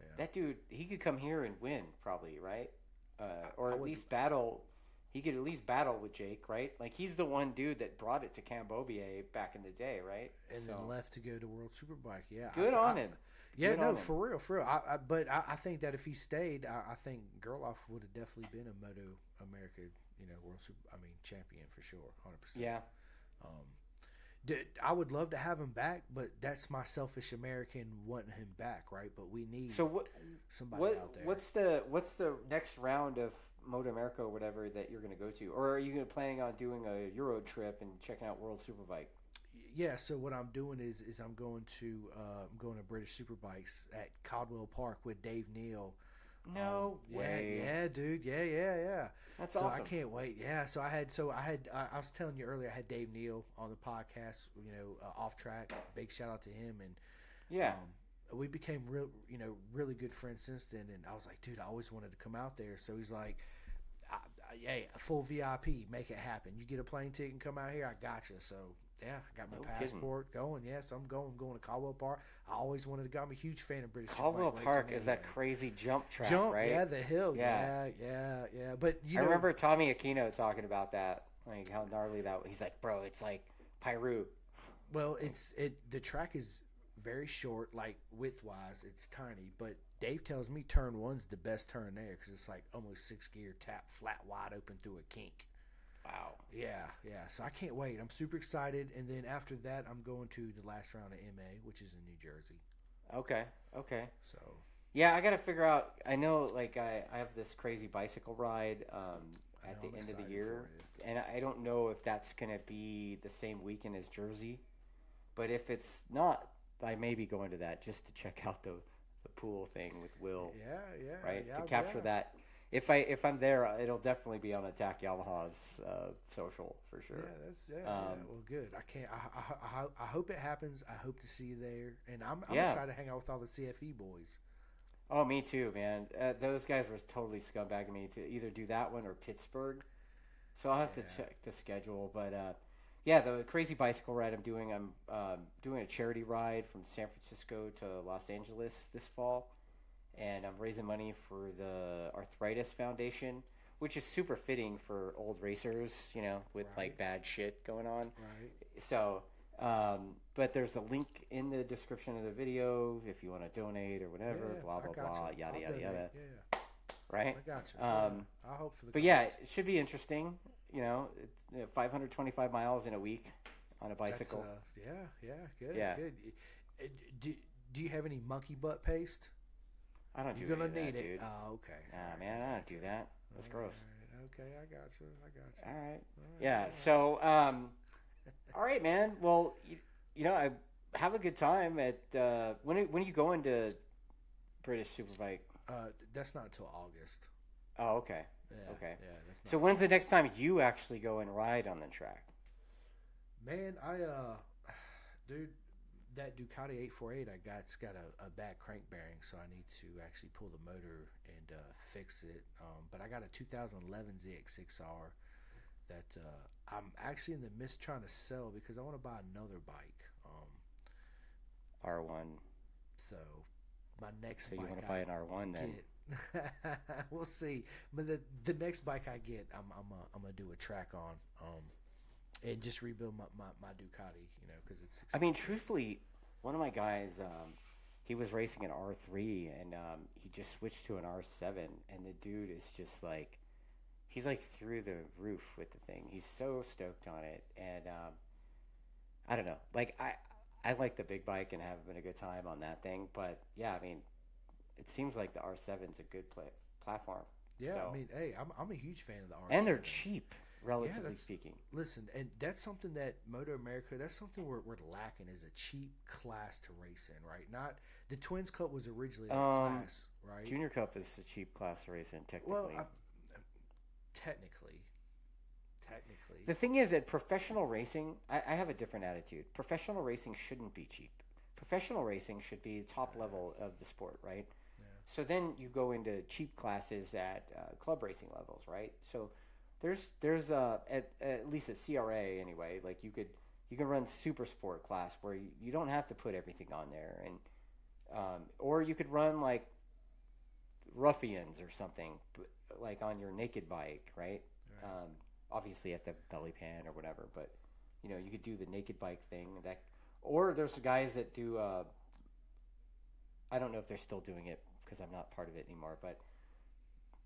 Speaker 2: Yeah.
Speaker 1: that dude, he could come here and win probably, right? Uh, or
Speaker 2: I
Speaker 1: at
Speaker 2: would-
Speaker 1: least battle. He could at least battle with Jake, right? Like he's the one dude that brought it to Cambobier back in the day, right?
Speaker 2: and
Speaker 1: So,
Speaker 2: then left to go to World Superbike. Yeah, I-
Speaker 1: good
Speaker 2: I-
Speaker 1: on him.
Speaker 2: Yeah,
Speaker 1: Good
Speaker 2: no,
Speaker 1: on him.
Speaker 2: for real, for real. I, I, but I, I think that if he stayed, I, I think Gerloff would have definitely been a Moto America, you know, World Super. I mean, champion for sure, hundred percent.
Speaker 1: Yeah,
Speaker 2: Um, d- I would love to have him back, but that's my selfish American wanting him back, right? But we need
Speaker 1: So what?
Speaker 2: somebody
Speaker 1: What?
Speaker 2: out there.
Speaker 1: What's the what's the next round of Moto America or whatever that you're going to go to, or are you gonna planning on doing a Euro trip and checking out World Superbike?
Speaker 2: yeah, so what I'm doing is is I'm going to uh, I'm going to British Superbikes at Caldwell Park with Dave Neal,
Speaker 1: No
Speaker 2: Um,
Speaker 1: way.
Speaker 2: Yeah, yeah, dude. Yeah, yeah, yeah.
Speaker 1: That's
Speaker 2: so
Speaker 1: awesome.
Speaker 2: I can't wait. Yeah. So I had. So I had. I, I was telling you earlier. I had Dave Neal on the podcast. You know, uh, off track. Big shout out to him. And
Speaker 1: Yeah.
Speaker 2: um, we became real. You know, really good friends since then. And I was like, dude, I always wanted to come out there. So he's like. I, I, hey, a full VIP, make it happen. You get a plane ticket and come out here, I got you. So yeah, I got my
Speaker 1: No kidding.
Speaker 2: passport going. Yes, I'm going. going to Caldwell Park. I always wanted to go. I'm a huge fan of British.
Speaker 1: Caldwell
Speaker 2: bike racing
Speaker 1: Park is that
Speaker 2: anyway.
Speaker 1: crazy jump track,
Speaker 2: Jump,
Speaker 1: right?
Speaker 2: yeah, the hill, yeah,
Speaker 1: Yeah.
Speaker 2: yeah, yeah. But you
Speaker 1: I
Speaker 2: know,
Speaker 1: remember Tommy Aquino talking about that, like how gnarly that was. He's like, bro, it's like Pyru.
Speaker 2: well, it's it. The track is very short, like width wise, it's tiny. But Dave tells me turn one's the best turn there because it's like almost six gear tap, flat, wide open through a kink.
Speaker 1: Wow.
Speaker 2: Yeah, yeah. So I can't wait. I'm super excited. And then after that, I'm going to the last round of MA, which is in New Jersey.
Speaker 1: Okay. Okay.
Speaker 2: So
Speaker 1: Yeah, I gotta figure out. I know, like, I, I have this crazy bicycle ride um,
Speaker 2: I
Speaker 1: at
Speaker 2: know
Speaker 1: the
Speaker 2: I'm
Speaker 1: end of
Speaker 2: excited
Speaker 1: the
Speaker 2: for
Speaker 1: year,
Speaker 2: it.
Speaker 1: and I don't know if that's gonna be the same weekend as Jersey, but if it's not, I may be going to that just to check out the the pool thing with Will,
Speaker 2: Yeah, yeah.
Speaker 1: Oh. right?
Speaker 2: yeah,
Speaker 1: to capture
Speaker 2: yeah.
Speaker 1: that. If I if I'm there, it'll definitely be on Attack Yamaha's uh, social for sure.
Speaker 2: Yeah, that's yeah, yeah.
Speaker 1: Um,
Speaker 2: Well, good. I can't. I, I, I, I hope it happens. I hope to see you there, and I'm, I'm
Speaker 1: Yeah.
Speaker 2: excited to hang out with all the CFE boys.
Speaker 1: Oh, me too, man. Uh, those guys were totally scumbagging me to either do that one or Pittsburgh. So I'll have
Speaker 2: Yeah.
Speaker 1: to check the schedule. But uh, yeah, the crazy bicycle ride I'm doing, I'm um, doing a charity ride from San Francisco to Los Angeles this fall. And I'm raising money for the Arthritis Foundation, which is super fitting for old racers, you know, with
Speaker 2: Right.
Speaker 1: like bad shit going on.
Speaker 2: Right.
Speaker 1: So, um, but there's a link in the description of the video if you want to donate or whatever, blah, blah, blah, yada, yada, yada,
Speaker 2: Yeah, I
Speaker 1: right?
Speaker 2: got you.
Speaker 1: Um,
Speaker 2: I hope for the. uh,
Speaker 1: But yeah,
Speaker 2: cause.
Speaker 1: it should be interesting. You know, it's you know, 525 miles in a week on a
Speaker 2: That's,
Speaker 1: bicycle.
Speaker 2: uh, yeah, yeah, good,
Speaker 1: Yeah.
Speaker 2: good. Uh, Do, do you have any monkey butt paste?
Speaker 1: I don't do
Speaker 2: uh, You're gonna
Speaker 1: any of
Speaker 2: need
Speaker 1: that,
Speaker 2: it.
Speaker 1: dude.
Speaker 2: Oh, okay.
Speaker 1: Nah, man, I don't do that. That's gross.
Speaker 2: Alright, Okay, I got you. I got you.
Speaker 1: All right.
Speaker 2: Alright,
Speaker 1: Yeah.
Speaker 2: alright.
Speaker 1: So, um, all right, man. Well, you, you know, I have a good time at uh, when. Are, when are you going to British Superbike?
Speaker 2: uh, that's not until August.
Speaker 1: Oh, okay.
Speaker 2: Yeah,
Speaker 1: Okay.
Speaker 2: Yeah, that's not
Speaker 1: So when's the next time you actually go and ride on the track?
Speaker 2: Man, I uh, dude, that Ducati eight four eight I got's got a, a bad crank bearing, so I need to actually pull the motor and uh, fix it. Um, but I got a 2011 ZX6R that uh, I'm actually in the midst trying to sell because I want to buy another bike. Um,
Speaker 1: R one.
Speaker 2: so my next
Speaker 1: So you
Speaker 2: bike
Speaker 1: want to
Speaker 2: I
Speaker 1: buy an R one then?
Speaker 2: get. we'll see. But the the next bike I get, I'm I'm a, I'm gonna do a track on, um, and just rebuild my, my, my Ducati, you know, because it's.
Speaker 1: I mean, truthfully, one of my guys, um, he was racing an R three and um, he just switched to an R seven, and the dude is just like, he's like through the roof with the thing. He's so stoked on it, and um, I don't know, like I. I like the big bike and having a good time on that thing, but yeah, I mean, it seems like the R7's a good pla platform,
Speaker 2: Yeah,
Speaker 1: So-
Speaker 2: I mean, hey, I'm, I'm a huge fan of the R.
Speaker 1: and they're cheap, relatively
Speaker 2: that's-
Speaker 1: speaking.
Speaker 2: Listen, and that's something that Moto America, that's something we're, we're lacking is a cheap class to race in, right? Not the Twins Cup was originally that
Speaker 1: Um,
Speaker 2: class, right?
Speaker 1: Junior Cup is a cheap class to race in, technically.
Speaker 2: well, I, technically, technically,
Speaker 1: the thing is that professional racing, I, I have a different attitude. Professional racing shouldn't be cheap. Professional racing should be the top level of the sport, right?
Speaker 2: Yeah.
Speaker 1: So then you go into cheap classes at uh, club racing levels, right? So there's there's uh, at at least at CRA anyway, like you could you can run super sport class where you, you don't have to put everything on there, and um, or you could run like ruffians or something, b- like on your naked bike, right?
Speaker 2: Right.
Speaker 1: Um, obviously, you have to have a belly pan or whatever, but you know, you could do the naked bike thing. That, or there's guys that do. Uh, I don't know if they're still doing it because I'm not part of it anymore, but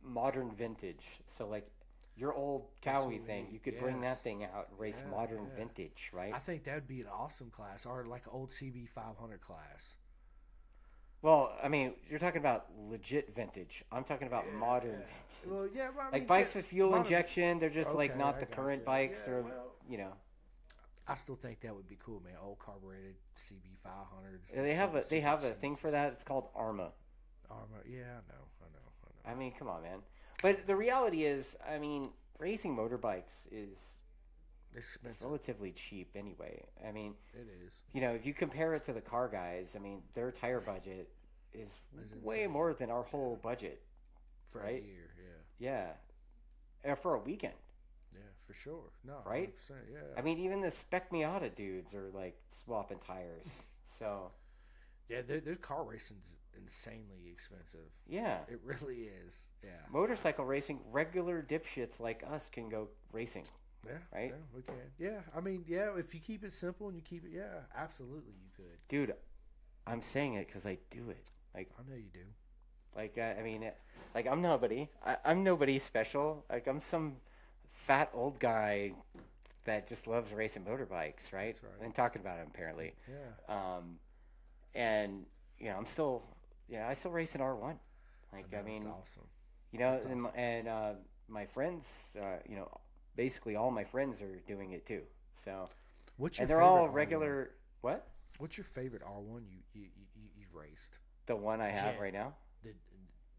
Speaker 1: modern vintage. So like your old
Speaker 2: That's
Speaker 1: cowie
Speaker 2: what we
Speaker 1: thing,
Speaker 2: need.
Speaker 1: you could bring
Speaker 2: Yes.
Speaker 1: that thing out and race
Speaker 2: Yeah,
Speaker 1: modern
Speaker 2: yeah.
Speaker 1: vintage, right?
Speaker 2: I think that would be an awesome class, or like an old CB 500 class.
Speaker 1: well, I mean, you're talking about legit vintage. I'm talking about
Speaker 2: Yeah,
Speaker 1: modern
Speaker 2: yeah.
Speaker 1: vintage.
Speaker 2: Well, yeah, well, I mean,
Speaker 1: like bikes
Speaker 2: yeah,
Speaker 1: with fuel
Speaker 2: modern-
Speaker 1: injection, they're just like
Speaker 2: Okay,
Speaker 1: not
Speaker 2: I
Speaker 1: the
Speaker 2: got
Speaker 1: current
Speaker 2: you.
Speaker 1: bikes.
Speaker 2: Yeah,
Speaker 1: or
Speaker 2: well,
Speaker 1: you know,
Speaker 2: I still think that would be cool, man. Old carbureted CB 500s.
Speaker 1: they have a they have a
Speaker 2: Super
Speaker 1: thing for that. It's called Arma.
Speaker 2: Armor. Yeah, I know. I know. I
Speaker 1: I mean, come on, man. But the reality is, I mean, racing motorbikes is it's
Speaker 2: Expensive.
Speaker 1: relatively cheap anyway. I mean,
Speaker 2: It is.
Speaker 1: you know, if you compare it to the car guys, I mean, their tire budget is
Speaker 2: Is
Speaker 1: way
Speaker 2: insane.
Speaker 1: more than our whole budget.
Speaker 2: For
Speaker 1: Right?
Speaker 2: a year, yeah.
Speaker 1: Yeah, and for a weekend.
Speaker 2: Yeah, for sure. No,
Speaker 1: Right?
Speaker 2: 100%, yeah.
Speaker 1: I mean, even the Spec Miata dudes are like swapping tires. So
Speaker 2: yeah, their, their car racing's insanely expensive.
Speaker 1: yeah,
Speaker 2: It really is. Yeah.
Speaker 1: motorcycle racing, regular dipshits like us can go racing.
Speaker 2: Yeah.
Speaker 1: right?
Speaker 2: Yeah, we can. Yeah. I mean, yeah, if you keep it simple and you keep it, yeah, absolutely you could.
Speaker 1: dude i'm saying it because i do it like
Speaker 2: I know you do.
Speaker 1: like i, I mean it, like i'm nobody I, i'm nobody special like i'm some fat old guy that just loves racing motorbikes right,
Speaker 2: That's right.
Speaker 1: and talking about them apparently
Speaker 2: Yeah.
Speaker 1: um and you know i'm still you know i still race in r1 like i,
Speaker 2: know,
Speaker 1: mean
Speaker 2: it's awesome.
Speaker 1: you know
Speaker 2: that's
Speaker 1: and, my,
Speaker 2: awesome.
Speaker 1: and uh, my friends uh, you know basically all my friends are doing it too so
Speaker 2: What's your
Speaker 1: and they're
Speaker 2: favorite
Speaker 1: all
Speaker 2: R1?
Speaker 1: regular what
Speaker 2: What's your favorite R1 you you you, you you've raced?
Speaker 1: the one i have
Speaker 2: Jet.
Speaker 1: right now
Speaker 2: The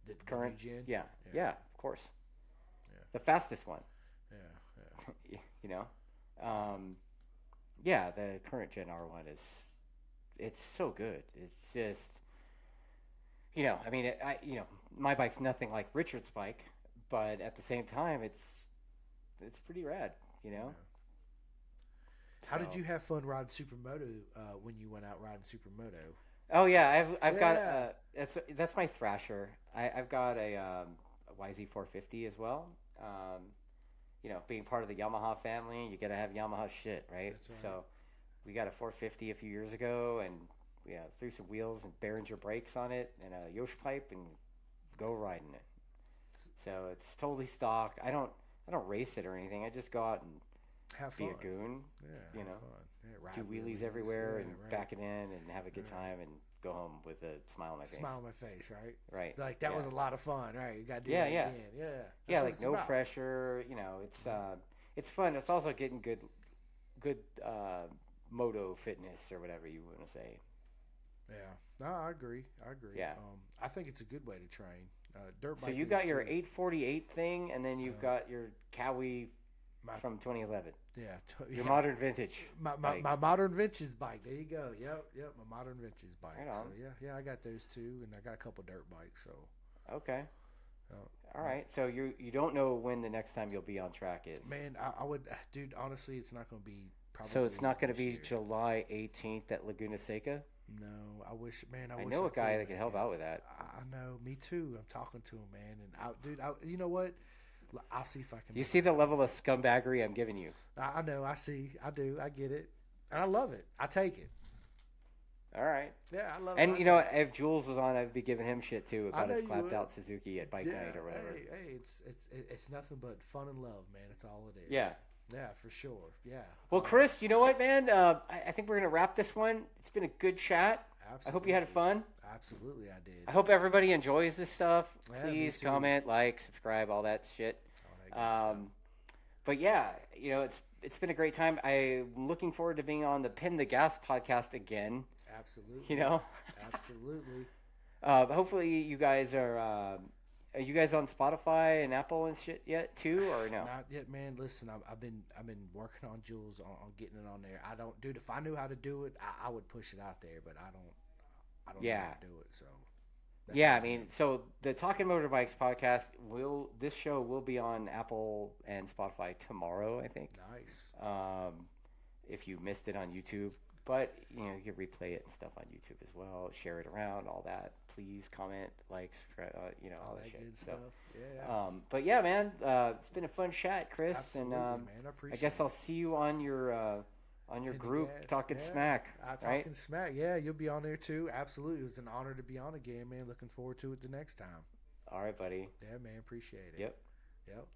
Speaker 2: the the
Speaker 1: Current?
Speaker 2: new gen?
Speaker 1: Yeah,
Speaker 2: Yeah.
Speaker 1: yeah, of course.
Speaker 2: Yeah.
Speaker 1: The fastest one,
Speaker 2: Yeah. yeah.
Speaker 1: y- you know. Um, yeah, the current gen R one is, it's so good. It's just, you know, I mean, it, I, you know, my bike's nothing like Richard's bike, but at the same time, it's, it's pretty rad, you know.
Speaker 2: How did
Speaker 1: So-
Speaker 2: you have fun riding Supermoto uh, when you went out riding Supermoto?
Speaker 1: Oh yeah, I've I've got
Speaker 2: Yeah.
Speaker 1: uh, that's that's my Thrasher. I, I've got a, um, a YZ450 as well. Um, you know, being part of the Yamaha family, you got to have Yamaha shit, right?
Speaker 2: That's right.
Speaker 1: So we got a 450 a few years ago, and we uh, threw some wheels and Behringer brakes on it, and a Yosh pipe, and go riding it. So it's totally stock. I don't I don't race it or anything. I just go out and
Speaker 2: Have
Speaker 1: be
Speaker 2: fun.
Speaker 1: a goon,
Speaker 2: Yeah,
Speaker 1: you
Speaker 2: have
Speaker 1: know,
Speaker 2: fun. Yeah, ride
Speaker 1: do wheelies everywhere,
Speaker 2: yeah,
Speaker 1: and
Speaker 2: right.
Speaker 1: back it in, and have a good
Speaker 2: Right.
Speaker 1: time, and go home with a smile on my face.
Speaker 2: Smile on my face, right?
Speaker 1: Right.
Speaker 2: Like that
Speaker 1: yeah.
Speaker 2: was a lot of fun, right? You got to do
Speaker 1: Yeah,
Speaker 2: that
Speaker 1: yeah.
Speaker 2: again. Yeah,
Speaker 1: yeah,
Speaker 2: That's what
Speaker 1: like
Speaker 2: it's
Speaker 1: no
Speaker 2: about.
Speaker 1: pressure. You know, it's uh, it's fun. It's also getting good, good uh, moto fitness or whatever you want to say.
Speaker 2: Yeah, no, I agree. I agree.
Speaker 1: Yeah.
Speaker 2: um, I think it's a good way to train. Uh, dirt
Speaker 1: So
Speaker 2: bike
Speaker 1: you
Speaker 2: is
Speaker 1: got your
Speaker 2: too.
Speaker 1: 848 thing, and then you've
Speaker 2: Yeah.
Speaker 1: got your Cowie
Speaker 2: My-
Speaker 1: from 2011,
Speaker 2: Yeah, t-
Speaker 1: your
Speaker 2: yeah.
Speaker 1: modern vintage.
Speaker 2: my, my,
Speaker 1: bike.
Speaker 2: my modern ventures bike. There you go. Yep, yep. My modern ventures bike.
Speaker 1: Right
Speaker 2: so
Speaker 1: on.
Speaker 2: yeah, yeah. I got those two, and I got a couple dirt bikes. So
Speaker 1: Okay.
Speaker 2: Oh,
Speaker 1: All
Speaker 2: yeah.
Speaker 1: right. So you you don't know when the next time you'll be on track is.
Speaker 2: man, I, I would, dude. Honestly, it's not going to be. Probably
Speaker 1: so it's not going to
Speaker 2: this
Speaker 1: be
Speaker 2: year.
Speaker 1: July 18th at Laguna Seca.
Speaker 2: No, I wish, man. I,
Speaker 1: I
Speaker 2: wish
Speaker 1: know a guy
Speaker 2: could,
Speaker 1: that can
Speaker 2: man.
Speaker 1: help out with that.
Speaker 2: I I know, me too. I'm talking to him, man, and I, dude, I, you know what? L- I'll see if I can.
Speaker 1: You
Speaker 2: make
Speaker 1: see
Speaker 2: it
Speaker 1: the
Speaker 2: happen.
Speaker 1: level of scumbaggery I'm giving you.
Speaker 2: I, I know. I see. I do. I get it, and I love it. I take it.
Speaker 1: All right.
Speaker 2: Yeah, I love it.
Speaker 1: And
Speaker 2: I
Speaker 1: you know,
Speaker 2: take it.
Speaker 1: if Jules was on, I'd be giving him shit too
Speaker 2: I
Speaker 1: about
Speaker 2: know
Speaker 1: his
Speaker 2: you
Speaker 1: clapped
Speaker 2: would.
Speaker 1: out Suzuki at bike
Speaker 2: yeah,
Speaker 1: night or whatever.
Speaker 2: Hey, hey, it's it's it- it's nothing but fun and love, man. It's all it is.
Speaker 1: Yeah.
Speaker 2: Yeah, for sure. Yeah.
Speaker 1: Well,
Speaker 2: Uh,
Speaker 1: Chris, you know what, man? Uh, I, I think we're gonna wrap this one. It's been a good chat.
Speaker 2: Absolutely.
Speaker 1: I hope you had fun.
Speaker 2: Absolutely, I did.
Speaker 1: I hope everybody enjoys this stuff.
Speaker 2: Yeah, me
Speaker 1: Please
Speaker 2: too.
Speaker 1: comment, like, subscribe, all that shit.
Speaker 2: All that good
Speaker 1: Um, but yeah, you know, it's it's been a great time. I'm looking forward to being on the Pin the Gas podcast again.
Speaker 2: stuff. absolutely.
Speaker 1: You know,
Speaker 2: Absolutely.
Speaker 1: uh, hopefully you guys are. Um, are you guys on Spotify and Apple and shit yet too, or no?
Speaker 2: Not yet, man. Listen, I've, I've been I've been working on Jules on, on getting it on there. I don't, dude. If I knew how to do it, I, I would push it out there. But I don't. I don't know how
Speaker 1: Yeah.
Speaker 2: to do it. So. that's
Speaker 1: Yeah, I
Speaker 2: all
Speaker 1: mean,
Speaker 2: good.
Speaker 1: so the Talking Motorbikes podcast will this show will be on Apple and Spotify tomorrow, I think.
Speaker 2: Nice.
Speaker 1: Um, if you missed it on YouTube, but you know you can replay it and stuff on YouTube as well. Share it around, all that. Please comment, like, subscribe, uh, you know, all,
Speaker 2: All
Speaker 1: that,
Speaker 2: that
Speaker 1: shit.
Speaker 2: good
Speaker 1: So,
Speaker 2: stuff. Yeah.
Speaker 1: um, but yeah, man, uh, it's been a fun chat, Chris,
Speaker 2: Absolutely,
Speaker 1: and um,
Speaker 2: man. I
Speaker 1: I
Speaker 2: appreciate.
Speaker 1: guess I'll see you on your uh, on your
Speaker 2: Pin the
Speaker 1: group
Speaker 2: Gas,
Speaker 1: talking
Speaker 2: yeah.
Speaker 1: smack,
Speaker 2: I Uh, talking
Speaker 1: right?
Speaker 2: smack. Yeah, you'll be on there too. Absolutely. It was an honor to be on again, man. Looking forward to it the next time.
Speaker 1: All right, buddy.
Speaker 2: Yeah, man. Appreciate it.
Speaker 1: Yep.
Speaker 2: Yep.